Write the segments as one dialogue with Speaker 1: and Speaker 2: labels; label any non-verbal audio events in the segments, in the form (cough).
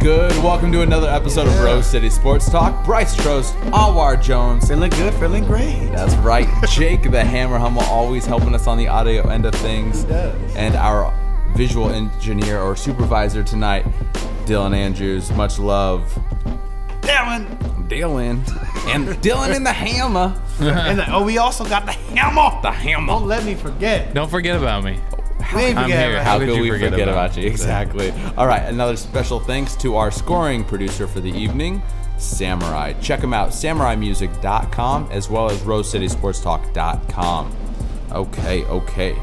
Speaker 1: good? Welcome to another episode of Rose City Sports Talk. Bryce Trost, Awar Jones.
Speaker 2: Feeling good, feeling great.
Speaker 1: That's right, Jake the Hammer Hummel, always helping us on the audio end of things.
Speaker 2: does.
Speaker 1: And our visual engineer or supervisor tonight, Dylan Andrews. Much love,
Speaker 2: Dylan.
Speaker 1: Dylan. And Dylan in the hammer.
Speaker 2: (laughs) and the, oh, we also got the hammer.
Speaker 1: The hammer.
Speaker 2: Don't let me forget.
Speaker 3: Don't forget about me.
Speaker 2: We ain't
Speaker 3: I'm
Speaker 2: forget
Speaker 3: here.
Speaker 2: about
Speaker 1: How
Speaker 3: How
Speaker 1: could
Speaker 3: could you
Speaker 1: we
Speaker 3: forget
Speaker 1: forget, about,
Speaker 3: about
Speaker 1: you? Exactly. All right, another special thanks to our scoring producer for the evening, Samurai. Check him out, samuraimusic.com, as well as rosecitysportstalk.com. Okay, okay.
Speaker 2: it.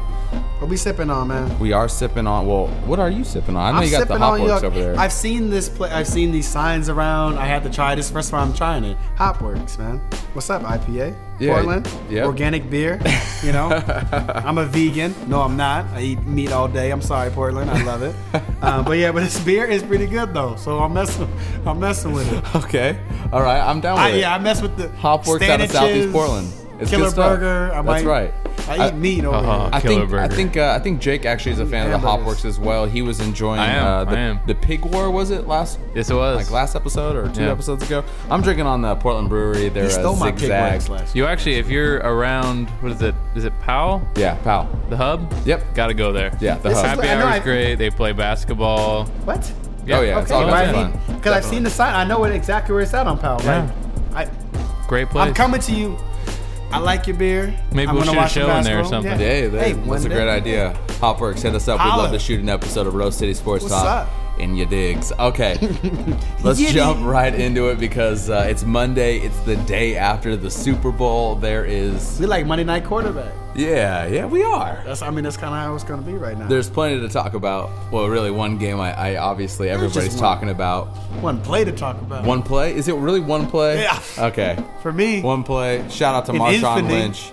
Speaker 2: What we sipping on, man?
Speaker 1: We are sipping on, well, what are you sipping on? I know
Speaker 2: I'm
Speaker 1: you got the
Speaker 2: sipping on
Speaker 1: Hopworks
Speaker 2: your-
Speaker 1: over there.
Speaker 2: I've seen this. Pla- I've seen these signs around. I had to try this. First time I'm trying it. Hopworks, man. What's up, IPA?
Speaker 1: Yeah,
Speaker 2: Portland.
Speaker 1: yep.
Speaker 2: Organic beer.
Speaker 1: (laughs)
Speaker 2: You know, I'm a vegan. No, I'm not. I eat meat all day. I'm sorry, Portland. I love it. um, but yeah, but this beer is pretty good though. So I'm messing. I'm messing with it.
Speaker 1: okay, all right, I'm down with
Speaker 2: I,
Speaker 1: it.
Speaker 2: yeah, I mess with the
Speaker 1: Hopworks out of Southeast
Speaker 2: Stanich's,
Speaker 1: Portland. It's
Speaker 2: Killer
Speaker 1: good stuff.
Speaker 2: Burger. I
Speaker 1: That's
Speaker 2: might,
Speaker 1: right.
Speaker 2: I eat
Speaker 1: I-
Speaker 2: meat over
Speaker 3: Uh-huh.
Speaker 2: here.
Speaker 1: I
Speaker 3: Killer
Speaker 1: think I
Speaker 3: burger.
Speaker 1: think uh, I think Jake actually is a fan of the
Speaker 2: Hamburgers.
Speaker 1: Hopworks as well. He was enjoying
Speaker 3: I am,
Speaker 1: uh, the,
Speaker 3: I am.
Speaker 1: the pig war was it last
Speaker 3: Yes, it was.
Speaker 1: like last episode or two
Speaker 3: Yeah.
Speaker 1: episodes ago. I'm drinking on the Portland Brewery. They're
Speaker 2: He stole
Speaker 1: a
Speaker 2: my pig legs
Speaker 1: zigzag.
Speaker 2: last
Speaker 3: you actually, if you're around, what is it? Is it Powell?
Speaker 1: yeah, pal.
Speaker 3: The hub?
Speaker 1: Yep.
Speaker 3: Gotta go there.
Speaker 1: Yeah, the
Speaker 2: This
Speaker 1: hub.
Speaker 2: is
Speaker 3: Happy
Speaker 2: I know
Speaker 3: hour's
Speaker 2: I've-
Speaker 3: great. They play basketball.
Speaker 2: What?
Speaker 3: Yeah.
Speaker 1: Oh yeah, it's
Speaker 2: Okay,
Speaker 1: all
Speaker 3: right.
Speaker 1: good fun.
Speaker 2: because I've seen the sign. I know what exactly where it's at on Powell.
Speaker 3: Yeah.
Speaker 2: Like, I,
Speaker 3: Great place.
Speaker 2: I'm coming to you. I like your beer.
Speaker 3: Maybe
Speaker 2: I'm
Speaker 3: we'll
Speaker 2: gonna
Speaker 3: shoot a
Speaker 2: watch the
Speaker 3: show in there or
Speaker 2: basketball.
Speaker 3: something.
Speaker 1: Hey, that,
Speaker 2: Hey,
Speaker 1: that's
Speaker 2: one
Speaker 1: a
Speaker 2: day.
Speaker 1: great idea. Hopworks, hit us up. We'd
Speaker 2: Holla.
Speaker 1: love to shoot an episode of Rose City Sports
Speaker 2: What's
Speaker 1: Talk
Speaker 2: up?
Speaker 1: in your digs.
Speaker 2: (laughs)
Speaker 1: Okay, let's
Speaker 2: Yiddy.
Speaker 1: jump right into it because uh, it's Monday. It's the day after the Super Bowl. There is
Speaker 2: We like Monday night quarterback.
Speaker 1: yeah, yeah, we are.
Speaker 2: That's I mean that's kind of how it's gonna be right now.
Speaker 1: There's plenty to talk about. Well, really, one game I, I obviously everybody's
Speaker 2: one.
Speaker 1: talking about.
Speaker 2: one play to talk about.
Speaker 1: One play? Is it really one play?
Speaker 2: Yeah.
Speaker 1: Okay.
Speaker 2: for me.
Speaker 1: One play. Shout out to
Speaker 2: An
Speaker 1: Marshawn
Speaker 2: infinite-
Speaker 1: Lynch.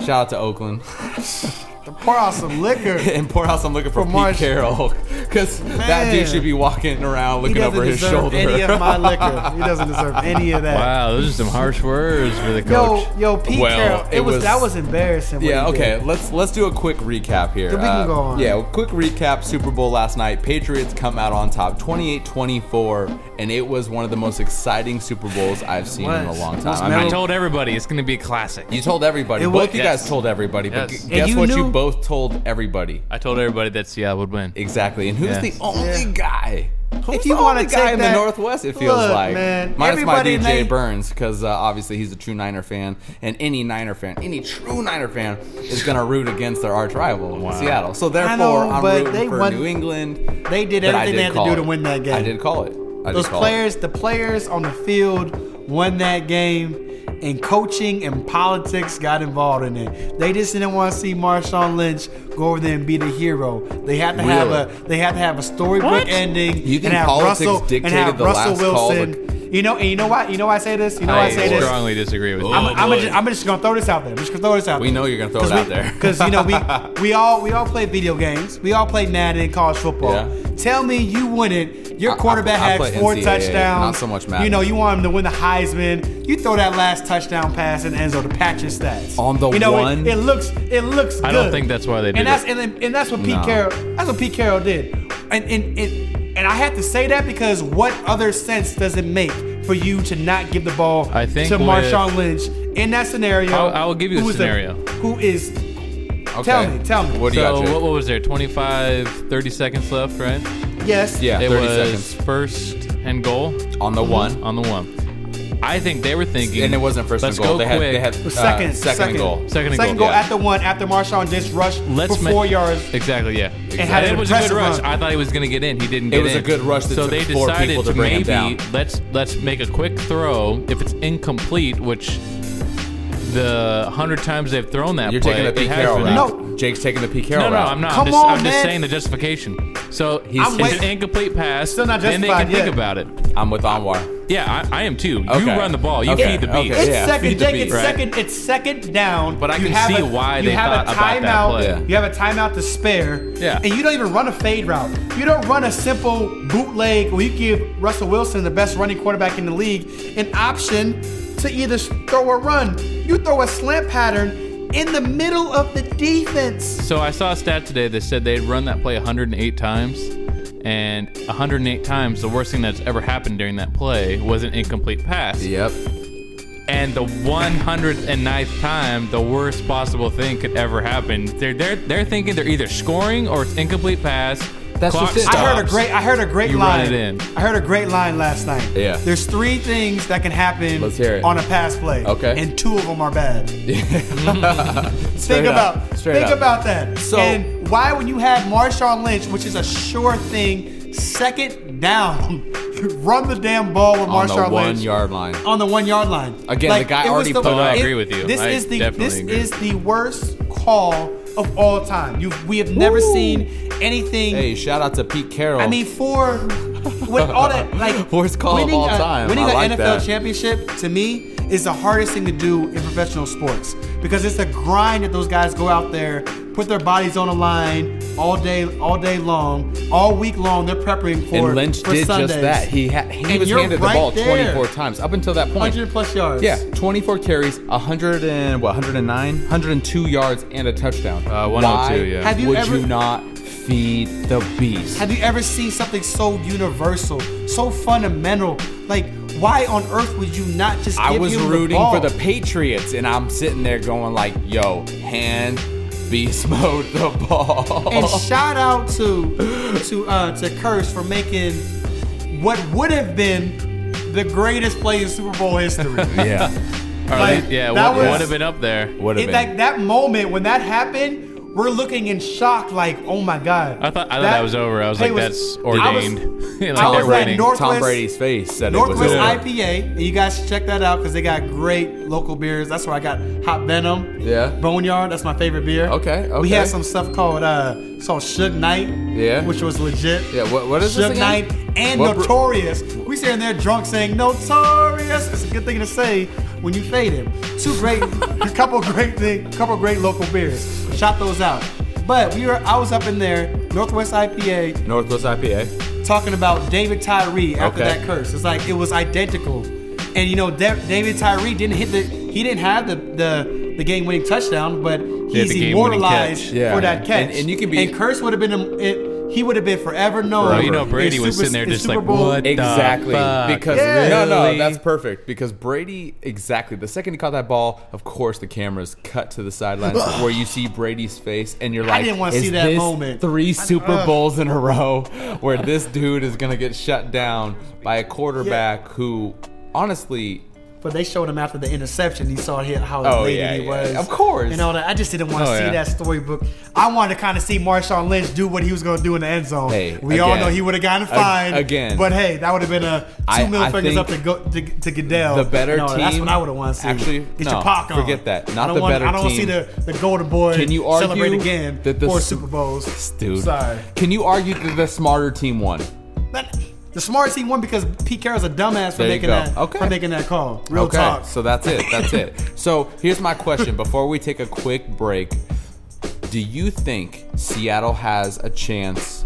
Speaker 1: Shout out to Oakland. (laughs)
Speaker 2: To pour out some liquor. he
Speaker 1: and poor house, I'm (laughs) looking for,
Speaker 2: For
Speaker 1: Pete
Speaker 2: Marsh-
Speaker 1: Carroll because that dude
Speaker 2: Man.
Speaker 1: should be walking around looking
Speaker 2: doesn't
Speaker 1: over his
Speaker 2: deserve
Speaker 1: shoulder.
Speaker 2: any of my liquor. He doesn't deserve any of that.
Speaker 3: Wow, those are some harsh words for the coach.
Speaker 2: Yo, yo, Pete
Speaker 1: Well,
Speaker 2: Carroll. It,
Speaker 1: it
Speaker 2: was,
Speaker 1: was-
Speaker 2: that was embarrassing. what
Speaker 1: (laughs) Yeah,
Speaker 2: he did.
Speaker 1: okay. Let's let's do a quick recap here. Uh,
Speaker 2: Then we can go on.
Speaker 1: Yeah, a quick recap. Super Bowl last night. Patriots come out on top 28-24, and it was one of the most exciting Super Bowls I've seen in a
Speaker 2: was.
Speaker 1: long
Speaker 2: It
Speaker 1: time.
Speaker 2: was
Speaker 1: I
Speaker 3: I
Speaker 1: mean,
Speaker 2: memorable.
Speaker 3: told everybody it's gonna be a classic.
Speaker 1: you told everybody.
Speaker 2: It
Speaker 1: both
Speaker 2: was-
Speaker 1: you
Speaker 3: Yes.
Speaker 1: guys told everybody, but
Speaker 3: Yes.
Speaker 1: g-
Speaker 3: And
Speaker 1: guess
Speaker 2: you
Speaker 1: what you
Speaker 2: knew-
Speaker 1: both told everybody?
Speaker 3: I told everybody that Seattle would win.
Speaker 1: Exactly. And who's
Speaker 3: Yes.
Speaker 1: the only guy? Who's
Speaker 2: If you
Speaker 1: the
Speaker 2: wanna
Speaker 1: only guy
Speaker 2: take
Speaker 1: in the
Speaker 2: that-
Speaker 1: Northwest, it feels
Speaker 2: Look,
Speaker 1: like.
Speaker 2: man,
Speaker 1: Minus my
Speaker 2: everybody
Speaker 1: dude
Speaker 2: in
Speaker 1: Jay
Speaker 2: they-
Speaker 1: Burns, because uh, obviously he's a true Niner fan, and any Niner fan, any true Niner fan, is going to root against their arch rival, Seattle. So therefore,
Speaker 2: know,
Speaker 1: I'm
Speaker 2: but
Speaker 1: rooting
Speaker 2: they
Speaker 1: for
Speaker 2: won-
Speaker 1: New England.
Speaker 2: They did
Speaker 1: but I
Speaker 2: everything they had to
Speaker 1: call
Speaker 2: do to
Speaker 1: it.
Speaker 2: win that game.
Speaker 1: I did call it. I did
Speaker 2: Those
Speaker 1: call
Speaker 2: players, the players on the field won that game, and coaching and politics got involved in it. They just didn't want to see Marshawn Lynch go over there and be the hero. They had to have
Speaker 1: Really?
Speaker 2: a they had to have a storybook
Speaker 3: What?
Speaker 2: ending
Speaker 1: You think
Speaker 2: and have
Speaker 1: politics
Speaker 2: Russell
Speaker 1: dictated
Speaker 2: and have
Speaker 1: the
Speaker 2: Russell
Speaker 1: last call
Speaker 2: Wilson. You know, and you know why? You know why I say this? You know why I,
Speaker 3: I
Speaker 2: say this?
Speaker 3: strongly disagree with
Speaker 2: I'm,
Speaker 3: you.
Speaker 2: I'm, just, I'm just gonna throw this out there. I'm just gonna throw this out
Speaker 1: We
Speaker 2: there.
Speaker 1: know you're gonna throw it out there.
Speaker 2: Because you know
Speaker 1: (laughs)
Speaker 2: we we all we all play video games. We all play Madden in college football.
Speaker 1: Yeah.
Speaker 2: Tell me you wouldn't.
Speaker 1: I-
Speaker 2: Your
Speaker 1: I-
Speaker 2: quarterback
Speaker 1: I play
Speaker 2: had four
Speaker 1: NCAA,
Speaker 2: touchdowns.
Speaker 1: not so much Madden.
Speaker 2: You know you want him to win the Heisman. You throw that last touchdown pass in the end zone to patch your stats.
Speaker 1: On the
Speaker 2: you know, it-
Speaker 1: one?
Speaker 2: It, looks it looks.
Speaker 3: I
Speaker 2: good.
Speaker 3: don't think that's why they did
Speaker 2: And that's
Speaker 3: it.
Speaker 2: and, then- and that's what Pete
Speaker 1: No.
Speaker 2: Carroll. That's what Pete Carroll did. And and and, and I have to say that because what other sense does it make for you to not give the ball
Speaker 3: I think
Speaker 2: to
Speaker 3: with-
Speaker 2: Marshawn Lynch in that scenario?
Speaker 3: I'll- I will give you a
Speaker 2: who is
Speaker 3: scenario.
Speaker 2: who is?
Speaker 1: it.
Speaker 2: Tell me, tell me.
Speaker 1: What do you
Speaker 3: So
Speaker 1: got, Jake?
Speaker 3: what, what was there? 25, 30 seconds left, right?
Speaker 2: Yes.
Speaker 1: Yeah,
Speaker 3: it
Speaker 1: 30
Speaker 3: was
Speaker 1: seconds.
Speaker 3: first and goal
Speaker 1: On the one.
Speaker 3: on the one. I think they were thinking,
Speaker 1: And it wasn't first
Speaker 3: Mm-hmm. let's
Speaker 1: and goal.
Speaker 3: Go
Speaker 1: they had,
Speaker 3: quick.
Speaker 1: they had
Speaker 2: It
Speaker 1: uh,
Speaker 2: was second,
Speaker 1: second, and
Speaker 2: second.
Speaker 1: goal.
Speaker 3: Second and
Speaker 2: Second
Speaker 3: goal.
Speaker 2: goal
Speaker 1: yeah.
Speaker 2: at the one after Marshawn just rushed
Speaker 3: Let's
Speaker 2: for
Speaker 3: ma-
Speaker 2: four yards.
Speaker 3: Exactly, yeah.
Speaker 2: And had
Speaker 3: it
Speaker 2: an
Speaker 3: was a good
Speaker 2: impressive
Speaker 3: rush.
Speaker 2: run.
Speaker 3: I thought he was going to get in. He didn't
Speaker 1: It
Speaker 3: get in.
Speaker 1: was a good rush that
Speaker 3: so
Speaker 1: took
Speaker 3: they
Speaker 1: four
Speaker 3: decided
Speaker 1: people to
Speaker 3: to
Speaker 1: bring him
Speaker 3: maybe
Speaker 1: down.
Speaker 3: let's let's make a quick throw. If it's incomplete, which the hundred times they've thrown that
Speaker 1: You're
Speaker 3: play,
Speaker 1: taking the P.
Speaker 3: it has
Speaker 1: Carroll
Speaker 3: been-
Speaker 1: route.
Speaker 2: No.
Speaker 1: Jake's taking the P. Carroll
Speaker 3: No, no,
Speaker 1: route.
Speaker 3: I'm not.
Speaker 2: Come
Speaker 3: I'm just,
Speaker 2: on,
Speaker 3: I'm just
Speaker 2: man.
Speaker 3: saying the justification. So
Speaker 1: He's-
Speaker 3: he's it's an
Speaker 2: waiting.
Speaker 3: incomplete pass.
Speaker 2: Still not
Speaker 3: then they
Speaker 2: justified
Speaker 3: can think
Speaker 2: yet.
Speaker 3: about it.
Speaker 1: I'm with Anwar.
Speaker 3: Yeah, I, I am too. You
Speaker 1: Okay.
Speaker 3: run the ball. You
Speaker 1: Okay,
Speaker 3: feed the beat.
Speaker 1: okay.
Speaker 2: It's
Speaker 1: Yeah,
Speaker 2: second,
Speaker 1: feed the
Speaker 2: Jake.
Speaker 1: beat.
Speaker 2: It's
Speaker 3: Right.
Speaker 2: second. It's second down.
Speaker 3: But I
Speaker 2: You
Speaker 3: can
Speaker 2: have
Speaker 3: see
Speaker 2: a-
Speaker 3: why
Speaker 2: you
Speaker 3: they
Speaker 2: have
Speaker 3: thought
Speaker 2: a
Speaker 3: about
Speaker 2: timeout.
Speaker 3: that play.
Speaker 1: Yeah.
Speaker 2: You have a timeout to spare.
Speaker 3: Yeah.
Speaker 2: And you don't even run a fade route. You don't run a simple bootleg where you give Russell Wilson, the best running quarterback in the league, an option to either throw a run. You throw a slant pattern in the middle of the defense.
Speaker 3: So I saw a stat today that said they'd run that play 108 times, And 108 times, the worst thing that's ever happened during that play was an incomplete pass.
Speaker 1: Yep.
Speaker 3: And the 109th time, the worst possible thing could ever happen. They're they're they're thinking they're either scoring or it's incomplete pass.
Speaker 1: That's
Speaker 3: clock
Speaker 1: what's it.
Speaker 3: stops.
Speaker 2: I heard a great. I heard a great
Speaker 3: You
Speaker 2: line.
Speaker 3: run it in.
Speaker 2: I heard a great line last night.
Speaker 1: Yeah.
Speaker 2: There's three things that can happen
Speaker 1: Let's hear it.
Speaker 2: on a pass play.
Speaker 1: Okay.
Speaker 2: And two of them are
Speaker 1: (laughs)
Speaker 2: bad. (laughs) think about think about that.
Speaker 1: So-
Speaker 2: and why when you have Marshawn Lynch, which is a sure thing, second down, (laughs) run the damn ball with
Speaker 1: on the
Speaker 2: Marshawn
Speaker 1: one
Speaker 2: Lynch
Speaker 1: yard line.
Speaker 2: on the one yard line.
Speaker 1: Again, the guy
Speaker 2: it was
Speaker 1: already
Speaker 2: the-
Speaker 1: put
Speaker 3: Oh, I
Speaker 1: up.
Speaker 3: agree with you.
Speaker 2: This
Speaker 3: I
Speaker 2: is the
Speaker 3: definitely
Speaker 2: this
Speaker 3: agree.
Speaker 2: is the worst call of all time. You we have never seen anything.
Speaker 1: Hey, shout out to Pete Carroll.
Speaker 2: I mean, for with
Speaker 1: (laughs)
Speaker 2: all that like
Speaker 1: Worst call of
Speaker 2: winning
Speaker 1: all
Speaker 2: a-
Speaker 1: time.
Speaker 2: Winning
Speaker 1: I
Speaker 2: an
Speaker 1: like
Speaker 2: NFL
Speaker 1: that.
Speaker 2: championship to me is the hardest thing to do in professional sports because it's a grind that those guys go out there, put their bodies on the line all day, all day long, all week long. They're preparing for
Speaker 1: and Lynch
Speaker 2: for
Speaker 1: did
Speaker 2: Sundays.
Speaker 1: just that. He ha- he
Speaker 2: And
Speaker 1: was
Speaker 2: you're
Speaker 1: handed the
Speaker 2: right
Speaker 1: ball
Speaker 2: there.
Speaker 1: 24 times up until that point.
Speaker 2: 100 plus yards.
Speaker 1: Yeah, 24 carries, 100 and what, 109, 102 yards and a touchdown.
Speaker 3: Uh, 102,
Speaker 1: Why
Speaker 3: yeah.
Speaker 2: Have you
Speaker 1: would
Speaker 2: ever-
Speaker 1: you not feed the beast?
Speaker 2: Have you ever seen something so universal, so fundamental? Like, why on earth would you not just?
Speaker 1: I
Speaker 2: give
Speaker 1: was
Speaker 2: him
Speaker 1: rooting
Speaker 2: the ball?
Speaker 1: for the Patriots, and I'm sitting there going like, "Yo, hand beast (laughs) mode the ball." (laughs)
Speaker 2: And shout out to to uh, to Curse for making what would have been the greatest play in Super Bowl history.
Speaker 1: (laughs) yeah,
Speaker 3: Or at
Speaker 2: like,
Speaker 3: least- yeah,
Speaker 2: that
Speaker 3: what
Speaker 2: was-
Speaker 3: would have been up there.
Speaker 1: would have been.
Speaker 2: It, like that moment when that happened, we're looking in shock, like, oh my god.
Speaker 3: I thought I thought that, was over. I was
Speaker 2: play
Speaker 3: like, that's
Speaker 2: I was-
Speaker 3: ordained. (laughs) like
Speaker 2: I
Speaker 3: they're
Speaker 2: was at
Speaker 3: winning.
Speaker 2: North-
Speaker 1: Tom
Speaker 2: Northwest-
Speaker 1: Brady's face said it was
Speaker 2: Northwest
Speaker 1: over.
Speaker 2: IPA, and you guys should check that out because they got great local beers. That's where I got Hot Venom.
Speaker 1: Yeah.
Speaker 2: Boneyard, that's my favorite beer.
Speaker 1: Okay,
Speaker 2: We
Speaker 1: okay.
Speaker 2: had some stuff called uh, it's called Suge Knight.
Speaker 1: Yeah.
Speaker 2: Which was legit.
Speaker 1: Yeah, what- what is this
Speaker 2: Suge
Speaker 1: again?
Speaker 2: Knight and
Speaker 1: What bre-
Speaker 2: Notorious. we sitting there drunk saying Notorious. It's a good thing to say when you fade him. Two great, (laughs) a couple great thing, couple great local beers. Shop those out. But we were, I was up in there, Northwest IPA,
Speaker 1: Northwest IPA.
Speaker 2: talking about David Tyree after
Speaker 1: Okay.
Speaker 2: that curse. It's like it was identical, and you know Da- David Tyree didn't hit the he didn't have the the, the game winning touchdown, but
Speaker 3: had
Speaker 2: he's
Speaker 3: the game-winning
Speaker 2: immortalized
Speaker 3: catch.
Speaker 1: Yeah.
Speaker 2: for that catch.
Speaker 1: And- and you can be-
Speaker 2: and curse would have been a, it, he would have been forever known.
Speaker 1: Bro,
Speaker 3: you know,
Speaker 2: as
Speaker 3: Brady was
Speaker 2: Super-
Speaker 3: sitting there
Speaker 2: as
Speaker 3: just
Speaker 2: Super
Speaker 3: like,
Speaker 2: Bowl-
Speaker 3: what the
Speaker 1: Exactly.
Speaker 3: fuck?
Speaker 1: Because
Speaker 2: Yeah.
Speaker 1: no, no,
Speaker 3: Really?
Speaker 1: that's perfect. Because Brady, exactly. The second he caught that ball, of course, the cameras cut to the sidelines where you see Brady's face, and you're like,
Speaker 2: didn't wanna
Speaker 1: "Is
Speaker 2: see that
Speaker 1: this
Speaker 2: moment."
Speaker 1: Three Super Bowls in a row where this dude is gonna get shut down by a quarterback who, honestly,
Speaker 2: But they showed him after the interception. He saw he- how
Speaker 1: Oh,
Speaker 2: elated
Speaker 1: yeah,
Speaker 2: he
Speaker 1: yeah,
Speaker 2: was.
Speaker 1: yeah. Of course.
Speaker 2: And all that. I just didn't want to
Speaker 3: Oh,
Speaker 2: see
Speaker 3: yeah.
Speaker 2: that storybook. I wanted to kind of see Marshawn Lynch do what he was going to do in the end zone.
Speaker 1: Hey,
Speaker 2: we all
Speaker 1: again.
Speaker 2: know he would have gotten
Speaker 1: Ag-
Speaker 2: fined.
Speaker 1: again.
Speaker 2: But hey, that would have been a two
Speaker 1: I-
Speaker 2: middle
Speaker 1: I
Speaker 2: fingers
Speaker 1: think
Speaker 2: up to, go, to, to Goodell.
Speaker 1: the better
Speaker 2: and all that. That's
Speaker 1: team-
Speaker 2: what I would have wanted to see.
Speaker 1: actually,
Speaker 2: Get
Speaker 1: no,
Speaker 2: your pock on.
Speaker 1: forget that. Not
Speaker 2: I don't
Speaker 1: the
Speaker 2: want,
Speaker 1: better
Speaker 2: I don't
Speaker 1: team.
Speaker 2: want to see the, the golden boy
Speaker 1: Can you argue
Speaker 2: celebrate again
Speaker 1: that the
Speaker 2: four
Speaker 1: s-
Speaker 2: Super Bowls.
Speaker 1: dude,
Speaker 2: Sorry.
Speaker 1: can you argue that the smarter team won?
Speaker 2: That- the smart team won because Pete Carroll's a dumbass for
Speaker 1: There you
Speaker 2: making
Speaker 1: go.
Speaker 2: that
Speaker 1: Okay.
Speaker 2: for making that call. Real talk.
Speaker 1: So that's it. That's it. So here's my question before we take a quick break. Do you think Seattle has a chance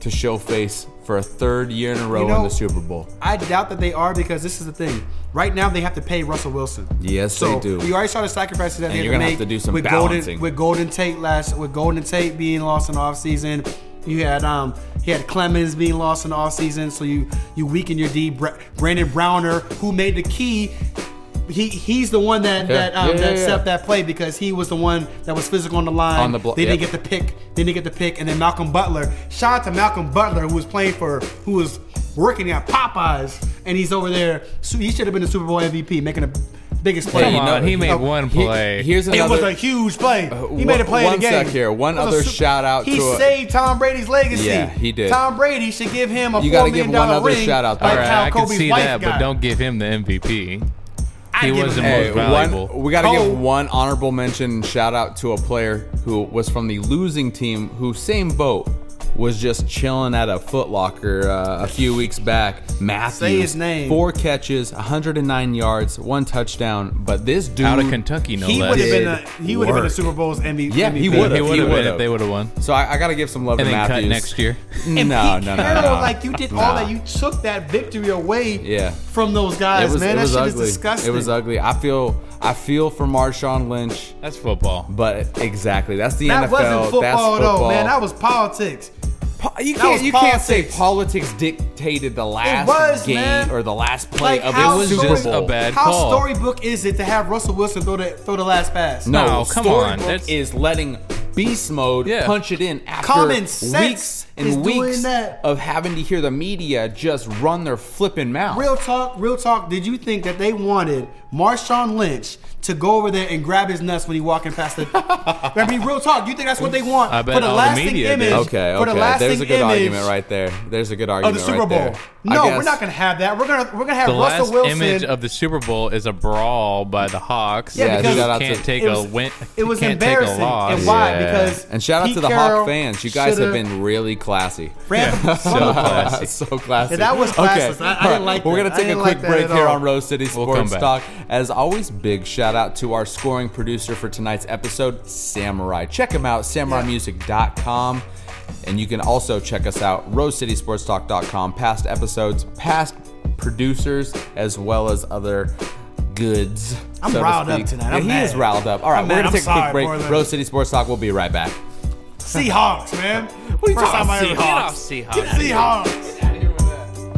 Speaker 1: to show face for a third year in a row in
Speaker 2: know-
Speaker 1: the Super Bowl?
Speaker 2: I doubt that they are because this is the thing. Right now, they have to pay Russell Wilson.
Speaker 1: Yes,
Speaker 2: so
Speaker 1: they do.
Speaker 2: We already saw the sacrifices that they
Speaker 1: you're
Speaker 2: had to
Speaker 1: gonna have
Speaker 2: make
Speaker 1: to do some
Speaker 2: with
Speaker 1: balancing.
Speaker 2: Golden with Golden Tate last with Golden Tate being lost in the offseason. You had um he had Clemens being lost in the offseason, so you you weaken your D. Bra- Brandon Browner, who made the key. He, he's the one that
Speaker 1: Yeah.
Speaker 2: that, um,
Speaker 1: Yeah, yeah,
Speaker 2: that
Speaker 1: yeah.
Speaker 2: set up that play because he was the one that was physical on the line.
Speaker 1: On the blo-
Speaker 2: they didn't
Speaker 1: yep.
Speaker 2: get the pick. They didn't get the pick, and then Malcolm Butler. Shout out to Malcolm Butler who was playing for who was working at Popeyes, and he's over there. So he should have been the Super Bowl MVP, making the biggest play.
Speaker 3: Come
Speaker 1: you know-
Speaker 3: on, he made
Speaker 1: uh,
Speaker 3: one
Speaker 1: he-
Speaker 3: play.
Speaker 1: here's another.
Speaker 2: It was a huge play. He made a play
Speaker 1: Uh, one
Speaker 2: in the game.
Speaker 1: sec here. One
Speaker 2: It was a
Speaker 1: other
Speaker 2: su-
Speaker 1: shout out
Speaker 2: He
Speaker 1: to a-
Speaker 2: saved Tom Brady's legacy.
Speaker 1: Yeah, he did.
Speaker 2: Tom Brady should give him a
Speaker 1: You
Speaker 2: four
Speaker 1: gotta
Speaker 2: million
Speaker 1: give one
Speaker 2: dollar
Speaker 1: other
Speaker 2: ring.
Speaker 1: shout out, though.
Speaker 2: like
Speaker 3: All right,
Speaker 2: how
Speaker 3: I can
Speaker 2: Kobe's
Speaker 3: see
Speaker 2: wife
Speaker 3: that, but
Speaker 2: got.
Speaker 3: don't give him the MVP.
Speaker 2: I
Speaker 3: he
Speaker 2: give
Speaker 3: was
Speaker 2: him
Speaker 3: the
Speaker 2: that.
Speaker 1: Hey,
Speaker 3: most valuable.
Speaker 1: One, we got to
Speaker 2: Oh.
Speaker 1: give one honorable mention and shout out to a player who was from the losing team, who same boat was just chilling at a Foot Locker uh, a few weeks back. Matthews,
Speaker 2: his name.
Speaker 1: Four catches, 109 yards, one touchdown. But this dude
Speaker 3: Out of Kentucky, no
Speaker 2: He
Speaker 3: less.
Speaker 2: would have been a
Speaker 1: Did
Speaker 2: he would have been a
Speaker 1: work.
Speaker 2: Super Bowl's MVP.
Speaker 1: Yeah, he
Speaker 3: He
Speaker 1: would've.
Speaker 3: would've
Speaker 1: He
Speaker 3: been
Speaker 1: would've.
Speaker 3: if they would have won.
Speaker 1: So I, I got to give some love
Speaker 3: And
Speaker 1: to
Speaker 3: then
Speaker 1: Matthews
Speaker 3: cut next year.
Speaker 1: No,
Speaker 2: And
Speaker 1: no,
Speaker 2: Pete
Speaker 1: no,
Speaker 2: Carroll,
Speaker 1: no.
Speaker 2: like you did all
Speaker 1: Nah.
Speaker 2: that. You took that victory away
Speaker 1: Yeah.
Speaker 2: from those guys,
Speaker 1: It was,
Speaker 2: man.
Speaker 1: it
Speaker 2: That
Speaker 1: was
Speaker 2: shit
Speaker 1: ugly.
Speaker 2: is disgusting.
Speaker 1: It was ugly. I feel, I feel for Marshawn Lynch,
Speaker 3: (laughs) That's football.
Speaker 1: but exactly that's the NFL.
Speaker 2: That wasn't
Speaker 1: that's
Speaker 2: football, though,
Speaker 1: football.
Speaker 2: man. That was politics.
Speaker 1: po- you
Speaker 2: That
Speaker 1: can't
Speaker 2: was
Speaker 1: you can't say
Speaker 2: politics.
Speaker 1: politics dictated the last
Speaker 2: was,
Speaker 1: game
Speaker 2: man.
Speaker 1: or the last play of
Speaker 2: how
Speaker 1: the
Speaker 2: is
Speaker 1: Super
Speaker 2: it-
Speaker 1: Bowl.
Speaker 3: a bad
Speaker 2: How
Speaker 3: call.
Speaker 2: storybook is it to have Russell Wilson throw the throw the last pass?
Speaker 1: No,
Speaker 3: No, come
Speaker 1: storybook
Speaker 3: on, that's-
Speaker 1: is letting beast mode
Speaker 3: Yeah.
Speaker 1: punch it in after
Speaker 2: Common sense
Speaker 1: weeks and
Speaker 2: is doing
Speaker 1: weeks
Speaker 2: that.
Speaker 1: of having to hear the media just run their flipping mouth.
Speaker 2: Real talk, real talk. Did you think that they wanted Marshawn Lynch to go over there and grab his nuts when he walking
Speaker 1: (laughs)
Speaker 2: past the? I mean, real talk. You think that's what they want
Speaker 3: I bet
Speaker 2: for the
Speaker 3: all the
Speaker 2: lasting
Speaker 3: media did.
Speaker 2: image?
Speaker 1: Okay,
Speaker 2: for the
Speaker 1: okay.
Speaker 2: lasting
Speaker 1: There's a good
Speaker 2: image
Speaker 1: argument right there. There's a good
Speaker 2: of
Speaker 1: argument
Speaker 2: Oh, the Super
Speaker 1: right
Speaker 2: Bowl.
Speaker 1: there. I
Speaker 2: No,
Speaker 1: guess-
Speaker 2: we're not gonna have that. We're gonna we're gonna have
Speaker 3: The
Speaker 2: Russell
Speaker 3: last
Speaker 2: Wilson.
Speaker 3: image of the Super Bowl is a brawl by the Hawks.
Speaker 2: Yeah, Yeah, because-
Speaker 1: shout out
Speaker 3: can't
Speaker 1: to-
Speaker 3: take
Speaker 2: it was,
Speaker 3: a win.
Speaker 2: It was
Speaker 3: can't take a
Speaker 2: embarrassing.
Speaker 3: loss.
Speaker 2: And why?
Speaker 1: Yeah.
Speaker 2: Because
Speaker 1: and shout out
Speaker 2: Pete
Speaker 1: to the
Speaker 2: Carroll
Speaker 1: Hawk fans. You guys have
Speaker 2: shoulda-
Speaker 1: been really classy.
Speaker 2: Ran-
Speaker 3: So
Speaker 1: (laughs)
Speaker 3: classy.
Speaker 1: so classy.
Speaker 2: Yeah, that was classless. I- I didn't
Speaker 1: all right.
Speaker 2: like
Speaker 1: We're
Speaker 2: that.
Speaker 1: gonna
Speaker 2: I
Speaker 1: take a
Speaker 2: didn't
Speaker 1: quick
Speaker 2: like that
Speaker 1: break
Speaker 2: at
Speaker 1: here
Speaker 2: all.
Speaker 1: on Rose City
Speaker 3: We'll come
Speaker 1: Sports
Speaker 3: back.
Speaker 1: Talk. As always, big shout out to our scoring producer for tonight's episode, Samurai. Check him out, samuraimusic.com. And you can also check us out, rosecitysportstalk.com. Past episodes, past producers, as well as other goods.
Speaker 2: I'm
Speaker 1: so to
Speaker 2: riled up
Speaker 1: speak.
Speaker 2: tonight.
Speaker 1: Yeah,
Speaker 2: I'm
Speaker 1: he
Speaker 2: mad.
Speaker 1: is riled up. All right,
Speaker 2: I'm
Speaker 1: we're
Speaker 2: mad.
Speaker 1: gonna
Speaker 2: I'm
Speaker 1: take a
Speaker 2: sorry,
Speaker 1: quick break.
Speaker 2: Portland.
Speaker 1: Rose City Sports Talk. We'll be right back.
Speaker 2: Seahawks, man. What are you talking about?
Speaker 3: Get
Speaker 2: (laughs)
Speaker 3: off Seahawks.
Speaker 2: Seahawks.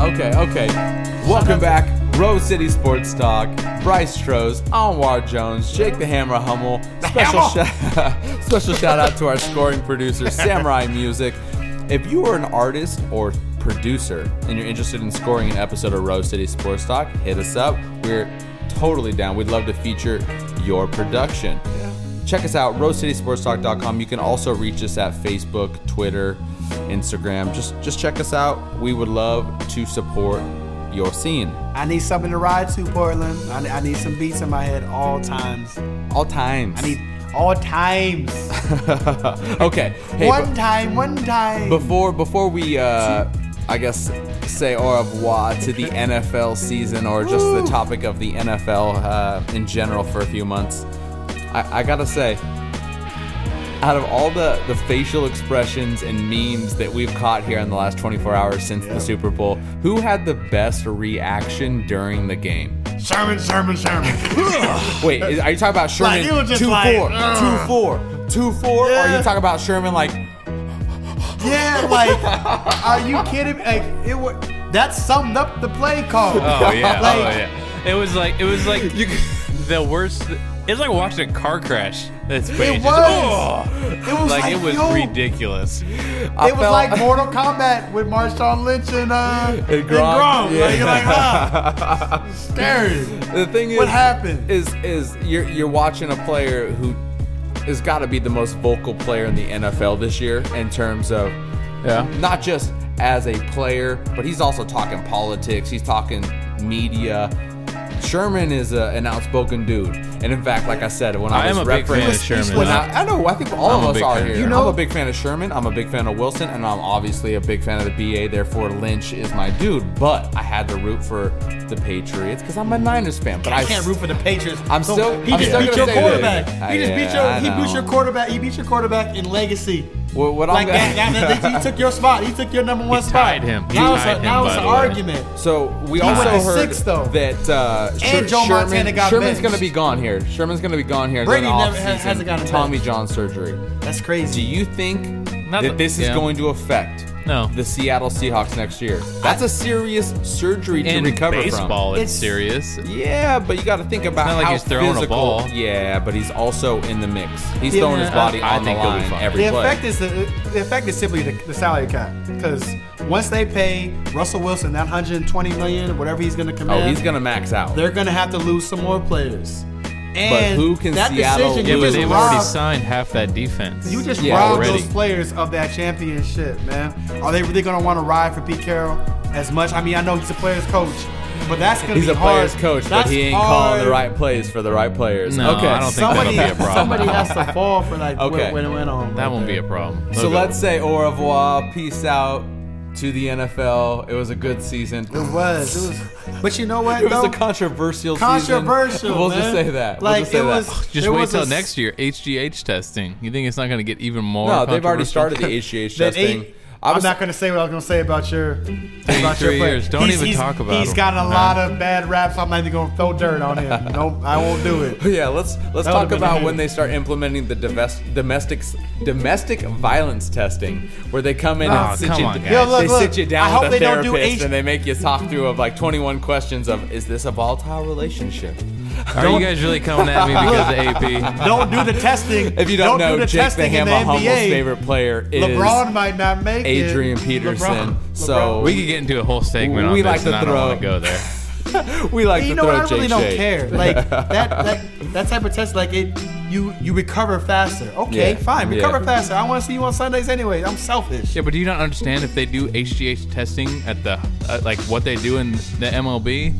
Speaker 1: Okay, okay. Welcome back, Rose City Sports Talk. Bryce Strohs, Anwar Jones, Jake the Hammer Hummel. Special shout, (laughs) special shout out to our scoring producer, Samurai Music. If you are an artist or producer and you're interested in scoring an episode of Rose City Sports Talk, hit us up. We're totally down. We'd love to feature your production. Check us out, rosecitysportstalk.com. You can also reach us at Facebook, Twitter, Instagram. Just just check us out. We would love to support your scene.
Speaker 2: I need something to ride to, Portland. I, I need some beats in my head all times.
Speaker 1: All times.
Speaker 2: I need all
Speaker 3: (laughs)
Speaker 2: times.
Speaker 1: (laughs) okay. Hey,
Speaker 2: one
Speaker 1: be-
Speaker 2: time, one time.
Speaker 1: before before we uh I guess say au revoir to the NFL season or just the
Speaker 2: Woo.
Speaker 1: topic of the NFL uh, in general for a few months. I, I gotta say, out of all the, the facial expressions and memes that we've caught here in the last 24 hours since the Super Bowl, who had the best reaction during the game?
Speaker 2: Sherman, Sherman, Sherman.
Speaker 1: (laughs) Wait, is- are you talking about Sherman
Speaker 2: Like, it was just
Speaker 1: 2
Speaker 2: like, uh.
Speaker 1: 4? 2 4? 2 4? Or are you
Speaker 2: Yeah.
Speaker 1: talking about Sherman like,
Speaker 2: yeah, like, are you kidding? me? Like, it was. That summed up the play call.
Speaker 3: Oh yeah,
Speaker 2: like,
Speaker 3: oh yeah. It was like it was like (laughs) the worst. It was like watching a car crash. That's
Speaker 2: It was. It was
Speaker 3: like,
Speaker 2: like,
Speaker 3: it was
Speaker 2: yo,
Speaker 3: ridiculous.
Speaker 1: I
Speaker 2: It was
Speaker 1: felt-
Speaker 2: like Mortal Kombat with Marshawn Lynch and uh and
Speaker 1: Gronk,
Speaker 2: Gronk.
Speaker 1: yeah.
Speaker 2: Like, you're
Speaker 3: (laughs)
Speaker 2: like, ah, scary.
Speaker 1: The thing is,
Speaker 2: What happened?
Speaker 1: Is is you're you're watching a player who has got to be the most vocal player in the NFL this year in terms of uh,
Speaker 3: Yeah.
Speaker 1: not just as a player, but he's also talking politics. He's talking media. Sherman is a, an outspoken dude, and in fact, like I said, when I,
Speaker 3: I am
Speaker 1: was
Speaker 3: a big fan of
Speaker 1: referencing,
Speaker 3: Sherman.
Speaker 1: when
Speaker 3: I-
Speaker 1: I, I know I think all
Speaker 3: I'm a
Speaker 1: of us
Speaker 3: big
Speaker 1: are
Speaker 3: fan of
Speaker 1: here.
Speaker 3: You
Speaker 1: I'm
Speaker 2: know-
Speaker 1: a big fan of Sherman. I'm a big fan of Wilson, and I'm obviously a big fan of the BA. Therefore, Lynch is my dude. But I had to root for the Patriots because I'm a Niners fan. But
Speaker 4: I
Speaker 1: I
Speaker 4: can't root for the Patriots.
Speaker 1: I'm
Speaker 4: So,
Speaker 1: still-
Speaker 4: He
Speaker 1: I'm
Speaker 4: just
Speaker 1: still
Speaker 4: beat
Speaker 1: gonna
Speaker 4: your
Speaker 1: say that.
Speaker 4: quarterback.
Speaker 1: I-
Speaker 4: He just beat your.
Speaker 1: I
Speaker 4: He
Speaker 1: know.
Speaker 4: beat your quarterback. He beat your quarterback in legacy.
Speaker 1: What, what
Speaker 4: Like
Speaker 1: I'm
Speaker 4: that,
Speaker 1: gonna-
Speaker 4: that- that- He took your spot. He took your number one spot.
Speaker 3: tied him. He
Speaker 4: Now it's,
Speaker 3: tied
Speaker 4: a,
Speaker 3: him,
Speaker 4: now it's
Speaker 3: by
Speaker 4: an
Speaker 3: the way.
Speaker 4: argument.
Speaker 1: (laughs) So we
Speaker 2: went
Speaker 1: also
Speaker 2: to
Speaker 1: heard
Speaker 2: six, though.
Speaker 1: that uh, Sher-
Speaker 4: Joe
Speaker 1: Sherman,
Speaker 4: Montana got
Speaker 1: Sherman's
Speaker 4: benched.
Speaker 1: going to be gone here. Sherman's going to be gone here.
Speaker 4: Brady
Speaker 1: in the
Speaker 4: never ha-
Speaker 1: offseason.
Speaker 4: hasn't gotten
Speaker 1: Tommy John surgery.
Speaker 4: That's
Speaker 1: Do
Speaker 4: crazy.
Speaker 1: you think
Speaker 3: Not
Speaker 1: that
Speaker 3: the-
Speaker 1: this is
Speaker 3: yeah.
Speaker 1: going to affect
Speaker 3: No.
Speaker 1: the Seattle Seahawks next year? That's a serious surgery to
Speaker 3: In
Speaker 1: recover
Speaker 3: baseball, it's,
Speaker 4: It's-
Speaker 3: serious.
Speaker 1: from. Yeah, but you got to think about
Speaker 3: not like
Speaker 1: how
Speaker 3: he's throwing a
Speaker 1: physical.
Speaker 3: ball.
Speaker 1: Yeah, but he's also in the mix. He's
Speaker 4: Yeah,
Speaker 1: throwing his body
Speaker 3: I- I
Speaker 1: on the
Speaker 3: think he'll be
Speaker 1: line
Speaker 3: fine.
Speaker 1: every
Speaker 2: The
Speaker 1: play.
Speaker 2: effect is the, the effect is simply the, the salary cap because once they pay Russell Wilson that 120 million, whatever he's going to
Speaker 1: oh,
Speaker 2: command,
Speaker 1: he's going to max out.
Speaker 4: They're gonna have to lose some more players. And
Speaker 1: who can
Speaker 4: that
Speaker 1: Seattle
Speaker 4: decision
Speaker 1: Yeah,
Speaker 3: Yeah,
Speaker 4: you
Speaker 1: lose?
Speaker 3: but
Speaker 4: just
Speaker 3: they've already
Speaker 4: robbed-
Speaker 3: signed half that defense.
Speaker 2: You just
Speaker 1: Yeah,
Speaker 2: robbed
Speaker 3: already.
Speaker 2: those players of that championship, man. Are they really going to want to ride for Pete Carroll as much? I mean, I know he's a player's coach, but that's going to be
Speaker 1: He's a
Speaker 2: hard.
Speaker 1: player's coach,
Speaker 2: That's
Speaker 1: but he ain't calling the
Speaker 2: hard.
Speaker 1: right plays for the right players.
Speaker 3: No,
Speaker 1: okay,
Speaker 3: I don't think
Speaker 2: Somebody,
Speaker 3: that'll be a problem.
Speaker 2: somebody has to fall for like
Speaker 1: Okay.
Speaker 2: okay. when it went on.
Speaker 3: that
Speaker 2: right
Speaker 3: won't be
Speaker 2: there.
Speaker 3: a problem.
Speaker 1: So let's say au revoir, peace out to the NFL. It was a good season.
Speaker 2: It was. It was. But you know
Speaker 1: (laughs)
Speaker 2: what?
Speaker 1: It was
Speaker 2: though?
Speaker 1: a controversial season. (laughs)
Speaker 2: Controversial,
Speaker 1: We'll just
Speaker 2: man.
Speaker 1: say that. We'll
Speaker 2: Like,
Speaker 1: just say
Speaker 2: it
Speaker 1: that.
Speaker 2: was-
Speaker 3: just
Speaker 2: There
Speaker 3: wait
Speaker 2: was
Speaker 3: till
Speaker 2: a s-
Speaker 3: next year. HGH testing. You think it's not going to get even more?
Speaker 1: No, they've already
Speaker 3: controversial?
Speaker 1: started the HGH
Speaker 2: (laughs) that
Speaker 1: testing.
Speaker 2: eight-
Speaker 1: I
Speaker 2: I'm
Speaker 1: was,
Speaker 2: not going to say what I was going to say about your about your
Speaker 3: 23
Speaker 2: player.
Speaker 3: years. Don't even talk about
Speaker 2: He's
Speaker 3: him.
Speaker 2: got a
Speaker 3: Huh?
Speaker 2: lot of bad raps. I'm not even going to throw dirt on him. nope, I won't
Speaker 1: (laughs)
Speaker 2: do it.
Speaker 1: yeah, let's let's
Speaker 2: That
Speaker 1: talk
Speaker 2: would've been
Speaker 1: about
Speaker 2: huge.
Speaker 1: when they start implementing the divest, domestic domestic violence testing, where they come in
Speaker 3: Oh,
Speaker 1: and sit
Speaker 3: come
Speaker 1: you,
Speaker 3: on, guys.
Speaker 1: they
Speaker 3: Yo,
Speaker 2: look,
Speaker 1: sit
Speaker 2: look.
Speaker 1: you down
Speaker 2: I hope
Speaker 1: with a
Speaker 2: they don't do
Speaker 1: therapist
Speaker 2: H-
Speaker 1: and they make you talk through of like 21 questions of is this a volatile relationship?
Speaker 3: Are you guys really
Speaker 1: (laughs)
Speaker 3: coming at me because of AP?
Speaker 2: Don't do the testing.
Speaker 1: If you don't,
Speaker 2: do
Speaker 1: know,
Speaker 2: the
Speaker 1: Jake the
Speaker 2: testing in
Speaker 1: Hammer Hummel's
Speaker 2: NBA.
Speaker 1: favorite player is
Speaker 2: LeBron might not make
Speaker 1: Adrian
Speaker 2: it.
Speaker 1: Peterson.
Speaker 2: LeBron-
Speaker 1: So-
Speaker 3: We could get into a whole segment
Speaker 1: We
Speaker 3: on
Speaker 1: like
Speaker 3: this,
Speaker 1: to
Speaker 3: and I don't
Speaker 1: throw-
Speaker 3: want to go there.
Speaker 1: (laughs) we like
Speaker 2: you
Speaker 1: to
Speaker 2: know
Speaker 1: throw
Speaker 2: what? I really
Speaker 1: Jake
Speaker 2: don't
Speaker 1: shade.
Speaker 2: care. Like
Speaker 1: (laughs)
Speaker 2: that, that, that type of test, like it, you you recover faster. Okay,
Speaker 1: Yeah.
Speaker 2: fine,
Speaker 1: Yeah.
Speaker 2: recover faster. I want to see you on Sundays anyway. I'm selfish.
Speaker 3: Yeah, but do you not understand if they do HGH testing at the uh, like what they do in the MLB?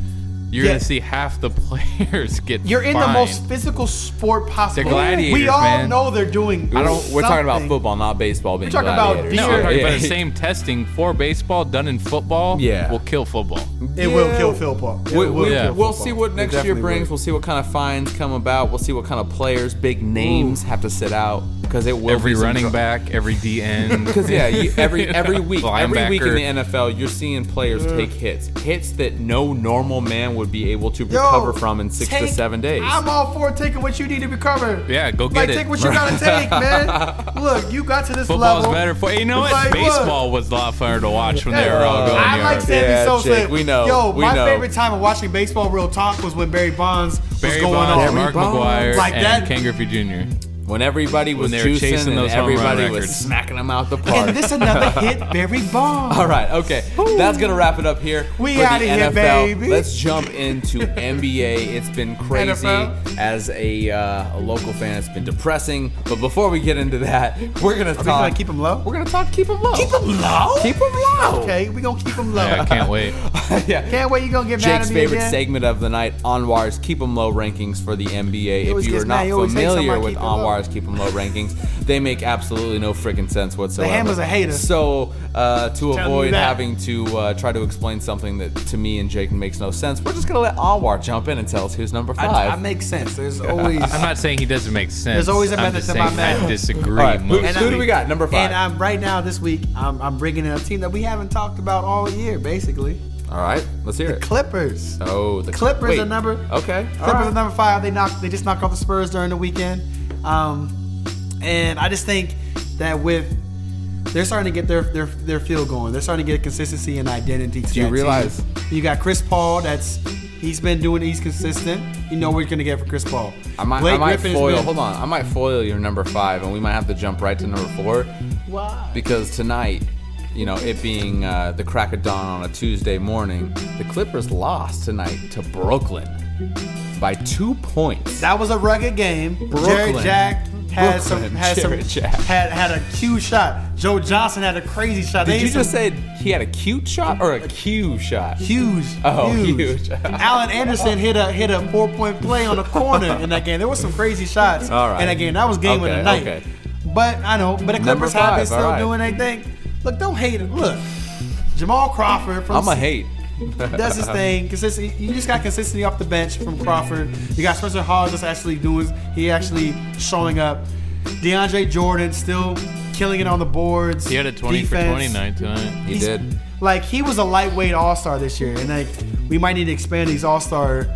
Speaker 3: You're
Speaker 2: Yeah.
Speaker 3: gonna see half the (laughs) players get.
Speaker 2: You're in the
Speaker 3: fined.
Speaker 2: most physical sport possible.
Speaker 3: They're gladiators,
Speaker 2: we all
Speaker 3: man.
Speaker 2: know they're doing.
Speaker 1: I don't. We're talking about
Speaker 2: something.
Speaker 1: football, not baseball. Being
Speaker 2: talking about
Speaker 1: gladiators.
Speaker 3: No,
Speaker 2: Sure.
Speaker 3: I'm talking about the
Speaker 1: Yeah.
Speaker 3: same testing for baseball done in football.
Speaker 1: Yeah.
Speaker 3: will kill football.
Speaker 2: It will kill football. It
Speaker 1: We,
Speaker 2: will
Speaker 1: we,
Speaker 3: Yeah.
Speaker 2: kill
Speaker 1: We'll
Speaker 2: football.
Speaker 1: see what
Speaker 2: It
Speaker 1: next year
Speaker 2: definitely
Speaker 1: brings.
Speaker 2: will.
Speaker 1: We'll see what kind of fines come about. We'll see what kind of players, big names, have to sit out because it will.
Speaker 3: Every
Speaker 1: be some
Speaker 3: running
Speaker 1: dr-
Speaker 3: back, every
Speaker 1: (laughs)
Speaker 3: DN.
Speaker 1: Because yeah,
Speaker 3: (laughs)
Speaker 1: you, every every week, every week in
Speaker 3: Linebacker.
Speaker 1: the NFL, you're seeing players take hits, hits that no normal man would be able to recover from in six to
Speaker 2: take-
Speaker 1: seven days.
Speaker 2: I'm all for taking what you need to recover.
Speaker 3: Yeah, go
Speaker 2: Like,
Speaker 3: get
Speaker 2: take
Speaker 3: it.
Speaker 2: what you
Speaker 1: (laughs)
Speaker 2: gotta take, man. Look, you got to this
Speaker 3: Football's
Speaker 2: level.
Speaker 3: better for you know what?
Speaker 2: Like, look.
Speaker 3: Baseball was a lot funner to watch when they
Speaker 2: Hey,
Speaker 3: were all going.
Speaker 2: Uh, I like
Speaker 3: yard.
Speaker 2: Sammy
Speaker 1: Yeah,
Speaker 2: Sosa.
Speaker 1: Jake, we know,
Speaker 2: Yo,
Speaker 1: we
Speaker 2: my
Speaker 1: know.
Speaker 2: favorite time of watching baseball real talk was when Barry Bonds was
Speaker 3: Barry
Speaker 2: going
Speaker 3: Bonds,
Speaker 2: on.
Speaker 3: Mark
Speaker 1: Bonds.
Speaker 3: McGuire,
Speaker 2: Like
Speaker 3: and
Speaker 2: that-
Speaker 3: Ken Griffey Jr.
Speaker 1: when everybody was
Speaker 3: they were
Speaker 1: juicing
Speaker 3: chasing
Speaker 1: and
Speaker 3: those home run
Speaker 1: everybody was
Speaker 3: records.
Speaker 1: smacking them out the park.
Speaker 2: And this another hit, Barry Bonds.
Speaker 1: (laughs) All right, okay. That's gonna wrap it up here.
Speaker 2: We
Speaker 1: for the
Speaker 2: outta here,
Speaker 1: NFL.
Speaker 2: baby.
Speaker 1: Let's jump into (laughs) NBA. It's been crazy
Speaker 2: NFL.
Speaker 1: as a, uh, a local fan. It's been depressing. But before we get into that, we're gonna
Speaker 2: We gonna
Speaker 1: talk.
Speaker 2: keep him low.
Speaker 1: we're gonna talk. Keep them low.
Speaker 2: Keep him low.
Speaker 1: Keep 'em (laughs) low.
Speaker 2: Okay, we gonna keep him low.
Speaker 3: Yeah, I can't wait.
Speaker 1: yeah.
Speaker 2: (laughs) Can't wait. You gonna get mad
Speaker 1: Jake's
Speaker 2: at me
Speaker 1: favorite
Speaker 2: again?
Speaker 1: segment of the night, Onwar's Keep 'em Low rankings for the NBA. If
Speaker 2: always
Speaker 1: you are
Speaker 2: gets mad.
Speaker 1: not
Speaker 2: He always hates
Speaker 1: familiar
Speaker 2: somebody
Speaker 1: with
Speaker 2: keep 'em low.
Speaker 1: Onwar's Keep 'em Low rankings, they make absolutely no freaking sense whatsoever.
Speaker 2: hammer's a hater.
Speaker 1: So uh, to
Speaker 2: you
Speaker 1: avoid
Speaker 2: that.
Speaker 1: having to uh, try to explain something that to me and Jake makes no sense, we're just gonna let Anwar jump in and tell us who's number
Speaker 2: I,
Speaker 1: five.
Speaker 2: I make sense. There's always.
Speaker 3: I'm not saying he doesn't make sense.
Speaker 2: There's always a
Speaker 3: I'm
Speaker 2: method
Speaker 3: just
Speaker 2: to my
Speaker 3: saying I
Speaker 2: madness.
Speaker 3: disagree.
Speaker 1: All right, who,
Speaker 3: most
Speaker 2: And
Speaker 1: who
Speaker 2: I-
Speaker 1: do we got? Number five.
Speaker 2: and I'm right now this week. I'm, I'm bringing in a team that we haven't talked about all year, basically.
Speaker 1: All right, let's hear it.
Speaker 2: Clippers.
Speaker 1: oh, the
Speaker 2: Clippers
Speaker 1: wait.
Speaker 2: are number.
Speaker 1: Okay. all
Speaker 2: Clippers
Speaker 1: right.
Speaker 2: are number five. They knocked. They just knocked off the Spurs during the weekend. Um, and I just think that with they're starting to get their their their feel going. They're starting to get consistency and identity. To
Speaker 1: Do you
Speaker 2: that
Speaker 1: realize-
Speaker 2: team. you got Chris Paul? That's he's been doing. He's consistent. You know what you're gonna get for Chris Paul.
Speaker 1: I might, I
Speaker 2: Blake
Speaker 1: might
Speaker 2: Griffin's
Speaker 1: foil.
Speaker 2: been-
Speaker 1: Hold on, I might foil your number five, and we might have to jump right to number four.
Speaker 2: Why?
Speaker 1: because tonight, you know, it being uh, the crack of dawn on a Tuesday morning, the Clippers lost tonight to Brooklyn. by two points.
Speaker 2: That was a rugged game.
Speaker 1: Brooklyn.
Speaker 2: Jerry Jack had some
Speaker 1: Brooklyn,
Speaker 2: had
Speaker 1: Jerry
Speaker 2: some
Speaker 1: Jack.
Speaker 2: had had a cute shot. Joe Johnson had a crazy shot.
Speaker 1: Did you
Speaker 2: used to-
Speaker 1: just say he had a cute shot or a cue shot?
Speaker 2: huge?
Speaker 1: Oh, huge. (laughs)
Speaker 2: Allen Anderson hit a hit a four point play on the corner in that game. There was some crazy shots
Speaker 1: All right.
Speaker 2: in that game. That was game of
Speaker 1: Okay,
Speaker 2: the night.
Speaker 1: okay.
Speaker 2: But I know, but the
Speaker 1: Number
Speaker 2: Clippers have been
Speaker 1: five, all
Speaker 2: still
Speaker 1: right.
Speaker 2: doing their thing. Look, don't hate it. Look, Jamal Crawford from
Speaker 1: I'm a
Speaker 2: C-
Speaker 1: hate.
Speaker 2: (laughs)
Speaker 1: (laughs)
Speaker 2: does his thing. Consistent. You just got consistency off the bench from Crawford. You got Spencer Hall just actually doing. He actually showing up. DeAndre Jordan still killing it on the boards.
Speaker 3: He had a 20 for 29 tonight.
Speaker 1: He
Speaker 2: He's-
Speaker 1: did.
Speaker 2: Like he was a lightweight All Star this year, and like we might need to expand these All Star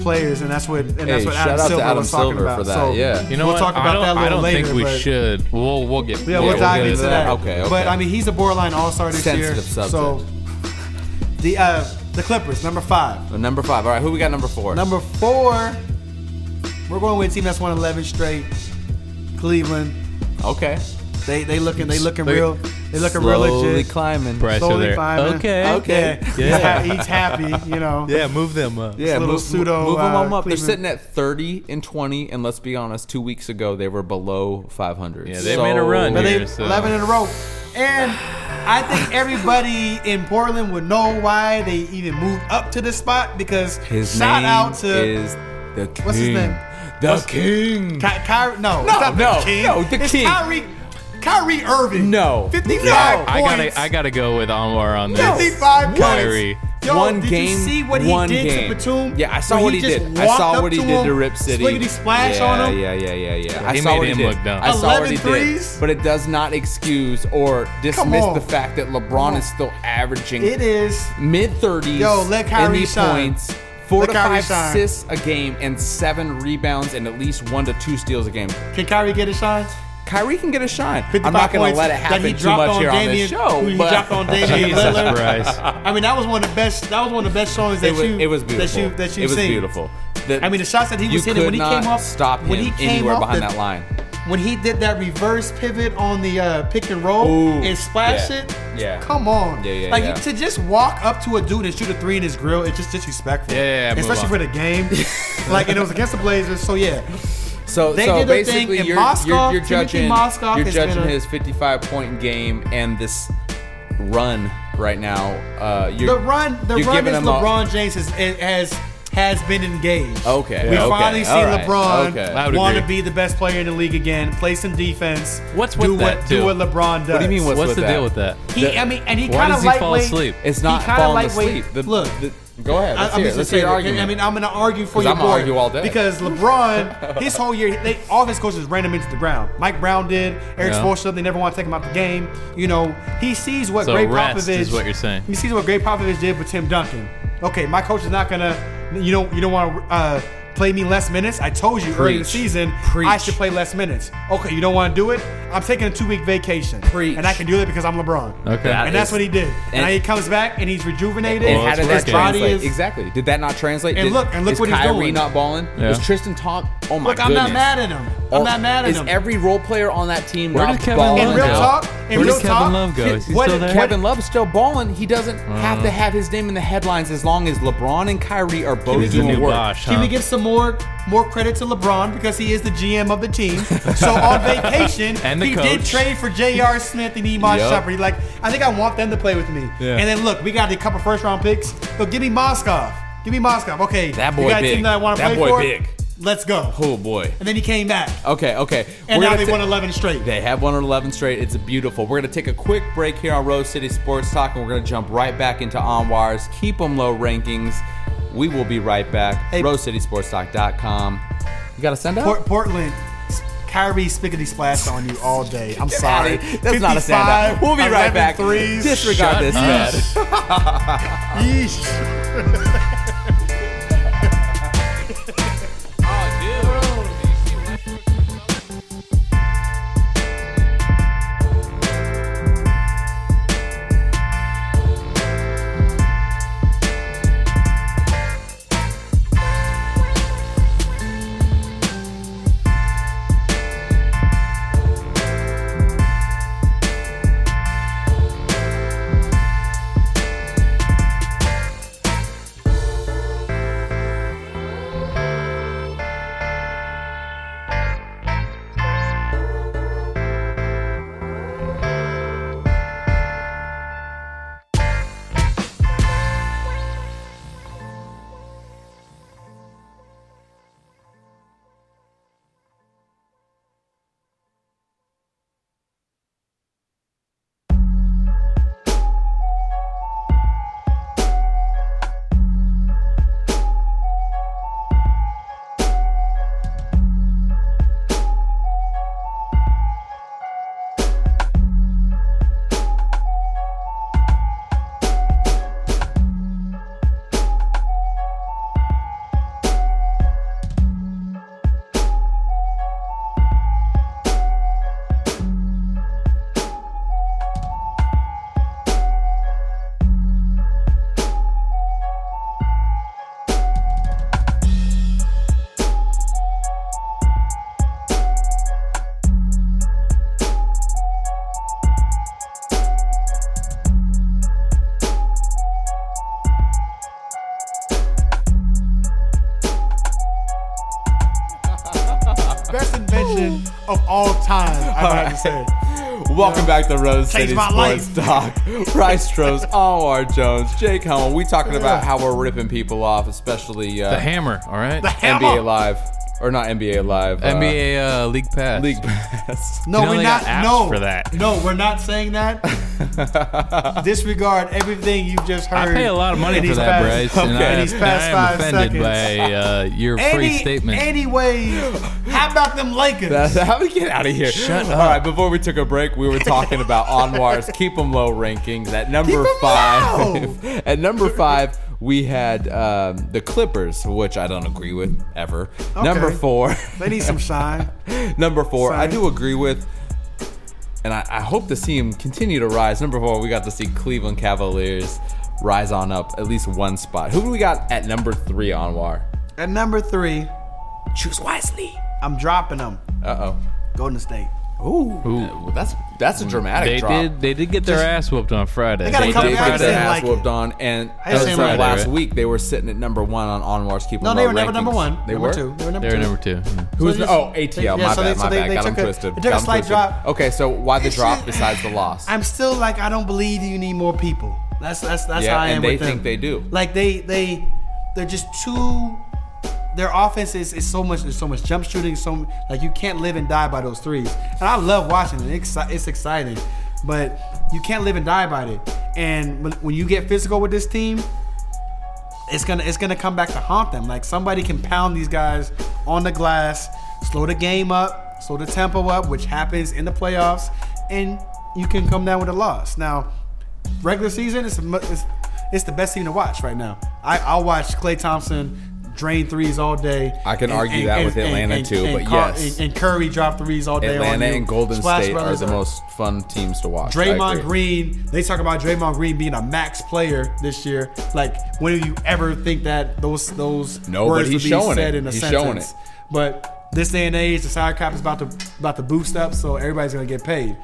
Speaker 2: players, and that's what and that's
Speaker 1: Hey,
Speaker 2: what
Speaker 1: shout
Speaker 2: Adam
Speaker 1: out to
Speaker 2: Silver
Speaker 1: Adam
Speaker 2: was talking
Speaker 1: Silver
Speaker 2: about.
Speaker 1: for that,
Speaker 2: So
Speaker 1: yeah.
Speaker 3: You know
Speaker 2: we'll
Speaker 3: what?
Speaker 2: talk
Speaker 3: I
Speaker 2: about
Speaker 3: don't,
Speaker 2: that a little
Speaker 3: I don't
Speaker 2: later.
Speaker 3: think we
Speaker 2: but-
Speaker 3: should. We'll we'll get.
Speaker 2: Yeah, we'll
Speaker 1: we'll
Speaker 2: dive
Speaker 1: get
Speaker 2: into
Speaker 1: into
Speaker 2: that.
Speaker 1: that. Okay, okay.
Speaker 2: But I mean, he's a borderline All Star this year.
Speaker 1: Sensitive subject.
Speaker 2: So the uh, the Clippers, number five.
Speaker 1: Number five. All right, who we got number four?
Speaker 2: Number four, we're going with a team that's won 11 straight. Cleveland.
Speaker 1: Okay.
Speaker 2: They they looking they looking
Speaker 3: Look-
Speaker 2: real. They looking real
Speaker 1: Slowly
Speaker 2: legit.
Speaker 1: climbing.
Speaker 3: Bryce over
Speaker 2: Slowly
Speaker 3: there.
Speaker 2: climbing.
Speaker 3: Okay.
Speaker 1: Okay.
Speaker 2: Yeah. (laughs) He's, happy, he's happy. You know.
Speaker 3: Yeah, move them up.
Speaker 1: Yeah,
Speaker 2: little
Speaker 1: move,
Speaker 2: pseudo,
Speaker 1: move them
Speaker 2: uh,
Speaker 1: up. They're
Speaker 2: Cleveland.
Speaker 1: sitting at 30 and 20, and let's be honest, two weeks ago they were below 500.
Speaker 3: Yeah, they made a run
Speaker 2: But they
Speaker 3: Yeah, so-
Speaker 2: 11 in a row, and I think everybody in Portland would know why they even moved up to this spot because
Speaker 1: His
Speaker 2: shout
Speaker 1: name
Speaker 2: out to
Speaker 1: is the king.
Speaker 2: what's his name?
Speaker 1: The king.
Speaker 2: Ky- Kyrie.
Speaker 1: No,
Speaker 2: No, it's not
Speaker 1: no,
Speaker 2: the king.
Speaker 1: no, the
Speaker 2: it's
Speaker 1: king.
Speaker 2: Kyrie, Kyrie Irving.
Speaker 1: No.
Speaker 2: 55 points.
Speaker 3: I gotta I gotta go with Anwar on this.
Speaker 2: 55 points.
Speaker 3: Kyrie.
Speaker 2: Yo,
Speaker 1: one
Speaker 2: did
Speaker 1: game.
Speaker 2: you see what he
Speaker 1: one
Speaker 2: did
Speaker 1: game.
Speaker 2: to Batum?
Speaker 1: Yeah, I saw
Speaker 2: When
Speaker 1: what he,
Speaker 2: just
Speaker 1: did. I
Speaker 2: walked
Speaker 1: saw
Speaker 2: up
Speaker 1: what he
Speaker 2: to
Speaker 1: did
Speaker 2: him,
Speaker 1: to Rip City.
Speaker 2: Swiggity splash
Speaker 1: yeah,
Speaker 2: on him.
Speaker 1: Yeah, yeah, yeah, yeah. I
Speaker 3: He
Speaker 1: saw
Speaker 3: made
Speaker 1: what he
Speaker 3: him
Speaker 1: did.
Speaker 3: look dumb.
Speaker 1: I saw what
Speaker 2: 11
Speaker 1: he
Speaker 2: threes?
Speaker 1: did. But it does not excuse or dismiss
Speaker 2: on.
Speaker 1: the fact that LeBron is still averaging
Speaker 2: It is.
Speaker 1: mid 30s
Speaker 2: Yo, let Kyrie
Speaker 1: in these
Speaker 2: shine.
Speaker 1: points. Four
Speaker 2: Let
Speaker 1: to
Speaker 2: Kyrie
Speaker 1: five
Speaker 2: shine.
Speaker 1: assists a game and seven rebounds and at least one to two steals a game.
Speaker 2: Can Kyrie get a shot?
Speaker 1: Kyrie can get a shine.
Speaker 2: 55
Speaker 1: I'm not going
Speaker 2: points
Speaker 1: to let it
Speaker 2: that
Speaker 1: happen
Speaker 2: he
Speaker 1: too
Speaker 2: dropped
Speaker 1: much
Speaker 2: on
Speaker 1: here on
Speaker 2: Damian-
Speaker 1: this show.
Speaker 2: who he
Speaker 1: but (laughs)
Speaker 2: dropped on Damian
Speaker 3: Jesus
Speaker 2: Lillard.
Speaker 3: Christ.
Speaker 2: I mean, that was one of the best. That was one of the best songs that
Speaker 1: it, was,
Speaker 2: you.
Speaker 1: it was beautiful.
Speaker 2: That you that you
Speaker 1: it was
Speaker 2: seen.
Speaker 1: beautiful. The-
Speaker 2: I mean, the shots that he
Speaker 1: you
Speaker 2: was hitting when
Speaker 1: could
Speaker 2: he
Speaker 1: not
Speaker 2: came off-
Speaker 1: Stop him
Speaker 2: when he came
Speaker 1: anywhere
Speaker 2: off
Speaker 1: behind
Speaker 2: the-
Speaker 1: that line.
Speaker 2: When he did that reverse pivot on the uh, pick and roll
Speaker 1: Ooh,
Speaker 2: and splash
Speaker 1: yeah,
Speaker 2: it,
Speaker 1: yeah.
Speaker 2: come on,
Speaker 1: Yeah, yeah,
Speaker 2: like
Speaker 1: yeah.
Speaker 2: to just walk up to a dude and shoot a three in his grill, it's just disrespectful.
Speaker 3: Yeah, yeah, yeah, move
Speaker 2: especially
Speaker 3: on.
Speaker 2: for
Speaker 1: (laughs)
Speaker 2: the game. like, and it was against the Blazers, so yeah.
Speaker 1: So,
Speaker 2: They
Speaker 1: so
Speaker 2: did their thing,
Speaker 1: basically,
Speaker 2: and
Speaker 1: you're,
Speaker 2: Moscow-
Speaker 1: you're, you're
Speaker 2: Timothy
Speaker 1: judging,
Speaker 2: Moscow
Speaker 1: you're
Speaker 2: has been
Speaker 1: judging
Speaker 2: a-
Speaker 1: his 55 point game and this run right now. Uh, you're,
Speaker 2: The run, the
Speaker 1: you're
Speaker 2: run
Speaker 1: giving
Speaker 2: is
Speaker 1: him a-
Speaker 2: LeBron James has has has been engaged.
Speaker 1: Okay,
Speaker 2: we
Speaker 1: okay,
Speaker 2: finally see
Speaker 1: all right, okay. I
Speaker 2: LeBron
Speaker 3: would
Speaker 2: want to
Speaker 3: agree.
Speaker 2: be the best player in the league again. Play some defense.
Speaker 3: What's
Speaker 2: do
Speaker 3: with that,
Speaker 2: what
Speaker 3: too?
Speaker 2: do what LeBron does?
Speaker 1: What do you mean? What's,
Speaker 3: What's
Speaker 1: with
Speaker 3: the
Speaker 1: that?
Speaker 3: deal with that?
Speaker 2: He, I mean, and he
Speaker 3: Why
Speaker 2: kind of
Speaker 3: does he
Speaker 2: lightweight.
Speaker 3: fall asleep?
Speaker 1: It's not
Speaker 2: kinda
Speaker 1: falling
Speaker 2: lightweight-
Speaker 1: asleep. The,
Speaker 2: Look,
Speaker 1: the- go ahead.
Speaker 2: I,
Speaker 1: Let's
Speaker 2: I'm
Speaker 1: hear, it.
Speaker 2: just
Speaker 1: let's
Speaker 2: saying,
Speaker 1: hear your argument.
Speaker 2: I mean, I'm gonna argue for
Speaker 1: 'Cause
Speaker 2: your
Speaker 1: I'ma
Speaker 2: boy
Speaker 1: argue all day.
Speaker 2: because LeBron, his whole year, they all of his coaches ran him into the ground. Mike Brown did, Eric
Speaker 3: Yeah.
Speaker 2: Spoelstra. They never want to take him out the game. You know, he sees what
Speaker 3: So
Speaker 2: great
Speaker 3: rest
Speaker 2: Popovich
Speaker 3: is what you're saying.
Speaker 2: He sees what great Popovich did with Tim Duncan. Okay, my coach is not gonna. You don't. You don't want to. Uh, Play me less minutes. I told you early in the
Speaker 1: Preach.
Speaker 2: season I
Speaker 1: Preach.
Speaker 2: should play less minutes. Okay, you don't want to do it. I'm taking a two week vacation,
Speaker 1: Preach.
Speaker 2: and I can do it because I'm LeBron.
Speaker 3: Okay. That
Speaker 2: and that's
Speaker 1: is-
Speaker 2: what he did. And,
Speaker 1: and-
Speaker 2: now he comes back and he's rejuvenated.
Speaker 1: And
Speaker 3: Well,
Speaker 1: how
Speaker 3: it's
Speaker 1: did that
Speaker 3: working.
Speaker 1: translate?
Speaker 2: Body is-
Speaker 1: exactly. Did that not translate?
Speaker 2: And
Speaker 1: Did-
Speaker 2: look- and look
Speaker 1: is
Speaker 2: what he's
Speaker 1: Kyrie
Speaker 2: doing.
Speaker 1: not balling?
Speaker 3: Yeah.
Speaker 1: Is Tristan Tom? Oh my
Speaker 2: Look,
Speaker 1: goodness!
Speaker 2: I'm not mad at him. I'm
Speaker 1: Or
Speaker 2: not mad at
Speaker 1: is
Speaker 2: him.
Speaker 1: every role player on that team
Speaker 3: Where
Speaker 1: not
Speaker 3: did Kevin
Speaker 1: balling?
Speaker 2: in
Speaker 3: Love
Speaker 2: real
Speaker 3: go?
Speaker 2: talk, in
Speaker 3: Where
Speaker 2: real
Speaker 3: did Kevin
Speaker 2: talk,
Speaker 3: Love go? Is he
Speaker 2: what-
Speaker 3: still there? Uh.
Speaker 1: Kevin Love's still balling. He doesn't have to have his name in the headlines as long as LeBron and Kyrie are both
Speaker 3: He's the
Speaker 1: doing
Speaker 3: new
Speaker 1: work.
Speaker 3: Bosch,
Speaker 2: Can we
Speaker 3: huh?
Speaker 2: give some more more credit to LeBron because he is the GM of the team?
Speaker 1: (laughs)
Speaker 2: So on vacation,
Speaker 3: And the
Speaker 2: he did
Speaker 3: coach.
Speaker 2: trade for J.R. Smith and Iman
Speaker 1: Yup.
Speaker 2: Shumpert. He's Like, I think I want them to play with me.
Speaker 3: Yeah.
Speaker 2: And then look, we got a couple first round picks. Look, give me Moscow. Give me Moscow. Okay,
Speaker 1: That
Speaker 2: you
Speaker 1: boy
Speaker 2: got a team
Speaker 1: big.
Speaker 2: that I want to
Speaker 1: That
Speaker 2: play
Speaker 1: boy
Speaker 2: for.
Speaker 1: big.
Speaker 2: Let's go.
Speaker 1: Oh boy.
Speaker 2: And then he came back,
Speaker 1: Okay, okay.
Speaker 2: and
Speaker 1: We're
Speaker 2: now
Speaker 1: gonna
Speaker 2: they
Speaker 1: ta-
Speaker 2: won 11 straight.
Speaker 1: They have won 11 straight. It's beautiful. We're going to take a quick break here on Rose City Sports Talk, and we're going to jump right back into Onwar's Keep 'em Low rankings. We will be right back.
Speaker 2: Hey.
Speaker 1: RoseCitySportsTalk.com. You got to send out?
Speaker 2: Port- Portland. Kyrie spickety splashed on you all day. I'm sorry.
Speaker 1: Sorry, that's not a
Speaker 2: 55,
Speaker 1: standout. We'll be right
Speaker 2: 11
Speaker 1: back.
Speaker 2: Threes.
Speaker 1: Disregard
Speaker 3: Shut
Speaker 1: this
Speaker 3: up.
Speaker 1: man.
Speaker 2: Yeesh. to
Speaker 1: (laughs)
Speaker 2: say.
Speaker 1: Welcome back to Rose City
Speaker 2: my
Speaker 1: Sports Talk. Bryce Trose, R. Jones, Jake Hummel. We talking about
Speaker 2: Yeah.
Speaker 1: how we're ripping people off, especially
Speaker 3: (laughs) The
Speaker 1: uh,
Speaker 3: hammer, all right?
Speaker 1: NBA Live or not NBA Live, uh,
Speaker 3: NBA uh, League Pass.
Speaker 1: League Pass.
Speaker 2: No,
Speaker 3: You know
Speaker 2: we're
Speaker 3: they
Speaker 2: not.
Speaker 3: got apps
Speaker 2: no,
Speaker 3: for that.
Speaker 2: No, we're not saying that.
Speaker 3: (laughs)
Speaker 1: (laughs)
Speaker 2: Disregard everything you've just
Speaker 3: I
Speaker 2: heard.
Speaker 3: pay a lot of money
Speaker 2: in
Speaker 3: for
Speaker 2: these
Speaker 3: that,
Speaker 2: past-
Speaker 3: Bryce. And
Speaker 1: Okay.
Speaker 3: I,
Speaker 2: These past
Speaker 3: I am
Speaker 2: five seconds.
Speaker 3: offended by uh, your free
Speaker 2: Any,
Speaker 3: statement.
Speaker 2: Anyways, how about them Lakers?
Speaker 1: How we get out of here? Shut up. All right, before we took a break, we were talking about Anwar's Keep 'em Low rankings. At number
Speaker 2: 'em
Speaker 1: five, (laughs) at number five, we had um, the Clippers, which I don't agree with ever. Number
Speaker 2: Okay.
Speaker 1: four,
Speaker 2: they need some shine.
Speaker 1: number four, I
Speaker 2: Sorry.
Speaker 1: do agree with. And I, I hope to see him continue to rise. Number four, we got to see Cleveland Cavaliers rise on up at least one spot. Who do we got at number three, Anwar?
Speaker 2: At number three,
Speaker 1: Choose wisely.
Speaker 2: I'm dropping them.
Speaker 1: Uh oh.
Speaker 2: Golden State.
Speaker 1: Ooh,
Speaker 3: Ooh.
Speaker 1: that's that's a dramatic
Speaker 3: They
Speaker 1: drop.
Speaker 3: did. They did get their ass whooped on Friday.
Speaker 2: got a
Speaker 1: They
Speaker 2: couple
Speaker 1: did
Speaker 2: guys
Speaker 1: get their
Speaker 2: didn't
Speaker 1: ass
Speaker 2: like it.
Speaker 1: whooped on, and
Speaker 2: I didn't
Speaker 1: as
Speaker 2: say
Speaker 1: of
Speaker 2: we were
Speaker 1: last
Speaker 3: right.
Speaker 1: week they were sitting at number one on Onwar's Keep 'Em
Speaker 2: No, they
Speaker 1: Low
Speaker 2: were never number
Speaker 1: rankings.
Speaker 2: one.
Speaker 1: They
Speaker 2: number
Speaker 1: were
Speaker 2: two. They were number
Speaker 3: They're
Speaker 2: two.
Speaker 3: number two. Hmm. yeah.
Speaker 1: Who was
Speaker 2: So
Speaker 1: the-
Speaker 2: they-
Speaker 1: oh ATL? my bad,
Speaker 2: yeah, so they-
Speaker 1: my
Speaker 2: so they-
Speaker 1: bad.
Speaker 2: they
Speaker 1: Got them
Speaker 2: took a-
Speaker 1: twisted.
Speaker 2: they took a
Speaker 1: Got 'em
Speaker 2: slight
Speaker 1: twisted.
Speaker 2: drop.
Speaker 1: Okay, so why the
Speaker 2: It's
Speaker 1: drop
Speaker 2: just-
Speaker 1: besides the loss?
Speaker 2: I'm still like (laughs) I don't believe you need more people. That's that's that's
Speaker 1: Yeah,
Speaker 2: how I
Speaker 1: and
Speaker 2: am
Speaker 1: they
Speaker 2: with them.
Speaker 1: think they do.
Speaker 2: Like they they they're just too. Their offense is, is so much. There's so much jump shooting. So like you can't live and die by those threes. And I love watching it. It's, exci- it's exciting, but you can't live and die by it. And when, when you get physical with this team, it's gonna it's gonna come back to haunt them. Like somebody can pound these guys on the glass, slow the game up, slow the tempo up, which happens in the playoffs, and you can come down with a loss. Now, regular season, it's a mu- it's, it's the best team to watch right now. I I'll watch Clay Thompson drain threes all day.
Speaker 1: I can argue that with Atlanta too, but
Speaker 2: Car-
Speaker 1: yes.
Speaker 2: and, and Curry drop threes all day. on
Speaker 1: Atlanta
Speaker 2: you.
Speaker 1: and Golden
Speaker 2: Splash
Speaker 1: State are
Speaker 2: Brothers
Speaker 1: the most fun teams to watch. I
Speaker 2: Draymond
Speaker 1: agree.
Speaker 2: Green, they talk about Draymond Green being a max player this year. Like, when do you ever think that those those
Speaker 1: No, but
Speaker 2: words
Speaker 1: he's
Speaker 2: would be
Speaker 1: showing
Speaker 2: said
Speaker 1: it.
Speaker 2: in a
Speaker 1: He's
Speaker 2: sentence?
Speaker 1: showing it.
Speaker 2: But this day and age, the salary cap is about to about to boost up, so everybody's gonna get paid.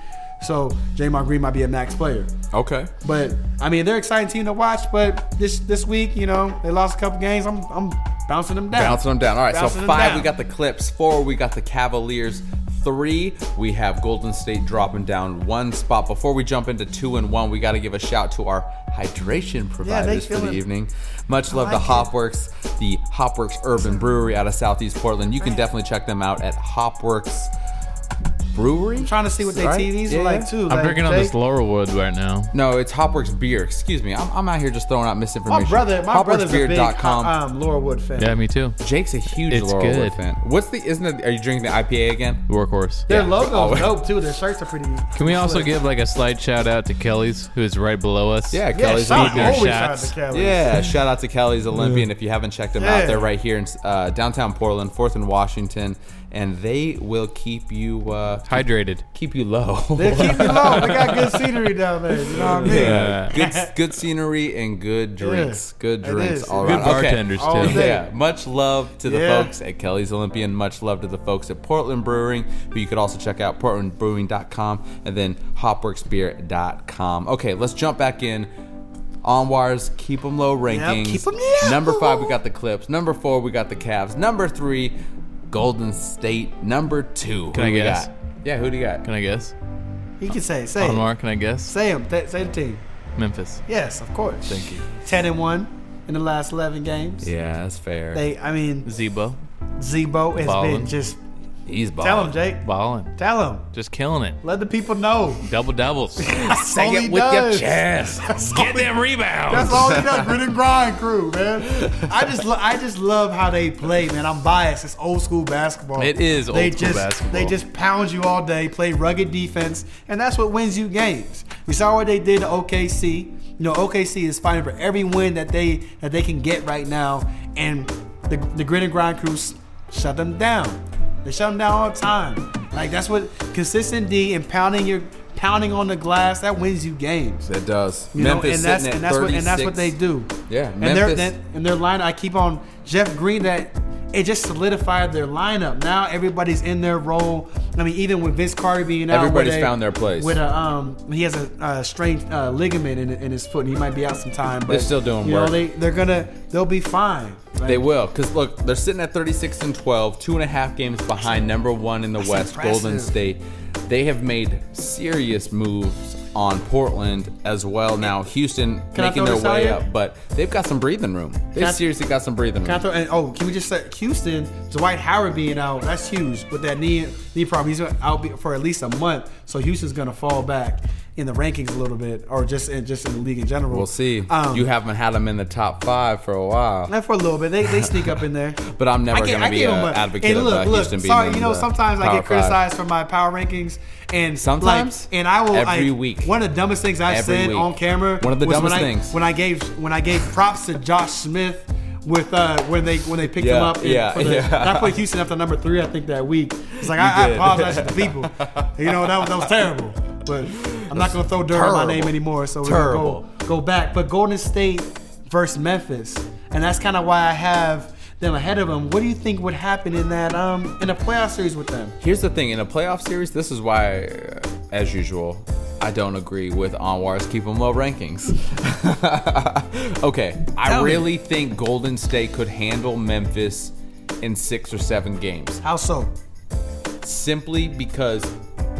Speaker 2: So Draymond Green might be a max player.
Speaker 1: Okay.
Speaker 2: But I mean, they're an exciting team to watch. But this this week, you know, they lost a couple games. I'm I'm bouncing them down.
Speaker 1: (laughs) Bouncing them down. All right,
Speaker 2: Bouncing
Speaker 1: so
Speaker 2: them
Speaker 1: five,
Speaker 2: down.
Speaker 1: we got the Clips. Four, we got the Cavaliers. Three, we have Golden State dropping down one spot. Before we jump into two and one, we got to give a shout to our hydration providers for the
Speaker 2: feeling-
Speaker 1: evening. Much love to
Speaker 2: like it.
Speaker 1: Hopworks, the Hopworks Urban Brewery out of Southeast Portland. You can definitely check them out at Hopworks Brewery. I'm
Speaker 2: Trying to see what their TVs are like too.
Speaker 3: I'm
Speaker 2: Like,
Speaker 3: drinking on this
Speaker 2: they-
Speaker 3: Laurelwood right now.
Speaker 1: No, it's Hopworks Beer. Excuse me. I'm, I'm out here just throwing out misinformation.
Speaker 2: My brother, my brother's a big
Speaker 1: Hopworksbeer.com.
Speaker 2: um, Laura Wood fan.
Speaker 3: Yeah, me too.
Speaker 1: Jake's a huge
Speaker 3: It's
Speaker 1: Laurel Wood
Speaker 3: good.
Speaker 1: fan. What's the? Isn't it? Are you drinking the IPA again?
Speaker 3: Workhorse.
Speaker 2: Their
Speaker 1: Yeah.
Speaker 2: logo's
Speaker 3: (laughs)
Speaker 1: Oh.
Speaker 2: dope too. Their shirts are pretty.
Speaker 3: Can we also
Speaker 2: slick.
Speaker 3: give like a slight shout out to Kelly's, who is right below us?
Speaker 1: Yeah,
Speaker 2: Yeah,
Speaker 1: Kelly's
Speaker 2: shout-
Speaker 1: Olympian.
Speaker 3: Olympian
Speaker 2: always shout out
Speaker 3: shots.
Speaker 2: to Kelly.
Speaker 1: Yeah, shout out to Kelly's Olympian. If you haven't checked them out,
Speaker 2: Yeah.
Speaker 1: they're right here in uh, downtown Portland, Fourth and Washington, and they will keep you uh,
Speaker 3: Hydrated.
Speaker 1: keep you low. (laughs)
Speaker 2: They
Speaker 3: (laughs)
Speaker 2: keep it low. They got good scenery down there. You know what I mean?
Speaker 1: Yeah.
Speaker 2: (laughs)
Speaker 1: good, good scenery and good drinks. Good
Speaker 2: it
Speaker 1: drinks
Speaker 2: is.
Speaker 1: all
Speaker 3: Good
Speaker 1: around.
Speaker 3: bartenders
Speaker 2: All
Speaker 3: too.
Speaker 2: day.
Speaker 1: Yeah, much love to the
Speaker 2: Yeah.
Speaker 1: folks at Kelly's Olympian. Much love to the folks at Portland Brewing, who you could also check out portlandbrewing.com and then hopworksbeer.com. Okay, let's jump back in. Onwar's keep them low rankings.
Speaker 2: keep 'em low.
Speaker 1: Number five, we got the Clips. Number four, we got the Cavs. Number three, Golden State. Number two, who
Speaker 3: Can I
Speaker 1: do we
Speaker 3: guess?
Speaker 1: got? Yeah, who do you got?
Speaker 3: Can I guess?
Speaker 2: He can say, it, say, it.
Speaker 3: Onwar, can I guess?
Speaker 2: say him, th- say the team.
Speaker 3: Memphis.
Speaker 2: Yes, of course.
Speaker 3: Thank you.
Speaker 2: Ten and one in the last eleven games.
Speaker 1: Yeah, that's fair.
Speaker 2: They, I mean,
Speaker 3: Zebo.
Speaker 2: Zebo has
Speaker 3: Ballin'.
Speaker 2: been just.
Speaker 1: He's balling.
Speaker 2: Tell him, Jake.
Speaker 3: Ballin'.
Speaker 2: Tell him.
Speaker 3: Just killing it.
Speaker 2: Let the people know. (laughs)
Speaker 3: Double doubles.
Speaker 2: Sing
Speaker 1: it with your
Speaker 2: (laughs)
Speaker 1: chest.
Speaker 3: Get them rebounds.
Speaker 2: That's all he does. Grit and grind crew, man. (laughs) I just, lo- I just love how they play, man. I'm biased. It's old school basketball.
Speaker 3: It is
Speaker 2: they
Speaker 3: old school
Speaker 2: just,
Speaker 3: basketball.
Speaker 2: They just pound you all day, play rugged defense, and that's what wins you games. We saw what they did to OKC. You know, OKC is fighting for every win that they that they can get right now, and the, the grit and grind crew s- shut them down. They shut them down all the time. Like that's what consistent D and pounding your pounding on the glass that wins you games.
Speaker 1: That does.
Speaker 2: You know, and that's
Speaker 1: sitting
Speaker 2: and
Speaker 1: at
Speaker 2: that's what and that's
Speaker 1: 36.
Speaker 2: what they do.
Speaker 1: Yeah,
Speaker 2: and their
Speaker 1: Memphis-
Speaker 2: that- and their line. I keep on Jeff Green that it just solidified their lineup. Now everybody's in their role. I mean, even with Vince Carter being out, where
Speaker 1: Everybody's
Speaker 2: they-
Speaker 1: found their place.
Speaker 2: With a um, he has a, a strained uh, ligament in, in his foot, and he might be out some time. But
Speaker 1: They're still doing
Speaker 2: you
Speaker 1: work.
Speaker 2: Know, they they're gonna they'll be fine. Like,
Speaker 1: They will, because look, they're sitting at 36 and 12, two and a half games behind number one in the West, Golden
Speaker 2: impressive.
Speaker 1: State. They have made serious moves on Portland as well. Now Houston
Speaker 2: I
Speaker 1: making
Speaker 2: throw
Speaker 1: their
Speaker 2: this out
Speaker 1: way
Speaker 2: here?
Speaker 1: up, but they've got some breathing room. They
Speaker 2: Can I-
Speaker 1: seriously got some breathing
Speaker 2: Can I
Speaker 1: room.
Speaker 2: throw, and oh, can we just say Houston, Dwight Howard being out, that's huge with that knee knee problem. He's out be- for at least a month, so Houston's gonna fall back in the rankings a little bit, or just in just in the league in general.
Speaker 1: We'll see.
Speaker 2: Um,
Speaker 1: you haven't had them in the top five for a while,
Speaker 2: not for a little bit. They, they sneak up in there.
Speaker 1: (laughs) but I'm never
Speaker 2: I get-
Speaker 1: going to
Speaker 2: I
Speaker 1: be
Speaker 2: give
Speaker 1: an
Speaker 2: them a-
Speaker 1: advocate
Speaker 2: and look,
Speaker 1: of uh,
Speaker 2: look,
Speaker 1: Houston being
Speaker 2: sorry,
Speaker 1: in
Speaker 2: you know,
Speaker 1: the
Speaker 2: sometimes I
Speaker 1: Power Five.
Speaker 2: get criticized for my power rankings, and
Speaker 1: Sometimes?
Speaker 2: like, and I will
Speaker 1: Every
Speaker 2: like,
Speaker 1: week.
Speaker 2: One of the dumbest things I've
Speaker 1: Every
Speaker 2: said
Speaker 1: week.
Speaker 2: on camera.
Speaker 1: One of the
Speaker 2: was
Speaker 1: dumbest
Speaker 2: when I,
Speaker 1: things.
Speaker 2: when I gave when I gave props to Josh Smith. With uh, when they when they picked
Speaker 1: Yeah,
Speaker 2: him up, and
Speaker 1: yeah,
Speaker 2: for the-
Speaker 1: yeah.
Speaker 2: I put Houston up to number three, I think that week. It's like I, I
Speaker 1: did.
Speaker 2: apologize to the people. You know that was that was terrible, but I'm not gonna throw dirt on
Speaker 1: Terrible.
Speaker 2: my name anymore. So we're
Speaker 1: Terrible.
Speaker 2: gonna go go back. But Golden State versus Memphis, and that's kind of why I have them ahead of them. What do you think would happen in that um in a playoff series with them?
Speaker 1: Here's the thing in a playoff series, this is why, uh, as usual, I don't agree with Anwar's keep them low rankings. (laughs) okay, I
Speaker 2: Tell me.
Speaker 1: really think Golden State could handle Memphis in six or seven games
Speaker 2: How so?
Speaker 1: simply because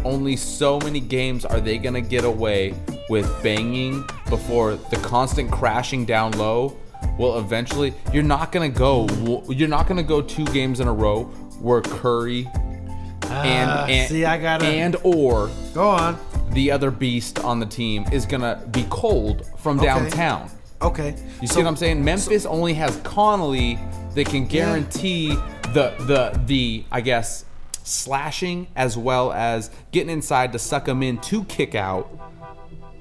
Speaker 1: only so many games are they going to get away with banging before the constant crashing down low will eventually you're not going to go you're not going to go two games in a row where Curry and,
Speaker 2: Ah,
Speaker 1: and
Speaker 2: see, I gotta-
Speaker 1: and or
Speaker 2: Go on.
Speaker 1: the other beast on the team is going to be cold from downtown.
Speaker 2: Okay.
Speaker 1: You see what I'm saying? Memphis only has Connolly that can guarantee the the the I guess slashing as well as getting inside to suck them in to kick out.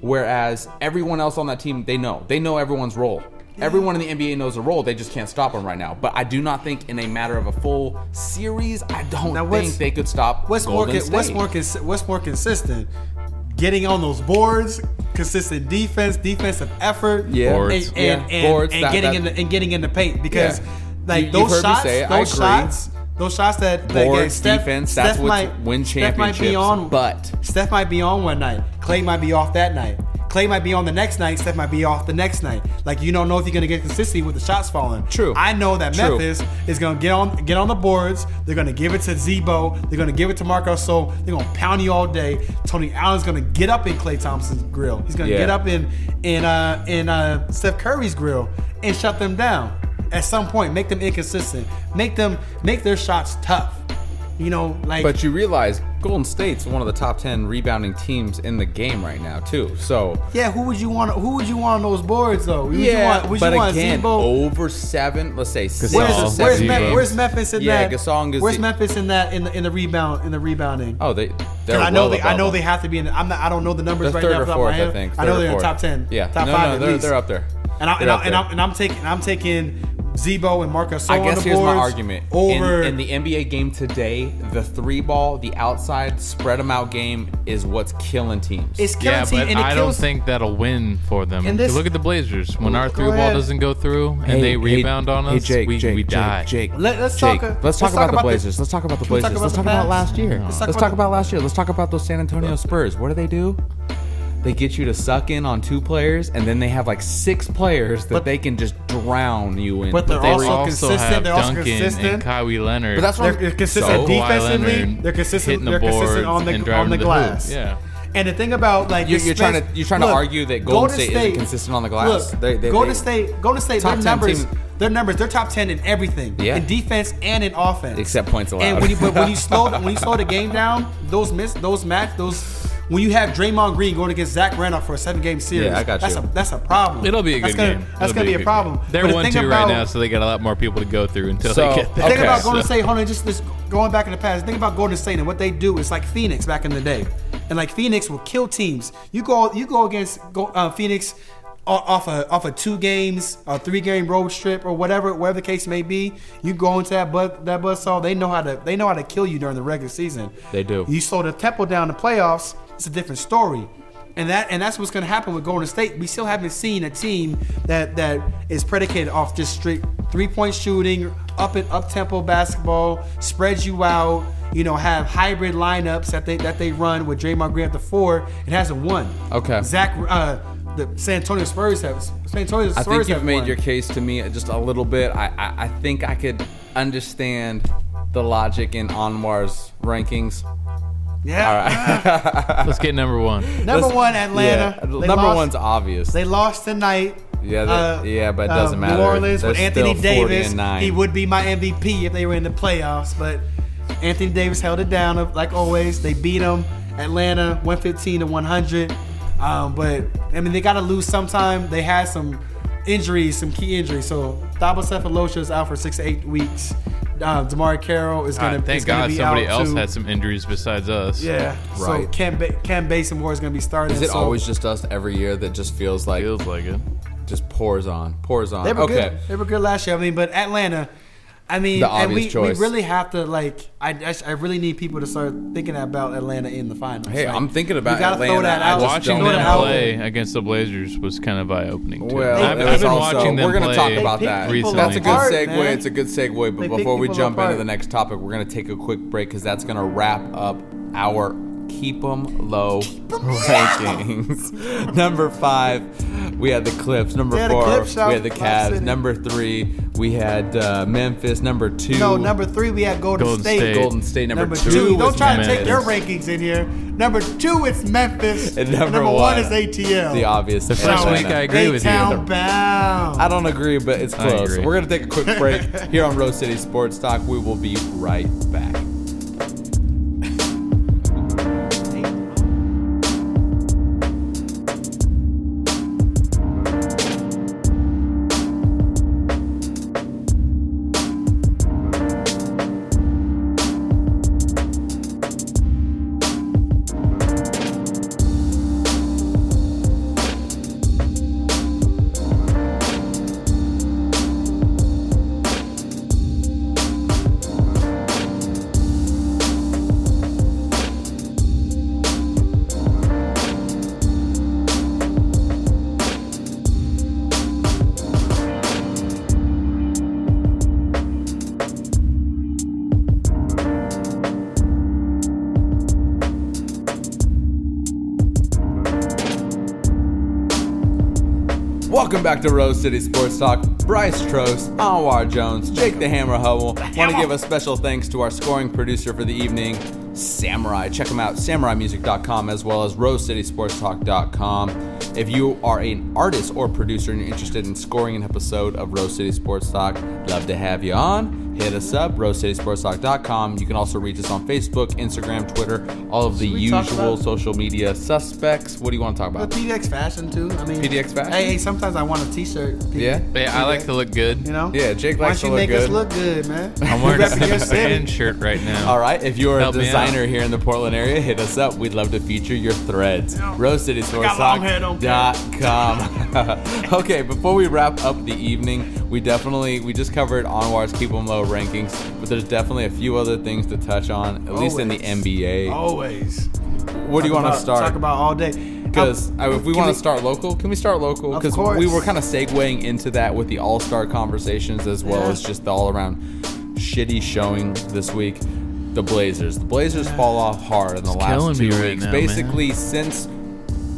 Speaker 1: Whereas everyone else on that team, they know they know everyone's role. Everyone in the NBA knows a role. They just can't stop them right now. But I do not think in a matter of a full series, I don't
Speaker 2: Now, what's-
Speaker 1: think they could stop
Speaker 2: What's more,
Speaker 1: Golden
Speaker 2: con- what's
Speaker 1: State.
Speaker 2: more cons- what's more consistent? Getting on those boards, consistent defense, defensive effort,
Speaker 1: Yeah.
Speaker 3: Boards.
Speaker 2: and and,
Speaker 1: Yeah.
Speaker 2: and,
Speaker 1: Boards,
Speaker 2: and
Speaker 1: that-
Speaker 2: getting
Speaker 1: that-
Speaker 2: in the, and getting in the paint because
Speaker 1: Yeah.
Speaker 2: like
Speaker 1: You- you've
Speaker 2: those
Speaker 1: heard me
Speaker 2: shots,
Speaker 1: say it, I
Speaker 2: those
Speaker 1: agree.
Speaker 2: shots, those shots that that
Speaker 1: Boards,
Speaker 2: get- Steph,
Speaker 1: defense,
Speaker 2: Steph
Speaker 1: that's what
Speaker 2: might,
Speaker 1: win
Speaker 2: Steph might be
Speaker 1: championships,
Speaker 2: on,
Speaker 1: but-
Speaker 2: Steph might be on one night, Clay might be off that night. Clay might be on the next night. Steph might be off the next night. Like you don't know if you're gonna get consistency with the shots falling.
Speaker 1: True.
Speaker 2: I know that
Speaker 1: True.
Speaker 2: Memphis is gonna get on get on the boards. They're gonna give it to Zebo. They're gonna give it to Marco. So they're gonna pound you all day. Tony Allen's gonna get up in Clay Thompson's grill. He's gonna
Speaker 1: Yeah.
Speaker 2: get up in in uh, in uh, Steph Curry's grill and shut them down. At some point, make them inconsistent. Make them make their shots tough. You know, like
Speaker 1: But you realize Golden State's one of the top ten rebounding teams in the game right now too. So
Speaker 2: yeah. Who would you want? Who would you want on those boards though? Would You want, would
Speaker 1: but
Speaker 2: you want
Speaker 1: again, oh,
Speaker 2: Zebo?
Speaker 1: over seven. Let's say six
Speaker 3: Gasol,
Speaker 1: or
Speaker 2: Where's,
Speaker 1: seven.
Speaker 2: where's,
Speaker 3: Zebo.
Speaker 2: Mem-
Speaker 1: games.
Speaker 2: where's Memphis in
Speaker 1: Yeah,
Speaker 2: that?
Speaker 1: Gasol and Gaze-
Speaker 2: Where's Memphis in that in the in the rebound in the rebounding?
Speaker 1: Oh, they. They're
Speaker 2: I know
Speaker 1: well
Speaker 2: they, I
Speaker 1: above
Speaker 2: know
Speaker 1: them.
Speaker 2: they have to be in. I'm not, I don't know the numbers
Speaker 1: They're
Speaker 2: right
Speaker 1: third
Speaker 2: now.
Speaker 1: or
Speaker 2: off the top of
Speaker 1: fourth,
Speaker 2: my head.
Speaker 1: I think.
Speaker 2: I
Speaker 1: Third
Speaker 2: know
Speaker 1: or
Speaker 2: they're in
Speaker 1: fourth.
Speaker 2: top ten.
Speaker 1: Yeah.
Speaker 2: top
Speaker 1: No,
Speaker 2: five.
Speaker 1: no,
Speaker 2: at
Speaker 1: they're-
Speaker 2: least.
Speaker 1: they're up there.
Speaker 2: And, I,
Speaker 1: They're
Speaker 2: and,
Speaker 1: up
Speaker 2: I, and,
Speaker 1: there.
Speaker 2: I'm, and I'm taking I'm taking Zebo and Marcus.
Speaker 1: I
Speaker 2: on
Speaker 1: guess
Speaker 2: the
Speaker 1: here's my
Speaker 2: boards
Speaker 1: argument.
Speaker 2: over
Speaker 1: in, in the NBA game today, the three ball, the outside spread them out game is what's killing teams.
Speaker 2: it's killing
Speaker 3: Yeah,
Speaker 2: team
Speaker 3: but
Speaker 2: and it
Speaker 3: I don't
Speaker 2: kills.
Speaker 3: think that'll win for them.
Speaker 2: And this-
Speaker 3: Look at the Blazers. When our
Speaker 2: Go
Speaker 3: through ball
Speaker 2: ahead.
Speaker 3: doesn't go through and they rebound on us, we, we die.
Speaker 1: Jake,
Speaker 2: Let- let's
Speaker 1: Jake,
Speaker 2: talk, uh,
Speaker 1: let's talk about, the Blazers. let's talk about the
Speaker 2: can we
Speaker 1: Blazers.
Speaker 2: talk
Speaker 1: let's talk
Speaker 2: about the
Speaker 1: about
Speaker 2: Pats?
Speaker 1: last year.
Speaker 2: Let's
Speaker 1: Let's,
Speaker 2: talk
Speaker 1: talk,
Speaker 2: about
Speaker 1: about,
Speaker 2: the-
Speaker 1: last year. Let's talk about those San Antonio Spurs. What do they do? They get you to suck in on two players, and then they have like six players that
Speaker 2: But-
Speaker 1: they can just drown you in.
Speaker 2: But
Speaker 1: with
Speaker 2: they're
Speaker 3: They
Speaker 1: three-
Speaker 2: also consistent,
Speaker 3: have
Speaker 2: they're also
Speaker 3: Duncan
Speaker 2: consistent.
Speaker 3: and Kyrie Leonard.
Speaker 1: But that's what
Speaker 2: They're,
Speaker 1: I'm-
Speaker 2: they're consistent
Speaker 1: So-
Speaker 3: Kawhi
Speaker 2: defensively.
Speaker 3: Leonard
Speaker 2: They're
Speaker 3: hitting
Speaker 2: consistent.
Speaker 3: the
Speaker 2: They're consistent
Speaker 3: boards
Speaker 2: on
Speaker 3: and
Speaker 2: the
Speaker 3: driving
Speaker 2: on the
Speaker 3: to hoop.
Speaker 2: glass.
Speaker 3: Yeah.
Speaker 2: And the thing about like
Speaker 1: You're-
Speaker 2: this
Speaker 1: you're trying
Speaker 2: Spurs-
Speaker 1: to- you're trying to argue that Golden State isn't consistent on the glass.
Speaker 2: Look,
Speaker 1: They- they-
Speaker 2: Golden
Speaker 1: they-
Speaker 2: State, Golden State,
Speaker 1: Top
Speaker 2: their
Speaker 1: 10
Speaker 2: numbers,
Speaker 1: team.
Speaker 2: their numbers, they're top ten in everything,
Speaker 1: Yeah.
Speaker 2: in defense and in offense,
Speaker 1: Except points allowed.
Speaker 2: And when you but
Speaker 3: (laughs)
Speaker 2: when you slow the, when you slow the game down, those miss those match those when you have Draymond Green going against Zach Randolph for a seven game series,
Speaker 1: Yeah, I got
Speaker 2: that's
Speaker 1: you.
Speaker 2: A, that's a problem.
Speaker 3: It'll be a good
Speaker 2: that's gonna,
Speaker 3: game.
Speaker 2: That's
Speaker 3: It'll
Speaker 2: gonna be,
Speaker 3: good
Speaker 2: a problem.
Speaker 3: game. They're
Speaker 2: But the
Speaker 3: one
Speaker 2: thing
Speaker 3: two right
Speaker 2: about-
Speaker 3: now, so they got a lot more people to go through until
Speaker 1: So,
Speaker 3: they get
Speaker 1: okay.
Speaker 3: there.
Speaker 2: Think about Golden
Speaker 3: So-
Speaker 2: State. Hold on, just, just going back in the past. Think about Golden State and what they do. It's like Phoenix back in the day, and like Phoenix will kill teams. You go, you go against go, uh, Phoenix o- off a off a two games, a three game road strip, or whatever, whatever the case may be. You go into that but that buzzsaw. They know how to they know how to kill you during the regular season.
Speaker 1: They do.
Speaker 2: You slow the tempo down in the playoffs. It's a different story. And that and that's what's going to happen with Golden State. We still haven't seen a team that that is predicated off just strict three point shooting, up and up tempo basketball, spreads you out. You know, have hybrid lineups that they that they run with Draymond Green at the four. It hasn't won.
Speaker 1: Okay.
Speaker 2: Zach, uh, the San Antonio Spurs have San Antonio
Speaker 1: (laughs)
Speaker 2: Spurs
Speaker 1: I think you've
Speaker 2: have
Speaker 1: made
Speaker 2: won.
Speaker 1: your case to me just a little bit. I, I, I think I could understand the logic in Anwar's rankings.
Speaker 2: Yeah.
Speaker 1: All right.
Speaker 3: Let's get number one.
Speaker 2: Number
Speaker 1: Let's-
Speaker 2: one, Atlanta.
Speaker 1: Yeah,
Speaker 2: They
Speaker 1: number
Speaker 2: lost-
Speaker 1: one's obvious.
Speaker 2: They lost tonight.
Speaker 1: yeah, that-
Speaker 2: uh,
Speaker 1: yeah, but it
Speaker 2: uh,
Speaker 1: doesn't matter.
Speaker 2: New Orleans with
Speaker 1: They're
Speaker 2: Anthony
Speaker 1: still 40
Speaker 2: Davis.
Speaker 1: and nine.
Speaker 2: He would be my MVP if they were in the playoffs, but Anthony Davis held it down uh, like always. They beat him. Atlanta 115 to 100. Um, but I mean, they got to lose sometime. They had some injuries, some key injuries. So Thabo Cephalosha is out for six to eight weeks. Uh, Damari Carroll is
Speaker 3: God,
Speaker 2: going to
Speaker 3: thank God
Speaker 2: be
Speaker 3: somebody
Speaker 2: out
Speaker 3: else
Speaker 2: too.
Speaker 3: had some injuries besides us.
Speaker 2: Yeah. So
Speaker 1: Right.
Speaker 2: Cam, ba- Cam Basin Moore is going to be starting.
Speaker 1: Is it
Speaker 2: so-
Speaker 1: always just us every year that just feels like
Speaker 3: Feels like it.
Speaker 1: just pours on, pours on?
Speaker 2: They were
Speaker 1: okay.
Speaker 2: good. They were good last year. I mean, but Atlanta. I mean,
Speaker 1: The
Speaker 2: and we,
Speaker 1: obvious choice.
Speaker 2: we really have to like. I, I, I really need people to start thinking about Atlanta in the finals.
Speaker 1: Hey,
Speaker 2: Like,
Speaker 1: I'm thinking
Speaker 2: you
Speaker 1: about
Speaker 2: gotta
Speaker 1: Atlanta.
Speaker 2: Throw that
Speaker 1: I
Speaker 2: out.
Speaker 1: just
Speaker 3: Watching
Speaker 1: don't
Speaker 2: throw
Speaker 3: them
Speaker 2: that out.
Speaker 3: play against the Blazers was kind of eye opening too.
Speaker 1: Well,
Speaker 3: I've,
Speaker 1: it
Speaker 3: I've
Speaker 1: was
Speaker 3: been
Speaker 1: also-
Speaker 3: watching them
Speaker 1: we're gonna
Speaker 3: play
Speaker 1: talk about
Speaker 2: They
Speaker 1: that.
Speaker 2: pick people
Speaker 1: That's a good
Speaker 2: apart,
Speaker 1: segue.
Speaker 2: man.
Speaker 1: It's a good segue. But
Speaker 2: They pick
Speaker 1: before we
Speaker 2: people
Speaker 1: jump into
Speaker 2: apart.
Speaker 1: the next topic, we're gonna take a quick break because that's gonna wrap up our keep 'em low rankings. (laughs) Number five, we had the Clips. Number
Speaker 2: They had the
Speaker 1: four,
Speaker 2: Clips out
Speaker 1: we had the
Speaker 2: of Cavs
Speaker 1: Cavs.
Speaker 2: City.
Speaker 1: Number three, we had uh, Memphis. Number two,
Speaker 2: No, number three we had Golden,
Speaker 3: Golden
Speaker 2: State.
Speaker 3: State.
Speaker 1: Golden State. Number,
Speaker 2: Number
Speaker 1: 2
Speaker 2: two, don't
Speaker 1: was
Speaker 2: try
Speaker 1: Memphis.
Speaker 2: to take their rankings in here. Number two, it's Memphis.
Speaker 1: (laughs) And number,
Speaker 2: one,
Speaker 1: one
Speaker 2: is ATL.
Speaker 1: The obvious.
Speaker 3: The first
Speaker 1: Atlanta.
Speaker 3: week I agree with you.
Speaker 2: A-town bound.
Speaker 1: I don't agree, but it's
Speaker 3: I
Speaker 1: close.
Speaker 3: agree.
Speaker 1: We're going to take a
Speaker 2: (laughs)
Speaker 1: quick break here on Rose City Sports Talk. We will be right back. Welcome back to Rose City Sports Talk. Bryce Trost, Anwar Jones, Jake the Hammer Howell. Want to give a special thanks to our scoring producer for the evening, Samurai. Check him out, samuraimusic.com, as well as rosecitysportstalk.com. If you are an artist or producer and you're interested in scoring an episode of Rose City Sports Talk, love to have you on. Hit us up, rosecitysportstalk.com. You can also reach us on Facebook, Instagram, Twitter, all of the
Speaker 2: we talk
Speaker 1: usual
Speaker 2: about-
Speaker 1: social media suspects. What do you want to talk
Speaker 2: But
Speaker 1: about?
Speaker 2: PDX fashion too. I mean,
Speaker 1: PDX fashion?
Speaker 2: Hey, hey, sometimes I want a T-shirt.
Speaker 1: Yeah?
Speaker 3: Yeah, I like to look good.
Speaker 2: You know.
Speaker 1: Yeah, Jake
Speaker 2: Why
Speaker 1: likes
Speaker 2: don't
Speaker 1: to
Speaker 2: you
Speaker 1: look
Speaker 2: make us
Speaker 1: good.
Speaker 2: look good, man? (laughs)
Speaker 3: I'm wearing a
Speaker 2: Repping your city.
Speaker 3: Superman shirt right now.
Speaker 1: All right, if you're
Speaker 3: Help
Speaker 1: a
Speaker 3: me
Speaker 1: designer here in the Portland area, hit us up. We'd love to feature your threads.
Speaker 2: Yeah. (laughs)
Speaker 1: RoseCitySportsTalk.com. (laughs) okay, before we wrap up the evening, we definitely we just covered Anwar's keep 'em low rankings, but there's definitely a few other things to touch on, at least in the NBA.
Speaker 2: Always.
Speaker 1: Where do you
Speaker 2: Talk
Speaker 1: want to
Speaker 2: about-
Speaker 1: start?
Speaker 2: Talk about all day.
Speaker 1: Because
Speaker 2: Um,
Speaker 1: if we
Speaker 2: can
Speaker 1: want to start local, can we start local?
Speaker 2: Of
Speaker 1: Because we
Speaker 2: course.
Speaker 1: were kind of segueing into that with the All Star conversations as well
Speaker 2: Yeah.
Speaker 1: as just the all around shitty showing this week. The Blazers. The Blazers fall off hard in the
Speaker 3: killing
Speaker 1: last two
Speaker 3: me
Speaker 1: weeks.
Speaker 3: right now,
Speaker 1: Basically, since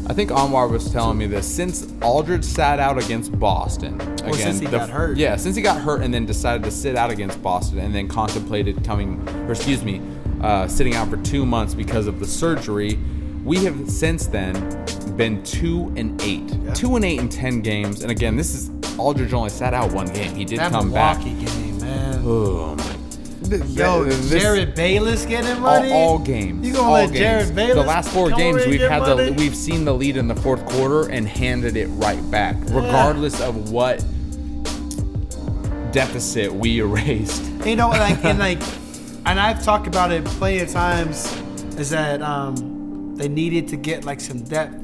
Speaker 1: I think Anwar was telling me this, since Aldridge sat out against Boston again,
Speaker 2: since he
Speaker 1: the-
Speaker 2: got hurt.
Speaker 1: Yeah, since he got hurt and then decided to sit out against Boston and then contemplated coming, or excuse me, uh, sitting out for two months because of the surgery. We have since then been two and eight, two and eight in ten games. And again, this is Aldridge only sat out one game. He did
Speaker 2: that
Speaker 1: come back.
Speaker 2: Milwaukee game, man.
Speaker 1: Oh my.
Speaker 2: Yo,
Speaker 1: This-
Speaker 2: Jared Bayless getting
Speaker 1: all,
Speaker 2: money.
Speaker 1: all games.
Speaker 2: You gonna
Speaker 1: all
Speaker 2: let
Speaker 1: games.
Speaker 2: Jared Bayless?
Speaker 1: The last four
Speaker 2: come
Speaker 1: games
Speaker 2: over and
Speaker 1: we've
Speaker 2: get
Speaker 1: had
Speaker 2: money?
Speaker 1: the we've seen the lead in the fourth quarter and handed it right back, regardless of what deficit we erased.
Speaker 2: you know, like and like, and I've talked about it plenty of times. Is that um, they needed to get like some depth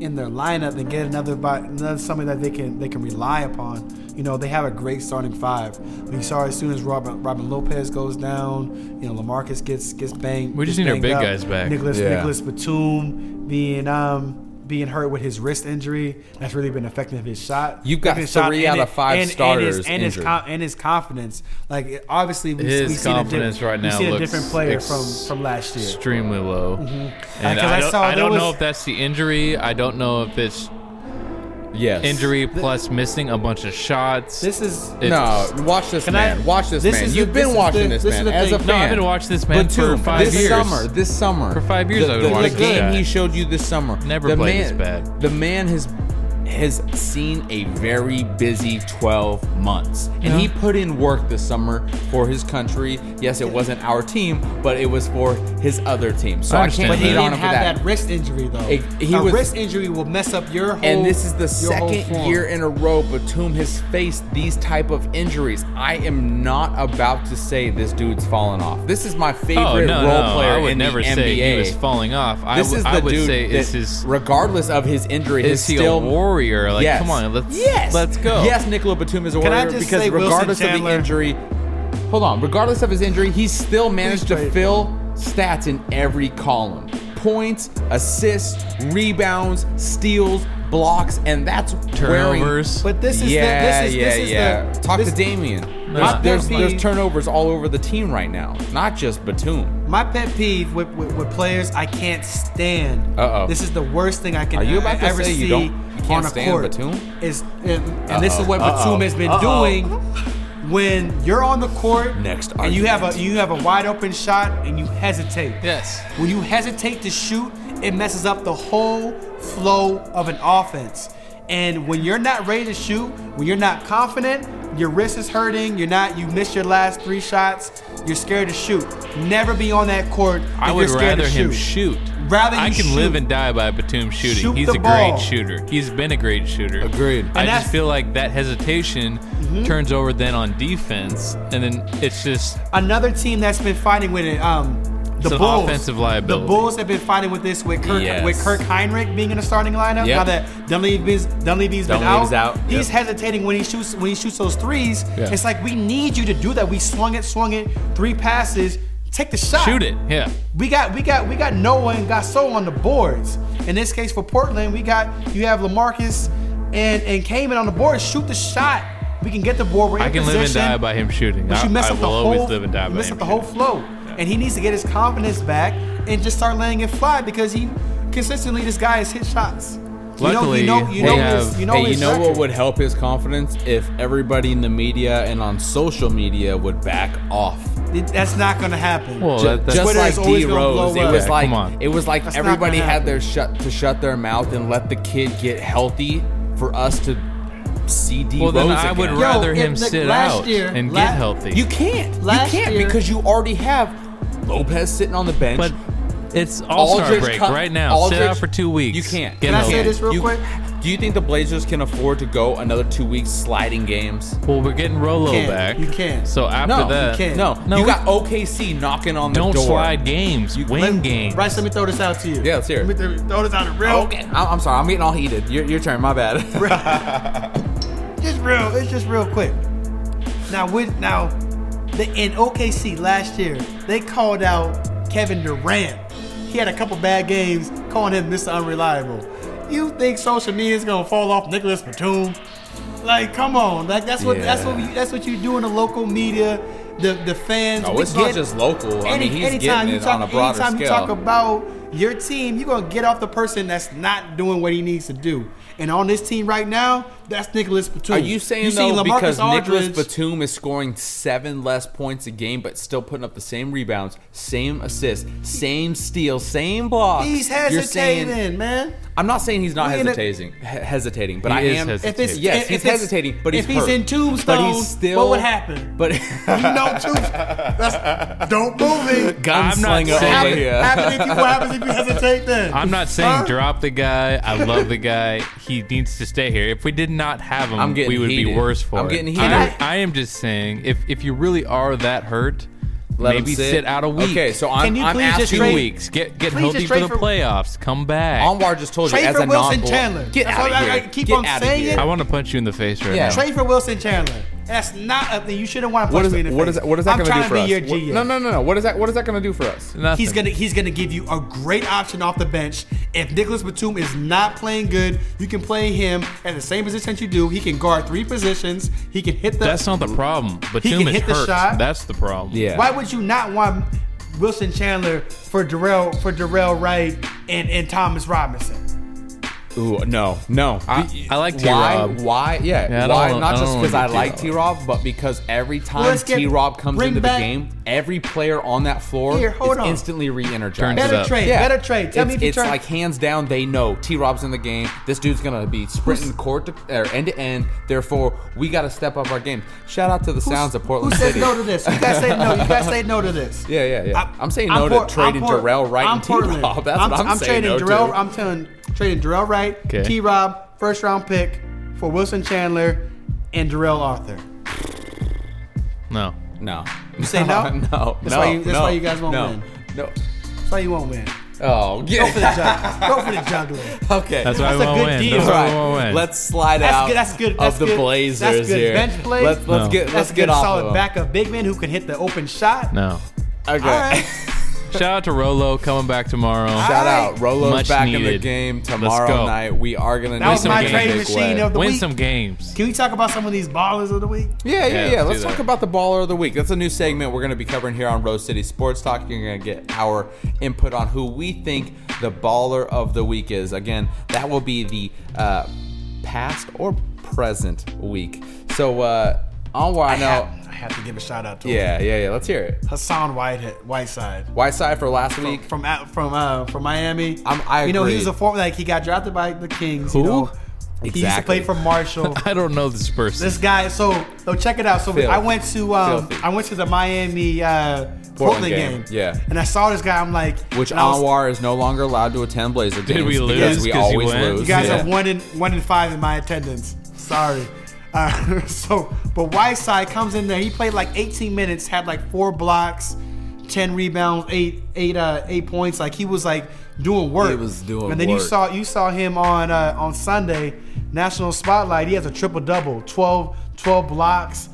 Speaker 2: in their lineup and get another, bi- another somebody that they can they can rely upon. You know, they have a great starting five. We saw as soon as Robin Robin Lopez goes down, you know, Lamarcus gets gets banged.
Speaker 3: We just
Speaker 2: gets
Speaker 3: need our
Speaker 2: banged
Speaker 3: big
Speaker 2: up.
Speaker 3: guys back.
Speaker 2: Nicholas
Speaker 1: Yeah.
Speaker 2: Nicholas Batum being um. Being hurt with his wrist injury, that's really been affecting his shot.
Speaker 1: You've got
Speaker 2: Affecting his shot
Speaker 1: three out
Speaker 2: and
Speaker 1: of
Speaker 2: it-
Speaker 1: five
Speaker 2: and- and his-
Speaker 1: starters
Speaker 2: and his,
Speaker 1: injured.
Speaker 2: con- and his confidence. Like it- obviously, we,
Speaker 3: His
Speaker 2: we seen a
Speaker 3: confidence
Speaker 2: different,
Speaker 3: right now
Speaker 2: we seen a
Speaker 3: looks
Speaker 2: different player
Speaker 3: ex-
Speaker 2: from from last year.
Speaker 3: extremely
Speaker 1: Mm-hmm.
Speaker 3: low. And
Speaker 2: 'cause I
Speaker 3: I don't,
Speaker 2: saw
Speaker 3: I
Speaker 2: there
Speaker 3: don't
Speaker 2: was-
Speaker 3: know if that's the injury. I don't know if it's
Speaker 1: Yes.
Speaker 3: Injury plus missing a bunch of shots.
Speaker 2: This is
Speaker 3: It's-
Speaker 1: no, watch this
Speaker 2: I-
Speaker 1: man. watch this,
Speaker 2: this
Speaker 1: man.
Speaker 2: is
Speaker 1: You've
Speaker 2: the-
Speaker 1: been
Speaker 2: this is
Speaker 1: watching
Speaker 2: the-
Speaker 1: this,
Speaker 2: this is
Speaker 1: man
Speaker 2: the
Speaker 1: as a
Speaker 2: thing.
Speaker 1: fan.
Speaker 3: no, I've been watching this man for
Speaker 1: Batum,
Speaker 3: five
Speaker 1: this
Speaker 3: years.
Speaker 1: summer, this summer,
Speaker 3: For five years
Speaker 1: the,
Speaker 3: I've
Speaker 1: the,
Speaker 3: been watching
Speaker 1: the
Speaker 3: this
Speaker 1: game
Speaker 3: guy.
Speaker 1: he showed you this summer.
Speaker 3: Never
Speaker 1: the
Speaker 3: played
Speaker 1: man,
Speaker 3: this bad.
Speaker 1: The man has has seen a very busy 12 months, and
Speaker 3: Yeah.
Speaker 1: he put in work this summer for his country. Yes, it wasn't our team, but it was for his other team. So
Speaker 3: I
Speaker 1: I,
Speaker 3: understand
Speaker 1: can't hate
Speaker 3: that. But
Speaker 1: on
Speaker 3: he
Speaker 2: didn't
Speaker 1: him for
Speaker 2: have
Speaker 1: that.
Speaker 2: that wrist injury though.
Speaker 1: It- he
Speaker 2: a
Speaker 1: was-
Speaker 2: wrist injury will mess up your whole.
Speaker 1: and this is the
Speaker 2: your whole
Speaker 1: second
Speaker 2: form.
Speaker 1: year in a row Batum has faced these type of injuries. I am not about to say this dude's fallen off. This is my favorite
Speaker 3: oh no,
Speaker 1: role
Speaker 3: no,
Speaker 1: player
Speaker 3: I would
Speaker 1: in
Speaker 3: never
Speaker 1: the
Speaker 3: say
Speaker 1: NBA.
Speaker 3: he was falling off. I
Speaker 1: This
Speaker 3: would-
Speaker 1: is the
Speaker 3: I would
Speaker 1: dude
Speaker 3: say
Speaker 1: that,
Speaker 3: it's his.
Speaker 1: regardless of his injury,
Speaker 3: Is
Speaker 1: he's
Speaker 3: he
Speaker 1: still
Speaker 3: a warrior? Like,
Speaker 1: Yes.
Speaker 3: come on, let's
Speaker 1: yes.
Speaker 3: let's go.
Speaker 1: Yes, Nicola Batum is a
Speaker 2: Can I
Speaker 1: warrior
Speaker 2: just
Speaker 1: because
Speaker 2: say Wilson
Speaker 1: regardless of the
Speaker 2: Chandler-
Speaker 1: injury, hold on. Regardless of his injury, he still managed to
Speaker 2: play.
Speaker 1: fill stats in every column: points, assists, rebounds, steals, blocks, and that's wearing-
Speaker 3: turnovers.
Speaker 2: But this is
Speaker 1: yeah,
Speaker 2: the, this is
Speaker 1: yeah,
Speaker 2: this is
Speaker 1: yeah.
Speaker 2: the
Speaker 1: Talk
Speaker 2: this,
Speaker 1: to Damien.
Speaker 3: Not
Speaker 1: There's,
Speaker 2: that
Speaker 1: there's
Speaker 2: be-
Speaker 1: turnovers all over the team right now, not just Batum.
Speaker 2: My pet peeve with, with, with players I can't stand.
Speaker 1: Uh-oh.
Speaker 2: This is the worst thing I can
Speaker 1: Are you about to
Speaker 2: ever
Speaker 1: say
Speaker 2: see
Speaker 1: you don't- you can't
Speaker 2: on a
Speaker 1: stand
Speaker 2: court.
Speaker 1: Batum?
Speaker 2: Is and, and this is what Batum has been doing. When you're on the court,
Speaker 1: Next
Speaker 2: and you have a
Speaker 1: argument.
Speaker 2: you have a wide open shot and you hesitate.
Speaker 3: yes,
Speaker 2: When you hesitate to shoot, it messes up the whole flow of an offense. And when you're not ready to shoot, when you're not confident, your wrist is hurting, you're not you missed your last three shots, you're scared to shoot. Never be on that court. If
Speaker 3: I would
Speaker 2: you're scared
Speaker 3: rather
Speaker 2: to
Speaker 3: him
Speaker 2: shoot.
Speaker 3: shoot.
Speaker 2: Rather
Speaker 3: I
Speaker 2: you
Speaker 3: can
Speaker 2: shoot.
Speaker 3: live and die by Batum shooting.
Speaker 2: Shoot
Speaker 3: He's
Speaker 2: the
Speaker 3: a
Speaker 2: ball.
Speaker 3: great shooter. He's been a great shooter.
Speaker 1: Agreed.
Speaker 3: I
Speaker 2: And
Speaker 3: just
Speaker 2: that's- Mm-hmm.
Speaker 3: feel like that hesitation turns over then on defense, and then it's just
Speaker 2: Another team that's been fighting with it, um the
Speaker 3: It's an
Speaker 2: Bulls.
Speaker 3: offensive liability.
Speaker 2: The Bulls have been fighting with this with Kirk
Speaker 1: Yes.
Speaker 2: with Kirk Heinrich being in the starting lineup.
Speaker 1: Yep.
Speaker 2: Now that Dunleavy's Dunleavy's been
Speaker 1: Dunleavy's
Speaker 2: out,
Speaker 1: out,
Speaker 2: he's
Speaker 1: yep.
Speaker 2: hesitating when he shoots when he shoots those threes.
Speaker 1: Yeah.
Speaker 2: It's like we need you to do that. We swung it, swung it, three passes, take the shot.
Speaker 3: shoot it. Yeah.
Speaker 2: We got we got we got Noah and Gasol on the boards. In this case for Portland, we got you have Lamarcus and and Kamen on the boards. Shoot the shot. We can get the board. We're in
Speaker 3: I can live and
Speaker 2: position.
Speaker 3: die by him shooting.
Speaker 2: But
Speaker 3: I,
Speaker 2: you mess up
Speaker 3: I will
Speaker 2: the
Speaker 3: always
Speaker 2: whole,
Speaker 3: live and die
Speaker 2: you
Speaker 3: by
Speaker 2: mess
Speaker 3: him
Speaker 2: up the whole
Speaker 3: shooting.
Speaker 2: flow, and he needs to get his confidence back and just start letting it fly because he consistently this guy has hit shots.
Speaker 3: Luckily,
Speaker 2: you know, you know,
Speaker 3: they
Speaker 2: you know,
Speaker 3: have-
Speaker 2: his, you know,
Speaker 1: hey,
Speaker 2: his
Speaker 1: you know what
Speaker 2: record.
Speaker 1: would help his confidence if everybody in the media and on social media would back off.
Speaker 2: It- that's not gonna happen.
Speaker 3: Well,
Speaker 1: Ju-
Speaker 3: that, that's
Speaker 1: just
Speaker 2: Twitter
Speaker 1: like
Speaker 2: is always
Speaker 1: D
Speaker 2: gonna
Speaker 1: Rose,
Speaker 2: blow
Speaker 1: it
Speaker 2: up.
Speaker 1: was
Speaker 3: Yeah,
Speaker 1: like
Speaker 3: come on.
Speaker 1: it was like
Speaker 2: That's not
Speaker 1: everybody
Speaker 2: gonna
Speaker 1: had
Speaker 2: happen.
Speaker 1: their shut to shut their mouth and let the kid get healthy for us to see D
Speaker 3: Well,
Speaker 1: Rose
Speaker 3: then I would
Speaker 1: again.
Speaker 3: rather
Speaker 2: if
Speaker 3: him
Speaker 2: the-
Speaker 3: sit
Speaker 2: last
Speaker 3: out
Speaker 2: year-
Speaker 3: and
Speaker 2: la-
Speaker 3: get healthy.
Speaker 1: You can't.
Speaker 2: Last
Speaker 1: you can't
Speaker 2: year-
Speaker 1: because you already have Lopez sitting on the bench.
Speaker 3: but it's All Star
Speaker 1: Aldridge
Speaker 3: break
Speaker 1: cut-
Speaker 3: right now. sit
Speaker 1: Aldridge-
Speaker 3: out for two weeks.
Speaker 1: You can't.
Speaker 3: Get
Speaker 2: Can I
Speaker 3: healthy.
Speaker 2: say this real
Speaker 1: You-
Speaker 2: quick?
Speaker 1: Do you think the Blazers can afford to go another two weeks sliding games?
Speaker 3: Well, we're getting Rolo
Speaker 2: You can't.
Speaker 3: back.
Speaker 2: You can't.
Speaker 3: So after
Speaker 1: No, you
Speaker 3: that,
Speaker 2: can't.
Speaker 1: No,
Speaker 3: No,
Speaker 1: you
Speaker 3: we-
Speaker 1: got OKC knocking on the
Speaker 3: don't
Speaker 1: door.
Speaker 3: slide games. You win
Speaker 2: Let-
Speaker 3: games.
Speaker 2: Bryce, let me throw this out to you.
Speaker 1: Yeah, let's hear it.
Speaker 2: Let me throw- throw this out real.
Speaker 1: Okay. I'm, I'm sorry. I'm getting all heated. Your, your turn. My bad.
Speaker 2: (laughs) Just real. It's just real quick. Now with now, the, in OKC last year, they called out Kevin Durant. He had a couple bad games, calling him Mr. Unreliable. You think social media is gonna fall off Nicholas Batum? Like, come on! Like that's what that's what
Speaker 1: Yeah.
Speaker 2: you, that's what you do in the local media. The the fans.
Speaker 1: No,
Speaker 2: we
Speaker 1: it's not
Speaker 2: get-
Speaker 1: just local. I mean, he's
Speaker 2: anytime
Speaker 1: getting
Speaker 2: you
Speaker 1: it
Speaker 2: talk,
Speaker 1: on a broader
Speaker 2: anytime you talk
Speaker 1: scale.
Speaker 2: about your team, you're gonna get off the person that's not doing what he needs to do. And on this team right now, that's Nicholas Batum.
Speaker 1: Are you saying
Speaker 2: seen
Speaker 1: though
Speaker 2: LaMarcus
Speaker 1: because Nicholas
Speaker 2: Aldridge-
Speaker 1: Batum is scoring seven less points a game, but still putting up the same rebounds, same assists, same steals, same blocks?
Speaker 2: He's
Speaker 1: you're
Speaker 2: hesitating,
Speaker 1: saying-
Speaker 2: man.
Speaker 1: I'm not saying he's not
Speaker 2: We in a-
Speaker 1: hesitating, he- hesitating, but
Speaker 3: He
Speaker 1: I
Speaker 3: is
Speaker 1: am.
Speaker 3: hesitating.
Speaker 2: If it's
Speaker 1: Yes,
Speaker 2: if
Speaker 1: he's
Speaker 2: it's-
Speaker 1: hesitating, but he's
Speaker 2: if he's
Speaker 1: hurt.
Speaker 2: in Tombstone,
Speaker 1: But he's still.
Speaker 2: what would happen?
Speaker 1: But (laughs)
Speaker 2: you know, Tombstone. That's, don't move
Speaker 1: (laughs)
Speaker 2: it.
Speaker 3: I'm not
Speaker 1: gunslinger
Speaker 3: saying-
Speaker 1: over
Speaker 2: Happen,
Speaker 1: here.
Speaker 2: happen if you, what happens if you hesitate then?
Speaker 3: I'm not saying
Speaker 2: Huh?
Speaker 3: drop the guy. I love the guy. He needs to stay here. If we did not have him,
Speaker 1: I'm getting
Speaker 3: we would
Speaker 1: heated.
Speaker 3: be worse for
Speaker 1: I'm
Speaker 3: it.
Speaker 1: getting
Speaker 3: I-
Speaker 1: heated.
Speaker 3: I, am just saying, if if you really are that hurt,
Speaker 1: Let him
Speaker 3: maybe sit. out a week.
Speaker 1: Okay, so I'm,
Speaker 2: Can you
Speaker 1: I'm
Speaker 2: please just
Speaker 1: asking
Speaker 3: two
Speaker 2: trade-
Speaker 3: weeks. Get get
Speaker 2: Please
Speaker 3: healthy
Speaker 2: just
Speaker 3: for
Speaker 2: trade
Speaker 3: the
Speaker 2: for-
Speaker 3: playwalks. Come back.
Speaker 1: Anwar just told you
Speaker 2: Trade
Speaker 1: as
Speaker 2: for
Speaker 1: a
Speaker 2: Wilson
Speaker 1: non
Speaker 2: Chandler.
Speaker 1: Get
Speaker 2: That's
Speaker 1: out
Speaker 2: what
Speaker 1: of
Speaker 2: I-
Speaker 1: here.
Speaker 2: I keep
Speaker 1: Get
Speaker 2: on
Speaker 1: outta
Speaker 2: saying.
Speaker 1: here.
Speaker 3: I want to punch you in the face right
Speaker 1: Yeah.
Speaker 3: now.
Speaker 2: Trade for Wilson Chandler. That's not a thing. You shouldn't want to punch
Speaker 1: What is
Speaker 2: me in the
Speaker 1: what
Speaker 2: face.
Speaker 1: is what is that
Speaker 2: I'm
Speaker 1: going
Speaker 2: trying
Speaker 1: do for
Speaker 2: to
Speaker 1: us?
Speaker 2: be your
Speaker 1: What-
Speaker 2: GM.
Speaker 1: No, no, no, no. What is that? What is that going to do for us?
Speaker 3: Nothing.
Speaker 2: He's gonna he's gonna give you a great option off the bench. If Nicholas Batum is not playing good, you can play him at the same position that you do. He can guard three positions. He can hit the.
Speaker 3: That's not the problem. Batum
Speaker 2: can
Speaker 3: is
Speaker 2: hit the
Speaker 3: hurt.
Speaker 2: shot.
Speaker 3: That's the problem.
Speaker 1: Yeah.
Speaker 2: Why would you not want Wilson Chandler for Darrell for Darrell Wright and and Thomas Robinson?
Speaker 1: Ooh, no, no.
Speaker 3: I- I like
Speaker 1: Why-
Speaker 3: T-Rob.
Speaker 1: Why? Yeah.
Speaker 3: Yeah, I don't
Speaker 1: why?
Speaker 3: wanna-
Speaker 1: not
Speaker 3: I
Speaker 1: just
Speaker 3: don't
Speaker 1: because I
Speaker 3: wanna do
Speaker 1: like T
Speaker 3: T-Rob.
Speaker 1: Rob, but because every time
Speaker 2: let's get-
Speaker 1: T Rob comes
Speaker 2: bring
Speaker 1: into
Speaker 2: back-
Speaker 1: the game, every player on that floor
Speaker 2: Here, hold
Speaker 1: is
Speaker 2: on.
Speaker 1: instantly re-energized.
Speaker 3: Turns it
Speaker 2: Better
Speaker 3: up.
Speaker 2: trade.
Speaker 1: Yeah.
Speaker 2: Better trade. Tell
Speaker 1: it's,
Speaker 2: me if you
Speaker 1: it's
Speaker 2: turn.
Speaker 1: like hands down. They know T Rob's in the game. This dude's gonna be sprinting court to or end to end. Therefore, we got to step up our game. Shout out to the
Speaker 2: Who's-
Speaker 1: Sounds of Portland
Speaker 2: Who
Speaker 1: City.
Speaker 2: says no to this? You guys say no. You guys say no
Speaker 1: (laughs)
Speaker 2: to this.
Speaker 1: Yeah, yeah, yeah. I'm saying no to trading
Speaker 2: Port-
Speaker 1: Darrell Wright
Speaker 2: I'm
Speaker 1: and
Speaker 2: Portland.
Speaker 1: T-Rob. (laughs) That's what I'm saying
Speaker 2: trading
Speaker 1: no to.
Speaker 2: Darrell, I'm telling trading Darrell Wright,
Speaker 3: Okay.
Speaker 2: T. Rob, first round pick for Wilson Chandler and Darrell Arthur.
Speaker 3: No.
Speaker 1: no.
Speaker 2: You say no?
Speaker 1: (laughs) no.
Speaker 2: That's
Speaker 1: no,
Speaker 2: why you- that's
Speaker 1: no,
Speaker 2: why you guys won't
Speaker 1: no,
Speaker 2: win.
Speaker 1: No.
Speaker 2: That's why you won't win.
Speaker 1: Oh, yeah.
Speaker 2: Go for the juggler. Go for the juggler.
Speaker 1: (laughs) Okay.
Speaker 3: That's why
Speaker 2: That's
Speaker 3: we
Speaker 2: a
Speaker 3: won't
Speaker 2: good
Speaker 3: win.
Speaker 2: deal.
Speaker 3: That's
Speaker 1: All
Speaker 3: why
Speaker 1: right,
Speaker 3: we won't win.
Speaker 1: Let's slide
Speaker 2: That's
Speaker 1: out
Speaker 2: good, that's good, that's
Speaker 1: of the
Speaker 2: good.
Speaker 1: Blazers
Speaker 2: That's good.
Speaker 1: here.
Speaker 2: Bench play?
Speaker 1: Let's let's
Speaker 3: No.
Speaker 1: get let's
Speaker 2: That's
Speaker 1: get
Speaker 2: good
Speaker 1: off
Speaker 2: solid
Speaker 1: of 'em.
Speaker 2: backup big man who can hit the open shot.
Speaker 3: No.
Speaker 1: Okay.
Speaker 2: All right.
Speaker 3: Shout out to Rolo coming back tomorrow.
Speaker 1: Shout out, Rolo's
Speaker 3: Much
Speaker 1: back in the
Speaker 3: needed.
Speaker 1: game
Speaker 3: Let's
Speaker 1: tomorrow
Speaker 3: go.
Speaker 1: night. We are gonna
Speaker 2: That
Speaker 1: need
Speaker 2: was
Speaker 1: some
Speaker 3: my
Speaker 1: games
Speaker 3: trade
Speaker 1: in a big
Speaker 2: machine
Speaker 1: way.
Speaker 2: of the
Speaker 3: Win
Speaker 2: week.
Speaker 3: some games.
Speaker 2: Can we talk about some of these ballers of the week?
Speaker 1: Yeah,
Speaker 3: Yeah,
Speaker 1: yeah, yeah.
Speaker 3: let's
Speaker 1: Let's
Speaker 3: do
Speaker 1: talk
Speaker 3: that.
Speaker 1: about the baller of the week. That's a new segment we're going to be covering here on Rose City Sports Talk. You're going to get our input on who we think the baller of the week is. Again, that will be the uh, past or present week. So, uh, on where I know.
Speaker 2: I have to give a shout out to him.
Speaker 1: Yeah, yeah, yeah. Let's hear it.
Speaker 2: Hassan Whitehead, Whiteside.
Speaker 1: Whiteside for last week.
Speaker 2: from out- from uh, from Miami.
Speaker 1: I'm- I
Speaker 2: you know he
Speaker 1: agree.
Speaker 2: was a former like he got drafted by the Kings.
Speaker 1: Who?
Speaker 2: You know? He used to
Speaker 1: Exactly.
Speaker 2: play
Speaker 1: (laughs)
Speaker 2: for Marshall.
Speaker 3: I don't know this person.
Speaker 2: this guy. So so check it out. So
Speaker 1: Filth.
Speaker 2: I went to um,
Speaker 1: Filthy.
Speaker 2: I went to the Miami uh, Portland,
Speaker 1: game,
Speaker 2: game.
Speaker 1: yeah.
Speaker 2: And I saw this guy. I'm like,
Speaker 1: Which
Speaker 2: and I was-
Speaker 1: Anwar is no longer allowed to attend Blazer games
Speaker 3: we
Speaker 1: because
Speaker 3: lose?
Speaker 1: we
Speaker 3: 'Cause you
Speaker 1: always
Speaker 3: went?
Speaker 1: lose.
Speaker 2: You guys
Speaker 1: yeah.
Speaker 2: are one in one in five in my attendance. Sorry. Uh, (laughs) so, but Whiteside comes in there. He played like 18 minutes, had like four blocks, 10 rebounds, eight eight uh, eight points. Like he was like doing work.
Speaker 1: He was doing
Speaker 2: And then you
Speaker 1: work.
Speaker 2: saw you saw him on uh, on Sunday National Spotlight. He has a triple double, 12 12 blocks,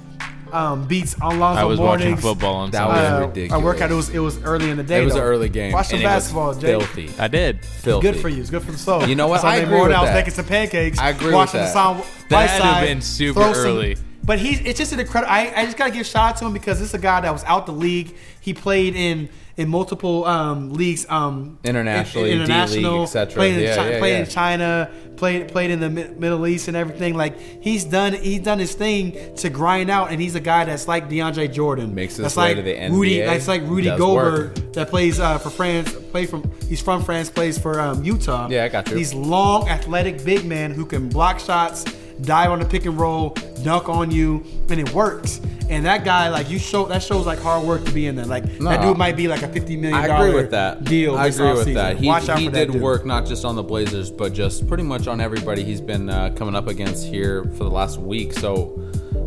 Speaker 2: um, beats on Lonzo
Speaker 3: I was watching
Speaker 2: Mournings.
Speaker 3: football on
Speaker 1: That
Speaker 3: Sunday.
Speaker 1: was-
Speaker 2: Uh,
Speaker 1: Ridiculous.
Speaker 2: I work out. It was it was early in the day.
Speaker 1: It was
Speaker 2: though.
Speaker 1: an early game.
Speaker 2: Watch some
Speaker 1: and it was
Speaker 2: basketball, Jay.
Speaker 1: Filthy.
Speaker 3: I did.
Speaker 1: Filthy.
Speaker 2: Good for you. It's good for the soul.
Speaker 1: You know what? I
Speaker 2: Sunday
Speaker 1: agree
Speaker 2: morning,
Speaker 1: with
Speaker 2: I was
Speaker 1: that.
Speaker 2: making some pancakes.
Speaker 1: I agree with
Speaker 2: Watching
Speaker 1: that.
Speaker 2: the song.
Speaker 3: That
Speaker 2: Whiteside
Speaker 3: had to have been super
Speaker 2: throw some-
Speaker 3: early.
Speaker 2: but he's it's just an incredible. I, I just gotta give shout out to him because this is a guy that was out the league. He played in in multiple um, leagues, um,
Speaker 1: Internationally, D-League, et cetera.
Speaker 2: Played in,
Speaker 1: Yeah,
Speaker 2: Chi-
Speaker 1: yeah,
Speaker 2: played
Speaker 1: yeah.
Speaker 2: in China, played played in the Mi- Middle East and everything. Like he's done he's done his thing to grind out, and he's a guy that's like DeAndre Jordan.
Speaker 1: Makes his
Speaker 2: that's
Speaker 1: way
Speaker 2: like
Speaker 1: to the
Speaker 2: Rudy,
Speaker 1: NBA,
Speaker 2: that's like Rudy
Speaker 1: does
Speaker 2: Goldberg
Speaker 1: work.
Speaker 2: that plays uh, for France. Play from he's from France. Plays for um, Utah.
Speaker 1: Yeah, I got you.
Speaker 2: He's long, athletic, big man who can block shots, dive on the pick and roll, dunk on you, and it works. And that guy, like you show, that shows like hard work to be in there. Like that
Speaker 1: No.
Speaker 2: dude might be like a fifty million
Speaker 1: I
Speaker 2: dollar
Speaker 1: agree with that.
Speaker 2: deal.
Speaker 1: I
Speaker 2: this
Speaker 1: agree with
Speaker 2: offseason.
Speaker 1: that. He,
Speaker 2: Watch out
Speaker 1: he
Speaker 2: for
Speaker 1: did
Speaker 2: that dude.
Speaker 1: work not just on the Blazers, but just pretty much on everybody he's been uh, coming up against here for the last week. So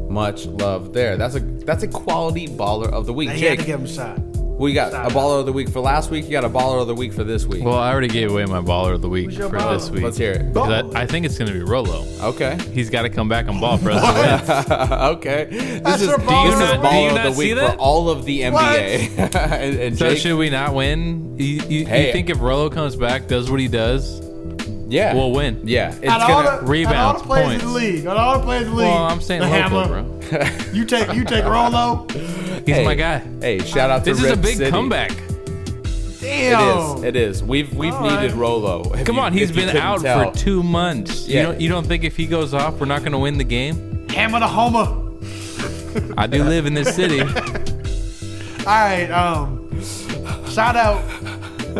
Speaker 1: much love there. That's a that's a quality baller of the week.
Speaker 2: And he had
Speaker 1: Jake,
Speaker 2: to give him a shot.
Speaker 1: we got
Speaker 2: Shout
Speaker 1: a
Speaker 2: out.
Speaker 1: baller of the week for last week. You got a baller of the week for this week.
Speaker 3: Well, I already gave away my baller of the week
Speaker 2: Who's your
Speaker 3: for
Speaker 2: baller?
Speaker 3: this week.
Speaker 1: Let's hear it.
Speaker 3: Because I, I think it's going to be Rolo.
Speaker 1: Okay. (laughs)
Speaker 3: He's got to come back and ball for us to win.
Speaker 1: okay. This is,
Speaker 2: your
Speaker 1: this is
Speaker 2: baller of the week. Do you
Speaker 1: baller of
Speaker 3: not
Speaker 1: the
Speaker 3: see
Speaker 1: week for
Speaker 3: that?
Speaker 1: all of the NBA. (laughs) and, and
Speaker 3: So
Speaker 1: Jake,
Speaker 3: should we not win? You, you,
Speaker 1: Hey.
Speaker 3: you think if Rolo comes back, does what he does?
Speaker 1: yeah.
Speaker 3: we'll win.
Speaker 1: Yeah. It's
Speaker 2: Out of
Speaker 1: gonna-
Speaker 2: all the- out of all
Speaker 3: rebounds,
Speaker 2: the players in the
Speaker 3: points.
Speaker 2: league, out of all the players in the league,
Speaker 3: Well, I'm saying
Speaker 2: the
Speaker 3: local,
Speaker 2: hammer.
Speaker 3: bro.
Speaker 1: (laughs)
Speaker 2: You take you
Speaker 3: (laughs)
Speaker 2: take Rolo.
Speaker 3: He's
Speaker 1: hey,
Speaker 3: my guy.
Speaker 1: Hey, shout out to
Speaker 3: This is a
Speaker 1: Rip
Speaker 3: big
Speaker 1: City.
Speaker 3: comeback.
Speaker 1: It
Speaker 2: Damn.
Speaker 1: is. It is. We've we've
Speaker 2: All
Speaker 1: needed
Speaker 2: right.
Speaker 1: Rolo. If
Speaker 3: Come
Speaker 1: you-
Speaker 3: on,
Speaker 1: if
Speaker 3: he's
Speaker 1: you
Speaker 3: been
Speaker 1: couldn't
Speaker 3: out
Speaker 1: tell.
Speaker 3: for two (laughs) months.
Speaker 1: Yeah.
Speaker 3: You don't you don't think if he goes off, we're not going to win the game?
Speaker 2: Hammer the homer.
Speaker 3: I
Speaker 1: (laughs)
Speaker 3: do live in this city.
Speaker 2: All right, um, shout out.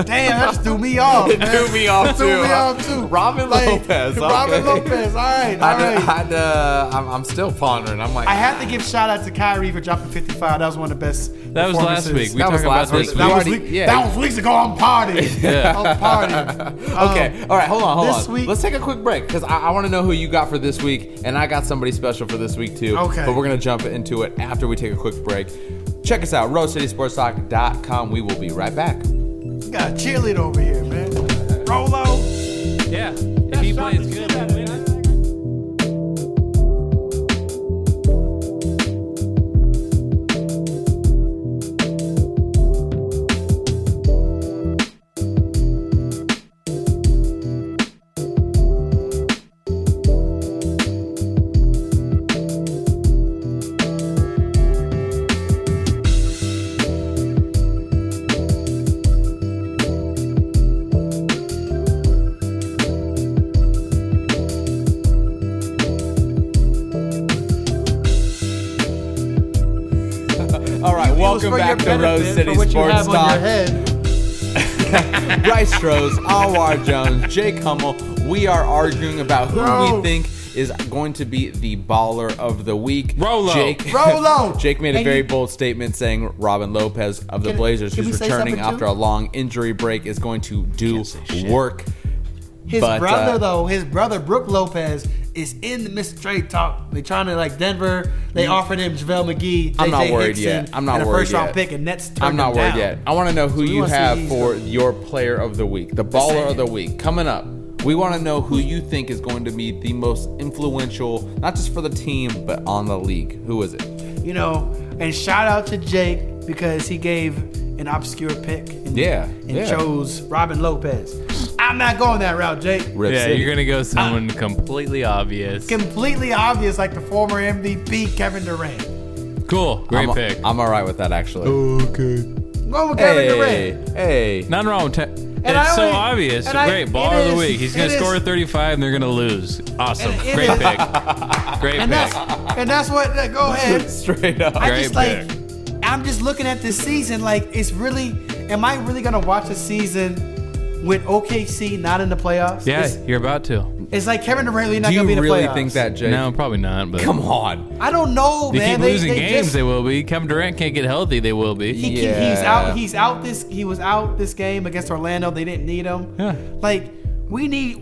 Speaker 2: Damn, that just threw me off.
Speaker 1: It
Speaker 2: man.
Speaker 1: threw me off
Speaker 2: Threw me
Speaker 1: too.
Speaker 2: off too.
Speaker 1: Robin Lopez,
Speaker 2: Robin
Speaker 1: okay. (laughs)
Speaker 2: Lopez. All right, all
Speaker 1: I,
Speaker 2: right.
Speaker 1: had, uh, I'm, I'm still pondering. I'm like,
Speaker 2: I have to give shout out to Kyrie for dropping 55. That was one of the best.
Speaker 3: That was last
Speaker 2: performances.
Speaker 3: week. We
Speaker 1: That was
Speaker 3: talked about
Speaker 1: last
Speaker 3: this.
Speaker 1: week.
Speaker 3: week.
Speaker 2: That was,
Speaker 1: already-
Speaker 2: week,
Speaker 1: yeah.
Speaker 2: that was weeks ago. I'm partying.
Speaker 3: Yeah.
Speaker 2: I'm partying. Um,
Speaker 1: okay, all right, hold on, hold
Speaker 2: this
Speaker 1: on.
Speaker 2: week-
Speaker 1: Let's take a quick break because I, I want to know who you got for this week, and I got somebody special for this week too.
Speaker 2: Okay.
Speaker 1: but we're gonna jump into it after we take a quick break. Check us out, RoadCitySportsTalk.com. We will be right back.
Speaker 2: We got a cheerleader over here, man. Rolo.
Speaker 3: Yeah. If he plays good, we win.
Speaker 1: Welcome
Speaker 2: for
Speaker 1: back
Speaker 2: your
Speaker 1: to Rose
Speaker 2: benefit,
Speaker 1: City
Speaker 2: for what you
Speaker 1: Sports
Speaker 2: have on your
Speaker 1: Talk.
Speaker 2: head.
Speaker 1: Bryce Rose, Alwar Jones, Jake Hummel. We are arguing about who we think is going to be the baller of the week.
Speaker 3: Rolo.
Speaker 1: Jake, (laughs)
Speaker 5: Rolo.
Speaker 1: Jake made a
Speaker 5: And
Speaker 1: very
Speaker 5: you-
Speaker 1: bold statement saying Robin Lopez of the
Speaker 5: Can-
Speaker 1: Blazers,
Speaker 5: can
Speaker 1: who's
Speaker 5: we say
Speaker 1: returning
Speaker 5: something, too?
Speaker 1: after a long injury break, is going to do work.
Speaker 2: His
Speaker 1: But,
Speaker 2: brother
Speaker 1: uh,
Speaker 2: though, his brother Brooke Lopez is in the Mr. Trade talk. They trying to like Denver. They offered him JaVale McGee.
Speaker 1: I'm not
Speaker 2: JJ
Speaker 1: worried
Speaker 2: Hickson,
Speaker 1: yet. I'm not
Speaker 2: and a
Speaker 1: worried
Speaker 2: first round
Speaker 1: yet.
Speaker 2: pick, and Nets. turned
Speaker 1: I'm not
Speaker 2: him
Speaker 1: worried
Speaker 2: down.
Speaker 1: yet. I want to know who
Speaker 2: we
Speaker 1: you
Speaker 2: wanna see
Speaker 1: have
Speaker 2: these-
Speaker 1: for your player of the week, the baller of the week. Coming up, we want to know who you think is going to be the most influential, not just for the team, but on the league. Who is it?
Speaker 2: you know, and shout out to Jake because he gave an obscure pick and,
Speaker 1: Yeah,
Speaker 2: and
Speaker 1: yeah.
Speaker 2: chose Robin Lopez. I'm not going that route, Jake.
Speaker 1: Rip
Speaker 3: yeah,
Speaker 1: City.
Speaker 3: you're gonna go someone
Speaker 1: Ah.
Speaker 3: completely obvious.
Speaker 2: Completely obvious, like the former MVP Kevin Durant.
Speaker 3: Cool, great
Speaker 1: I'm,
Speaker 3: pick.
Speaker 1: I'm all right with that actually.
Speaker 2: I'm going with Kevin
Speaker 1: hey,
Speaker 2: Durant.
Speaker 1: hey.
Speaker 3: Nothing wrong with. Te-
Speaker 2: And
Speaker 3: it's
Speaker 2: I
Speaker 3: so
Speaker 2: only-
Speaker 3: obvious.
Speaker 2: and I-
Speaker 3: Great
Speaker 2: it
Speaker 3: baller of the
Speaker 2: is-
Speaker 3: week. He's gonna
Speaker 2: it is-
Speaker 3: score 35, and they're gonna lose. Awesome.
Speaker 2: And it
Speaker 3: Great
Speaker 2: is-
Speaker 3: pick. Great
Speaker 2: And
Speaker 3: pick.
Speaker 2: that's and that's what. uh, Go
Speaker 1: (laughs)
Speaker 2: ahead.
Speaker 1: Straight up.
Speaker 2: I
Speaker 3: Great
Speaker 2: just like I'm just looking at this season. Like, it's really. Am I really gonna watch a season with OKC not in the playoffs?
Speaker 3: Yeah,
Speaker 2: It's,
Speaker 3: you're about to.
Speaker 2: it's like Kevin Durant really not
Speaker 1: Do you
Speaker 2: gonna be in the
Speaker 1: really
Speaker 2: playoffs.
Speaker 1: think that, Jake?
Speaker 3: No, probably not. But
Speaker 1: Come on.
Speaker 2: I don't know,
Speaker 3: they
Speaker 2: man.
Speaker 3: keep losing
Speaker 2: they
Speaker 3: games.
Speaker 2: just-
Speaker 3: they will be. Kevin Durant can't get healthy. They will be.
Speaker 2: He, keep-
Speaker 1: Yeah.
Speaker 2: he's out. He's out. This he was out this game against Orlando. They didn't need him.
Speaker 3: Yeah.
Speaker 2: Like we need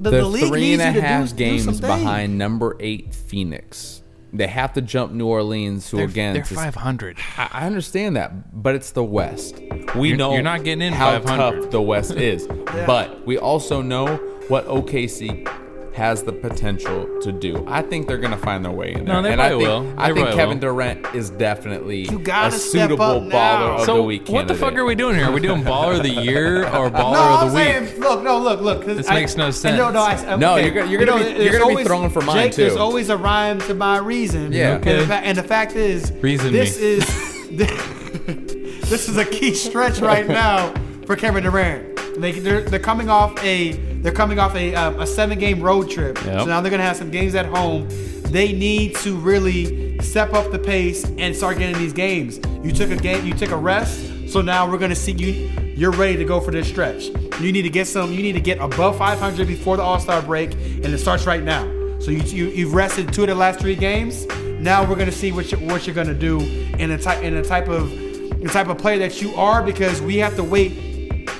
Speaker 2: the,
Speaker 1: They're
Speaker 2: the league
Speaker 1: three and
Speaker 2: needs
Speaker 1: a
Speaker 2: you to
Speaker 1: half
Speaker 2: do, do
Speaker 1: games
Speaker 2: some things.
Speaker 1: behind number eight Phoenix. They have to jump New Orleans, who
Speaker 3: they're,
Speaker 1: again
Speaker 3: they're
Speaker 1: is-
Speaker 3: 500.
Speaker 1: I I understand that, but it's the West. We
Speaker 3: You're-
Speaker 1: know
Speaker 3: you're not getting in
Speaker 1: how
Speaker 3: 500.
Speaker 1: tough the
Speaker 3: (laughs)
Speaker 1: West is, but we also know what OKC has the potential to do. I think they're going to find their way in there.
Speaker 3: No, they
Speaker 1: and I think,
Speaker 3: probably will.
Speaker 1: I
Speaker 3: They
Speaker 1: think
Speaker 3: probably
Speaker 1: Kevin
Speaker 3: will.
Speaker 1: Durant is definitely
Speaker 2: You
Speaker 1: a
Speaker 2: gotta step
Speaker 1: suitable
Speaker 2: up
Speaker 1: baller
Speaker 2: now.
Speaker 1: of
Speaker 3: So
Speaker 1: the week.
Speaker 3: what the fuck
Speaker 1: candidate.
Speaker 3: are we doing here? Are we doing baller of the year or
Speaker 2: (laughs)
Speaker 3: baller
Speaker 2: No,
Speaker 3: of
Speaker 2: I'm
Speaker 3: the week?
Speaker 2: saying, look, no, look, look.
Speaker 3: This makes no
Speaker 2: and
Speaker 3: sense.
Speaker 2: No, no, I, I'm-
Speaker 1: No,
Speaker 2: okay.
Speaker 1: you're gonna- you're gonna be- you're
Speaker 2: there's
Speaker 1: gonna be thrown for mine,
Speaker 2: Jake,
Speaker 1: too.
Speaker 2: There's always a rhyme to my reason.
Speaker 1: Yeah.
Speaker 2: And,
Speaker 3: Okay.
Speaker 2: the fa- and the fact is,
Speaker 3: Reason
Speaker 2: this
Speaker 3: me.
Speaker 2: is (laughs) this is a key stretch right now for Kevin Durant. They, they're, they're coming off a they're coming off a, um, a seven game road trip.
Speaker 3: Yep.
Speaker 2: So now they're gonna have some games at home. They need to really step up the pace and start getting these games. You took a game, you took a rest, so now we're gonna see you. You're ready to go for this stretch. You need to get some. You need to get above 500 before the All Star break, and it starts right now. So you, you you've rested two of the last three games. Now we're gonna see what you, what you're gonna do and the type and the type of the type of player that you are because we have to wait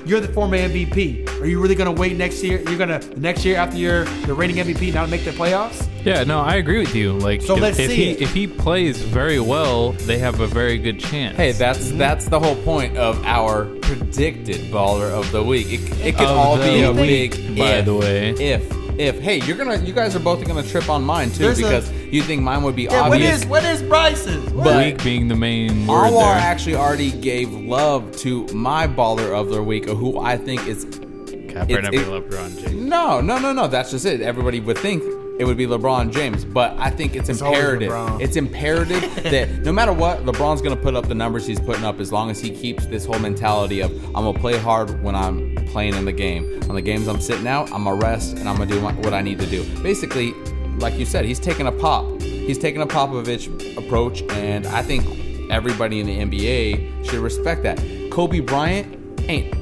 Speaker 2: you're the former MVP. Are you really gonna wait next year? You're gonna next year after you're the reigning MVP now to make the playoffs?
Speaker 3: Yeah, no, I agree with you. Like,
Speaker 2: So
Speaker 3: if,
Speaker 2: let's
Speaker 3: if
Speaker 2: see
Speaker 3: he
Speaker 2: it.
Speaker 3: if he plays very well, they have a very good chance.
Speaker 1: Hey, that's that's the whole point of our predicted baller of the week. It, it could
Speaker 3: Of
Speaker 1: all be
Speaker 3: the
Speaker 1: a
Speaker 3: week,
Speaker 1: big
Speaker 3: by
Speaker 1: if,
Speaker 3: the way.
Speaker 1: If if hey, you're gonna you guys are both gonna trip on mine too
Speaker 2: There's a-
Speaker 1: because you think mine would be
Speaker 2: Yeah, what
Speaker 1: obvious.
Speaker 2: is what is Bryce's? What-
Speaker 1: but-
Speaker 3: week being the main word
Speaker 1: Anwar
Speaker 3: there.
Speaker 1: actually already gave love to my baller of the week, who I think is
Speaker 3: God,
Speaker 1: it's-
Speaker 3: Brandon
Speaker 1: it-
Speaker 3: Bill LeBron James.
Speaker 1: no, no, no, no. That's just it. Everybody would think it would be LeBron James, but I think it's,
Speaker 2: always
Speaker 1: imperative.
Speaker 2: LeBron.
Speaker 1: It's imperative that no matter what, LeBron's going to put up the numbers he's putting up as long as he keeps this whole mentality of I'm going to play hard when I'm playing in the game. On the games I'm sitting out, I'm going to rest and I'm going to do my, what I need to do. Basically, like you said, he's taking a pop. He's taking a Popovich approach, and I think everybody in the NBA should respect that. Kobe Bryant ain't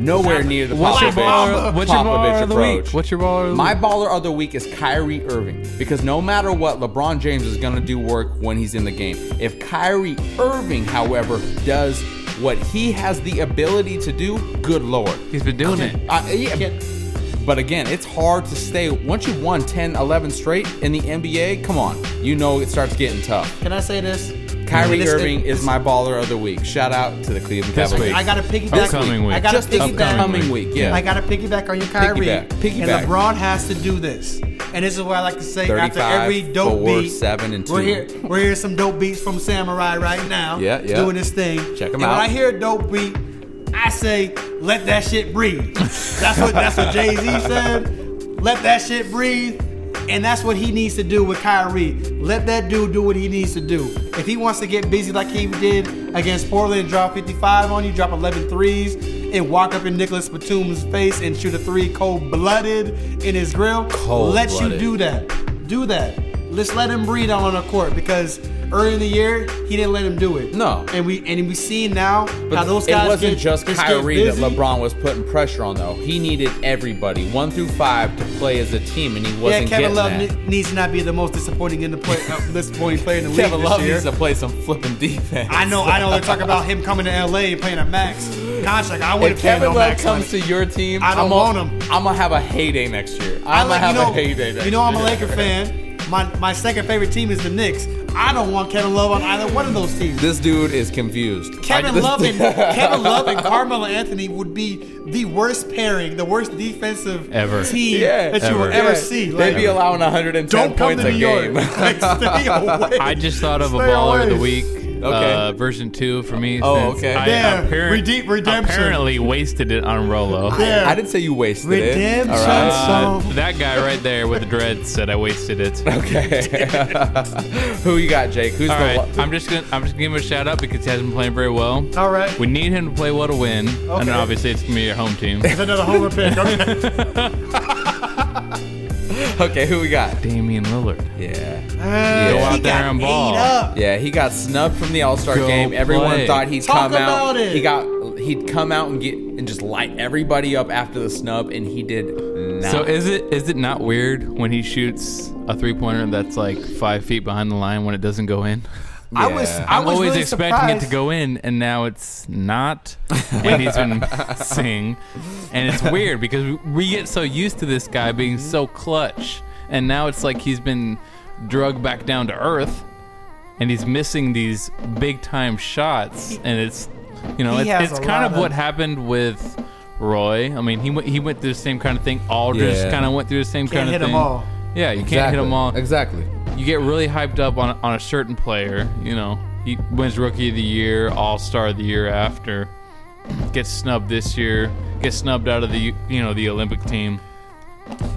Speaker 1: nowhere near the
Speaker 3: What's your
Speaker 1: Popovich,
Speaker 3: baller- what's your
Speaker 1: Popovich
Speaker 3: baller of the week?
Speaker 1: approach.
Speaker 3: What's your baller of the
Speaker 1: My
Speaker 3: week?
Speaker 1: baller of the week is Kyrie Irving because no matter what, LeBron James is going to do work when he's in the game. If Kyrie Irving, however, does what he has the ability to do, good lord.
Speaker 3: He's been doing it.
Speaker 1: Uh, yeah. But again, it's hard to stay. Once you've won 10, 11 straight in the NBA, come on. You know it starts getting tough.
Speaker 2: Can I say this?
Speaker 1: Kyrie
Speaker 2: This-
Speaker 1: Irving is my baller of the week. Shout out to the Cleveland
Speaker 3: This
Speaker 1: Cavaliers.
Speaker 3: week.
Speaker 2: I gotta piggyback.
Speaker 3: This coming week.
Speaker 2: I gotta
Speaker 1: Just this
Speaker 2: piggyback.
Speaker 1: upcoming week, yeah.
Speaker 2: I gotta piggyback on your Kyrie.
Speaker 1: Piggyback, piggyback.
Speaker 2: And LeBron has to do this. And this is why I like to say after
Speaker 1: 35,
Speaker 2: every dope
Speaker 1: four,
Speaker 2: beat,
Speaker 1: seven, and
Speaker 2: We're
Speaker 1: two.
Speaker 2: here. We're here some dope beats from Samurai right now.
Speaker 1: Yeah, yeah.
Speaker 2: Doing this thing.
Speaker 1: Check 'em
Speaker 2: and
Speaker 1: out.
Speaker 2: When I hear a dope beat, I say let that shit breathe. that's what that's what Jay Z said. Let that shit breathe. And that's what he needs to do with Kyrie. Let that dude do what he needs to do. If he wants to get busy like he did against Portland and drop 55 on you, drop 11 threes, and walk up in Nicholas Batum's face and shoot a three cold blooded in his grill, let you
Speaker 1: Cold-blooded.
Speaker 2: do that. Do that. Let's let him breathe out on the court because early in the year, he didn't let him do it.
Speaker 1: No.
Speaker 2: And we and we see now how those
Speaker 1: it
Speaker 2: guys
Speaker 1: wasn't
Speaker 2: get-
Speaker 1: just
Speaker 2: get
Speaker 1: Kyrie that
Speaker 2: busy.
Speaker 1: LeBron was putting pressure on, though. He needed everybody, one through five, to play as a team, and he
Speaker 2: Yeah,
Speaker 1: wasn't
Speaker 2: Kevin
Speaker 1: getting
Speaker 2: Love
Speaker 1: that.
Speaker 2: ne- needs to not be the most disappointing in the play, uh, disappointing player in the league
Speaker 1: Kevin
Speaker 2: this
Speaker 1: Love
Speaker 2: year.
Speaker 1: needs to play some flipping defense.
Speaker 2: I know, I know. They're talking about him coming to LA and playing a max contract. I would
Speaker 1: If
Speaker 2: have paid
Speaker 1: Kevin
Speaker 2: no
Speaker 1: Love
Speaker 2: max. money.
Speaker 1: comes to your team,
Speaker 2: I don't
Speaker 1: am
Speaker 2: want
Speaker 1: gonna,
Speaker 2: him.
Speaker 1: I'm gonna have a heyday next year.
Speaker 2: I
Speaker 1: I'm gonna
Speaker 2: like,
Speaker 1: have
Speaker 2: you know,
Speaker 1: a heyday next
Speaker 2: you know, I'm a
Speaker 1: year.
Speaker 2: Laker fan. My my second favorite team is the Knicks. I don't want Kevin Love on either one of those teams.
Speaker 1: This dude is confused.
Speaker 2: Kevin
Speaker 1: I- this-
Speaker 2: Love and Kevin Love and Carmelo Anthony would be the worst pairing, the worst defensive
Speaker 3: Ever.
Speaker 1: (laughs)
Speaker 2: team
Speaker 1: Yeah.
Speaker 2: that you will
Speaker 3: Ever.
Speaker 2: ever
Speaker 1: Yeah,
Speaker 2: see.
Speaker 1: They'd be allowing 110
Speaker 2: don't come
Speaker 1: points
Speaker 2: to New
Speaker 1: a
Speaker 2: York.
Speaker 1: game. (laughs)
Speaker 2: Like, stay away.
Speaker 3: I just thought of a
Speaker 2: Stay
Speaker 3: baller of the
Speaker 2: away.
Speaker 3: week.
Speaker 1: Okay.
Speaker 3: Uh, version two for me.
Speaker 1: Oh,
Speaker 3: since
Speaker 1: okay.
Speaker 3: I
Speaker 2: Yeah,
Speaker 3: apparent-
Speaker 2: redeem- redemption.
Speaker 3: Apparently wasted it
Speaker 1: (laughs)
Speaker 3: on Rolo.
Speaker 2: Yeah.
Speaker 1: I didn't say you wasted it.
Speaker 2: Redemption
Speaker 1: All right.
Speaker 3: Uh,
Speaker 2: song.
Speaker 3: that guy right there with the dreads said I
Speaker 1: (laughs)
Speaker 3: wasted it.
Speaker 1: (laughs) Okay. (laughs) Who you got, Jake? Who's
Speaker 3: All
Speaker 1: the
Speaker 3: right,
Speaker 1: lo-
Speaker 3: I'm just gonna I'm just gonna give him a shout out because he hasn't been playing very well.
Speaker 2: All right.
Speaker 3: we need him to play well to win, and
Speaker 2: Okay.
Speaker 3: then obviously it's gonna be your home
Speaker 1: (laughs)
Speaker 3: team.
Speaker 2: It's another homer
Speaker 3: (laughs)
Speaker 2: pick. Okay.
Speaker 1: Okay, who we got?
Speaker 3: Damian Lillard.
Speaker 1: Yeah.
Speaker 2: Uh,
Speaker 1: Go
Speaker 2: he
Speaker 1: out
Speaker 3: there
Speaker 2: got
Speaker 3: and
Speaker 2: ate
Speaker 3: ball.
Speaker 2: up.
Speaker 1: Yeah, he got snubbed from the All Star
Speaker 3: Go
Speaker 1: game. Everyone
Speaker 3: play.
Speaker 1: thought he'd
Speaker 2: Talk
Speaker 1: come out.
Speaker 2: about it.
Speaker 1: He got he'd come out and get and just light everybody up after the snub, and he did not.
Speaker 3: So is it is it not weird when he shoots a three pointer that's like five feet behind the line when it doesn't go in? (laughs)
Speaker 2: I was
Speaker 1: Yeah.
Speaker 2: I
Speaker 3: I'm
Speaker 2: was
Speaker 3: always
Speaker 2: really
Speaker 3: expecting
Speaker 2: surprised.
Speaker 3: it to go in, and now it's not. And he's
Speaker 2: (laughs)
Speaker 3: been missing, and it's weird because we get so used to this guy being
Speaker 2: Mm-hmm.
Speaker 3: so clutch, and now it's like he's been drugged back down to earth, and he's missing these big time shots, and it's you know
Speaker 2: He
Speaker 3: it's,
Speaker 2: has
Speaker 3: it's
Speaker 2: a lot
Speaker 3: kind of
Speaker 2: of-
Speaker 3: what happened with Roy. I mean, he went he went through the same kind of thing. Aldridge
Speaker 1: Yeah.
Speaker 3: kind of went through the same
Speaker 2: Can't
Speaker 3: kind
Speaker 2: hit
Speaker 3: of
Speaker 2: 'em
Speaker 3: thing.
Speaker 2: all.
Speaker 3: Yeah, you can't hit them all
Speaker 1: Exactly.
Speaker 3: you get really hyped up on, on a certain player. You know, he wins rookie of the year, all star the year after, gets snubbed this year, gets snubbed out of the you know the Olympic team.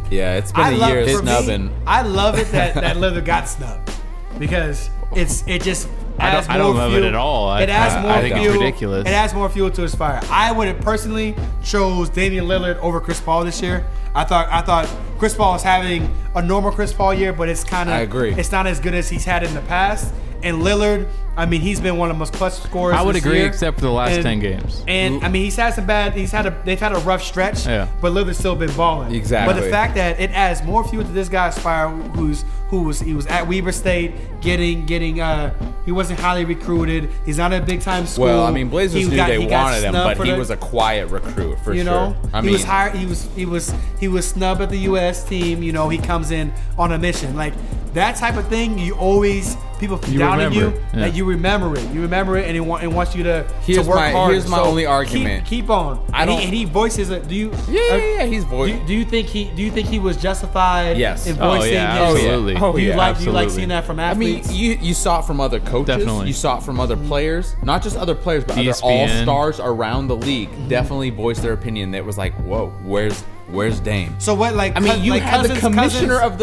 Speaker 1: Yeah, it's been a year of
Speaker 2: for
Speaker 1: snubbing.
Speaker 2: Me, I love it that that leather got snubbed because it's it just.
Speaker 3: don't-
Speaker 2: adds
Speaker 3: I don't
Speaker 2: more
Speaker 3: love it
Speaker 2: fuel-
Speaker 3: at all. I-
Speaker 2: It adds
Speaker 3: I-
Speaker 2: more
Speaker 3: I think it's
Speaker 2: fuel.
Speaker 3: ridiculous.
Speaker 2: It adds more fuel to his fire. I would have personally chose Damian Lillard over Chris Paul this year. I thought I thought Chris Paul is having a normal Chris Paul year, but it's kind of
Speaker 1: I agree.
Speaker 2: It's not as good as he's had in the past. And Lillard, I mean, he's been one of the most clutch scorers.
Speaker 3: I would
Speaker 2: this
Speaker 3: agree,
Speaker 2: year.
Speaker 3: except for the last
Speaker 2: And-
Speaker 3: ten games.
Speaker 2: And I mean, he's had some bad. He's had a. They've had a rough stretch.
Speaker 3: Yeah.
Speaker 2: But Lillard's still been balling.
Speaker 1: Exactly.
Speaker 2: But the fact that it adds more fuel to this guy's fire, who's who was he was at Weber State, getting getting uh he wasn't highly recruited. He's not at a big time school.
Speaker 1: Well, I mean, Blazers
Speaker 2: He
Speaker 1: knew
Speaker 2: got-
Speaker 1: they
Speaker 2: he got
Speaker 1: wanted him,
Speaker 2: snubbed
Speaker 1: but
Speaker 2: for
Speaker 1: he
Speaker 2: the-
Speaker 1: was a quiet recruit for
Speaker 2: you
Speaker 1: sure.
Speaker 2: know
Speaker 1: I
Speaker 2: he
Speaker 1: mean,
Speaker 2: was hired he was he was he was snubbed at the US team you know he comes in on a mission like that type of thing you always people
Speaker 3: You
Speaker 2: doubting you
Speaker 3: remember, yeah.
Speaker 2: that you remember it you remember it and it, wa- it wants you to,
Speaker 1: Here's
Speaker 2: to work
Speaker 1: my-
Speaker 2: hard
Speaker 1: here's my only argument.
Speaker 2: keep, keep on
Speaker 1: I
Speaker 2: and
Speaker 1: don't-
Speaker 2: he, and he voices it do you uh,
Speaker 1: yeah, yeah, yeah, he's
Speaker 2: do,
Speaker 1: voice.
Speaker 2: you- do you think he do you think he was justified
Speaker 1: Yes.
Speaker 2: in
Speaker 3: Oh,
Speaker 2: voicing
Speaker 3: yeah,
Speaker 2: his-
Speaker 3: absolutely.
Speaker 1: Oh,
Speaker 2: do you
Speaker 1: yeah,
Speaker 2: like do you like
Speaker 3: absolutely.
Speaker 2: seeing that from
Speaker 1: I mean,
Speaker 2: athletes
Speaker 1: you you saw it from other coaches.
Speaker 3: Definitely.
Speaker 1: You saw it from other players, not just other players, but other all
Speaker 3: ESPN.
Speaker 1: stars around the league. Definitely voiced their opinion. That was like, whoa, where's where's Dame?
Speaker 2: so what like
Speaker 1: I mean,
Speaker 2: cous-
Speaker 1: you
Speaker 2: like
Speaker 1: had
Speaker 2: Cousins-
Speaker 1: the commissioner
Speaker 2: Cousins-
Speaker 1: of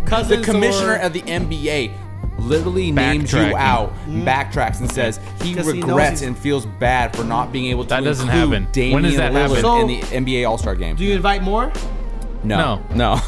Speaker 1: the
Speaker 2: Cousins
Speaker 1: the commissioner
Speaker 2: or-
Speaker 1: of the NBA literally names you
Speaker 3: Backtracking.
Speaker 1: out, backtracks and says he
Speaker 2: 'Cause he knows
Speaker 1: regrets
Speaker 2: he's-
Speaker 1: and feels bad for not being able to
Speaker 3: That doesn't
Speaker 1: include
Speaker 3: happen.
Speaker 1: Damian
Speaker 3: When does that
Speaker 1: Lillard
Speaker 3: happen?
Speaker 2: So-
Speaker 1: in the NBA All Star game.
Speaker 2: do you invite more
Speaker 1: no, no.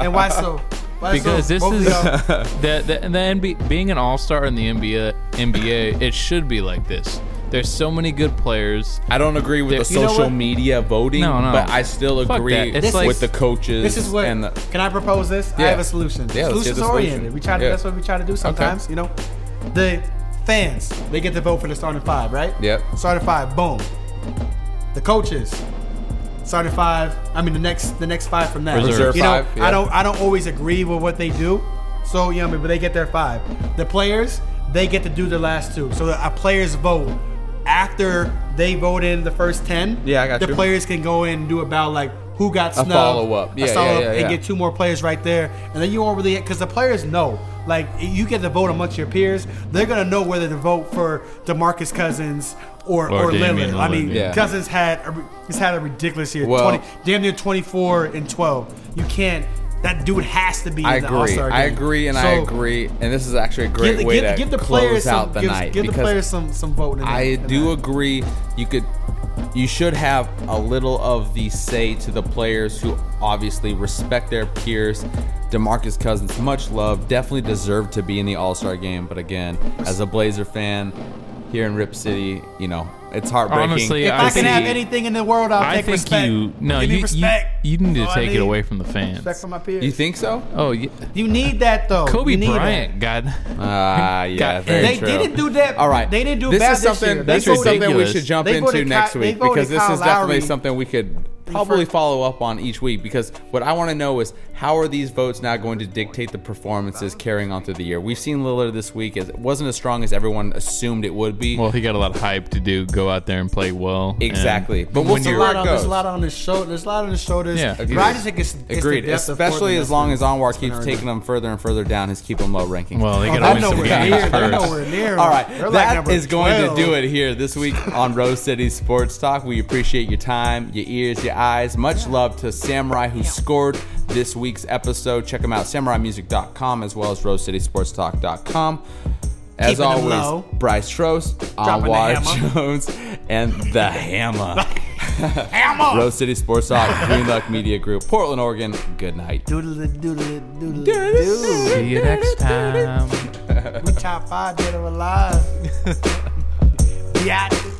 Speaker 2: and why so Why so?
Speaker 3: Because this
Speaker 2: Both of
Speaker 3: is
Speaker 2: y'all-
Speaker 3: the, (laughs) the, the NBA, being an all star in the NBA, NBA, it should be like this. There's so many good players.
Speaker 1: I don't agree with
Speaker 3: There-
Speaker 1: the
Speaker 3: you know
Speaker 1: social
Speaker 3: what?
Speaker 1: media voting,
Speaker 3: No, no.
Speaker 1: but I still
Speaker 3: Fuck
Speaker 1: agree
Speaker 3: that. It's
Speaker 1: with
Speaker 3: like-
Speaker 1: the coaches.
Speaker 2: This is what.
Speaker 1: and the,
Speaker 2: can I propose this? I
Speaker 1: Yeah.
Speaker 2: have a solution.
Speaker 1: Yeah, let's hear the
Speaker 2: Solutions
Speaker 1: solution.
Speaker 2: oriented. We try. To,
Speaker 1: Yeah.
Speaker 2: That's what we try to do sometimes. You know, the fans they get to vote for the starting five, right?
Speaker 1: Yep.
Speaker 2: Starting five. Boom. The coaches. Starting five. I mean, the next the next five from that.
Speaker 3: Reserve.
Speaker 2: you know,
Speaker 1: Reserve five, yeah.
Speaker 2: I don't I don't always agree with what they do. So you know, what I mean, but they get their five. The players they get to do the last two. So a players vote after they vote in the first ten.
Speaker 1: Yeah, I got
Speaker 2: The
Speaker 1: you.
Speaker 2: players can go in and do about like who got snubbed,
Speaker 1: follow-up.
Speaker 2: a
Speaker 1: Yeah, yeah,
Speaker 2: follow-up,
Speaker 1: yeah, yeah.
Speaker 2: and get two more players right there, and then you won't really because the players know. Like you get to vote amongst your peers, they're gonna know whether to vote for DeMarcus Cousins or
Speaker 3: Or
Speaker 2: or,
Speaker 3: Damian
Speaker 2: Lillard. I
Speaker 3: Lillard,
Speaker 2: mean,
Speaker 1: yeah.
Speaker 2: Cousins had a, re- he's had a ridiculous year.
Speaker 1: Well-
Speaker 2: 20, damn near 24 and 12. You can't. That dude has to be.
Speaker 1: I
Speaker 2: in the All
Speaker 1: agree.
Speaker 2: Star
Speaker 1: I agree, and I
Speaker 2: So,
Speaker 1: agree, and this is actually a great
Speaker 2: give,
Speaker 1: way
Speaker 2: give,
Speaker 1: to
Speaker 2: give the
Speaker 1: close
Speaker 2: players
Speaker 1: out
Speaker 2: some,
Speaker 1: the
Speaker 2: give,
Speaker 1: night.
Speaker 2: Give the
Speaker 1: because
Speaker 2: players some some voting. in
Speaker 1: I
Speaker 2: that- in
Speaker 1: do
Speaker 2: that.
Speaker 1: agree. You could, you should have a little of the say to the players who obviously respect their peers, Demarcus Cousins, much love. Definitely deserved to be in the All Star game. But again, as a Blazer fan here in Rip City, you know, it's heartbreaking.
Speaker 3: Honestly,
Speaker 2: If
Speaker 3: I,
Speaker 2: I, can
Speaker 3: think-
Speaker 2: have anything in the world, I'll
Speaker 3: I
Speaker 2: take
Speaker 3: think
Speaker 2: respect.
Speaker 3: you no
Speaker 2: Give me
Speaker 3: you, you
Speaker 2: respect.
Speaker 3: you need to
Speaker 2: All I
Speaker 3: take
Speaker 2: need.
Speaker 3: it away from the fans.
Speaker 2: Respect from my peers.
Speaker 1: you think so?
Speaker 3: Oh, yeah.
Speaker 2: You need that though.
Speaker 3: Kobe
Speaker 2: You need
Speaker 3: Bryant got (laughs)
Speaker 1: Ah, yeah,
Speaker 3: Got-
Speaker 1: very
Speaker 2: That. They
Speaker 1: true.
Speaker 2: didn't do that.
Speaker 1: All right.
Speaker 2: They didn't do
Speaker 1: this
Speaker 2: bad
Speaker 1: is something,
Speaker 2: this year.
Speaker 1: This
Speaker 2: They
Speaker 1: is
Speaker 2: voted-
Speaker 1: something we
Speaker 3: ridiculous.
Speaker 1: should jump
Speaker 2: They
Speaker 1: into
Speaker 2: voted
Speaker 1: next
Speaker 2: Ky-
Speaker 1: week
Speaker 2: they voted
Speaker 1: because this
Speaker 2: Kyle
Speaker 1: is definitely
Speaker 2: Lowry.
Speaker 1: something we could probably
Speaker 2: first.
Speaker 1: follow up on each week because what I want to know is how are these votes now going to dictate the performances carrying on through the year? We've seen Lillard this week. It wasn't as strong as everyone assumed it would be.
Speaker 3: well. He got a lot of hype to do go out there and play well. and-
Speaker 1: exactly. But
Speaker 2: There's
Speaker 1: when
Speaker 2: a
Speaker 1: you're
Speaker 2: lot on- There's a lot on his shoulder. There's a lot on his shoulders.
Speaker 3: Yeah.
Speaker 2: But I just think it's, it's
Speaker 1: Agreed,
Speaker 2: The depth of
Speaker 1: especially
Speaker 2: Portland
Speaker 1: as long
Speaker 2: that's-
Speaker 1: as Anwar keeps
Speaker 2: gonna
Speaker 1: taking them further and further down, his keep them low ranking.
Speaker 3: Well, they got to
Speaker 2: They're
Speaker 3: win some
Speaker 2: nowhere
Speaker 3: games
Speaker 2: near. They're
Speaker 3: first.
Speaker 2: nowhere near.
Speaker 1: All right,
Speaker 2: They're like
Speaker 1: that
Speaker 2: number
Speaker 1: is going
Speaker 2: 12.
Speaker 1: to do it here this week on Rose City Sports Talk. We appreciate your time, your ears, your eyes. Much love to Samurai who scored this week's episode. Check them out, samuraimusic.com as well as rosecitysportstalk.com. As
Speaker 2: Keeping 'em
Speaker 1: always,
Speaker 2: low.
Speaker 1: Bryce Trost,
Speaker 2: Dropping the
Speaker 1: Anwar
Speaker 2: hammer.
Speaker 1: Jones, and the
Speaker 2: (laughs)
Speaker 1: Hammer. hammer. Rose City Sports Talk, Green Luck Media Group, Portland, Oregon. Good night.
Speaker 2: Doodle doodle doodle doodle.
Speaker 3: See you next time.
Speaker 1: (laughs)
Speaker 2: We top five dead or alive. yeah.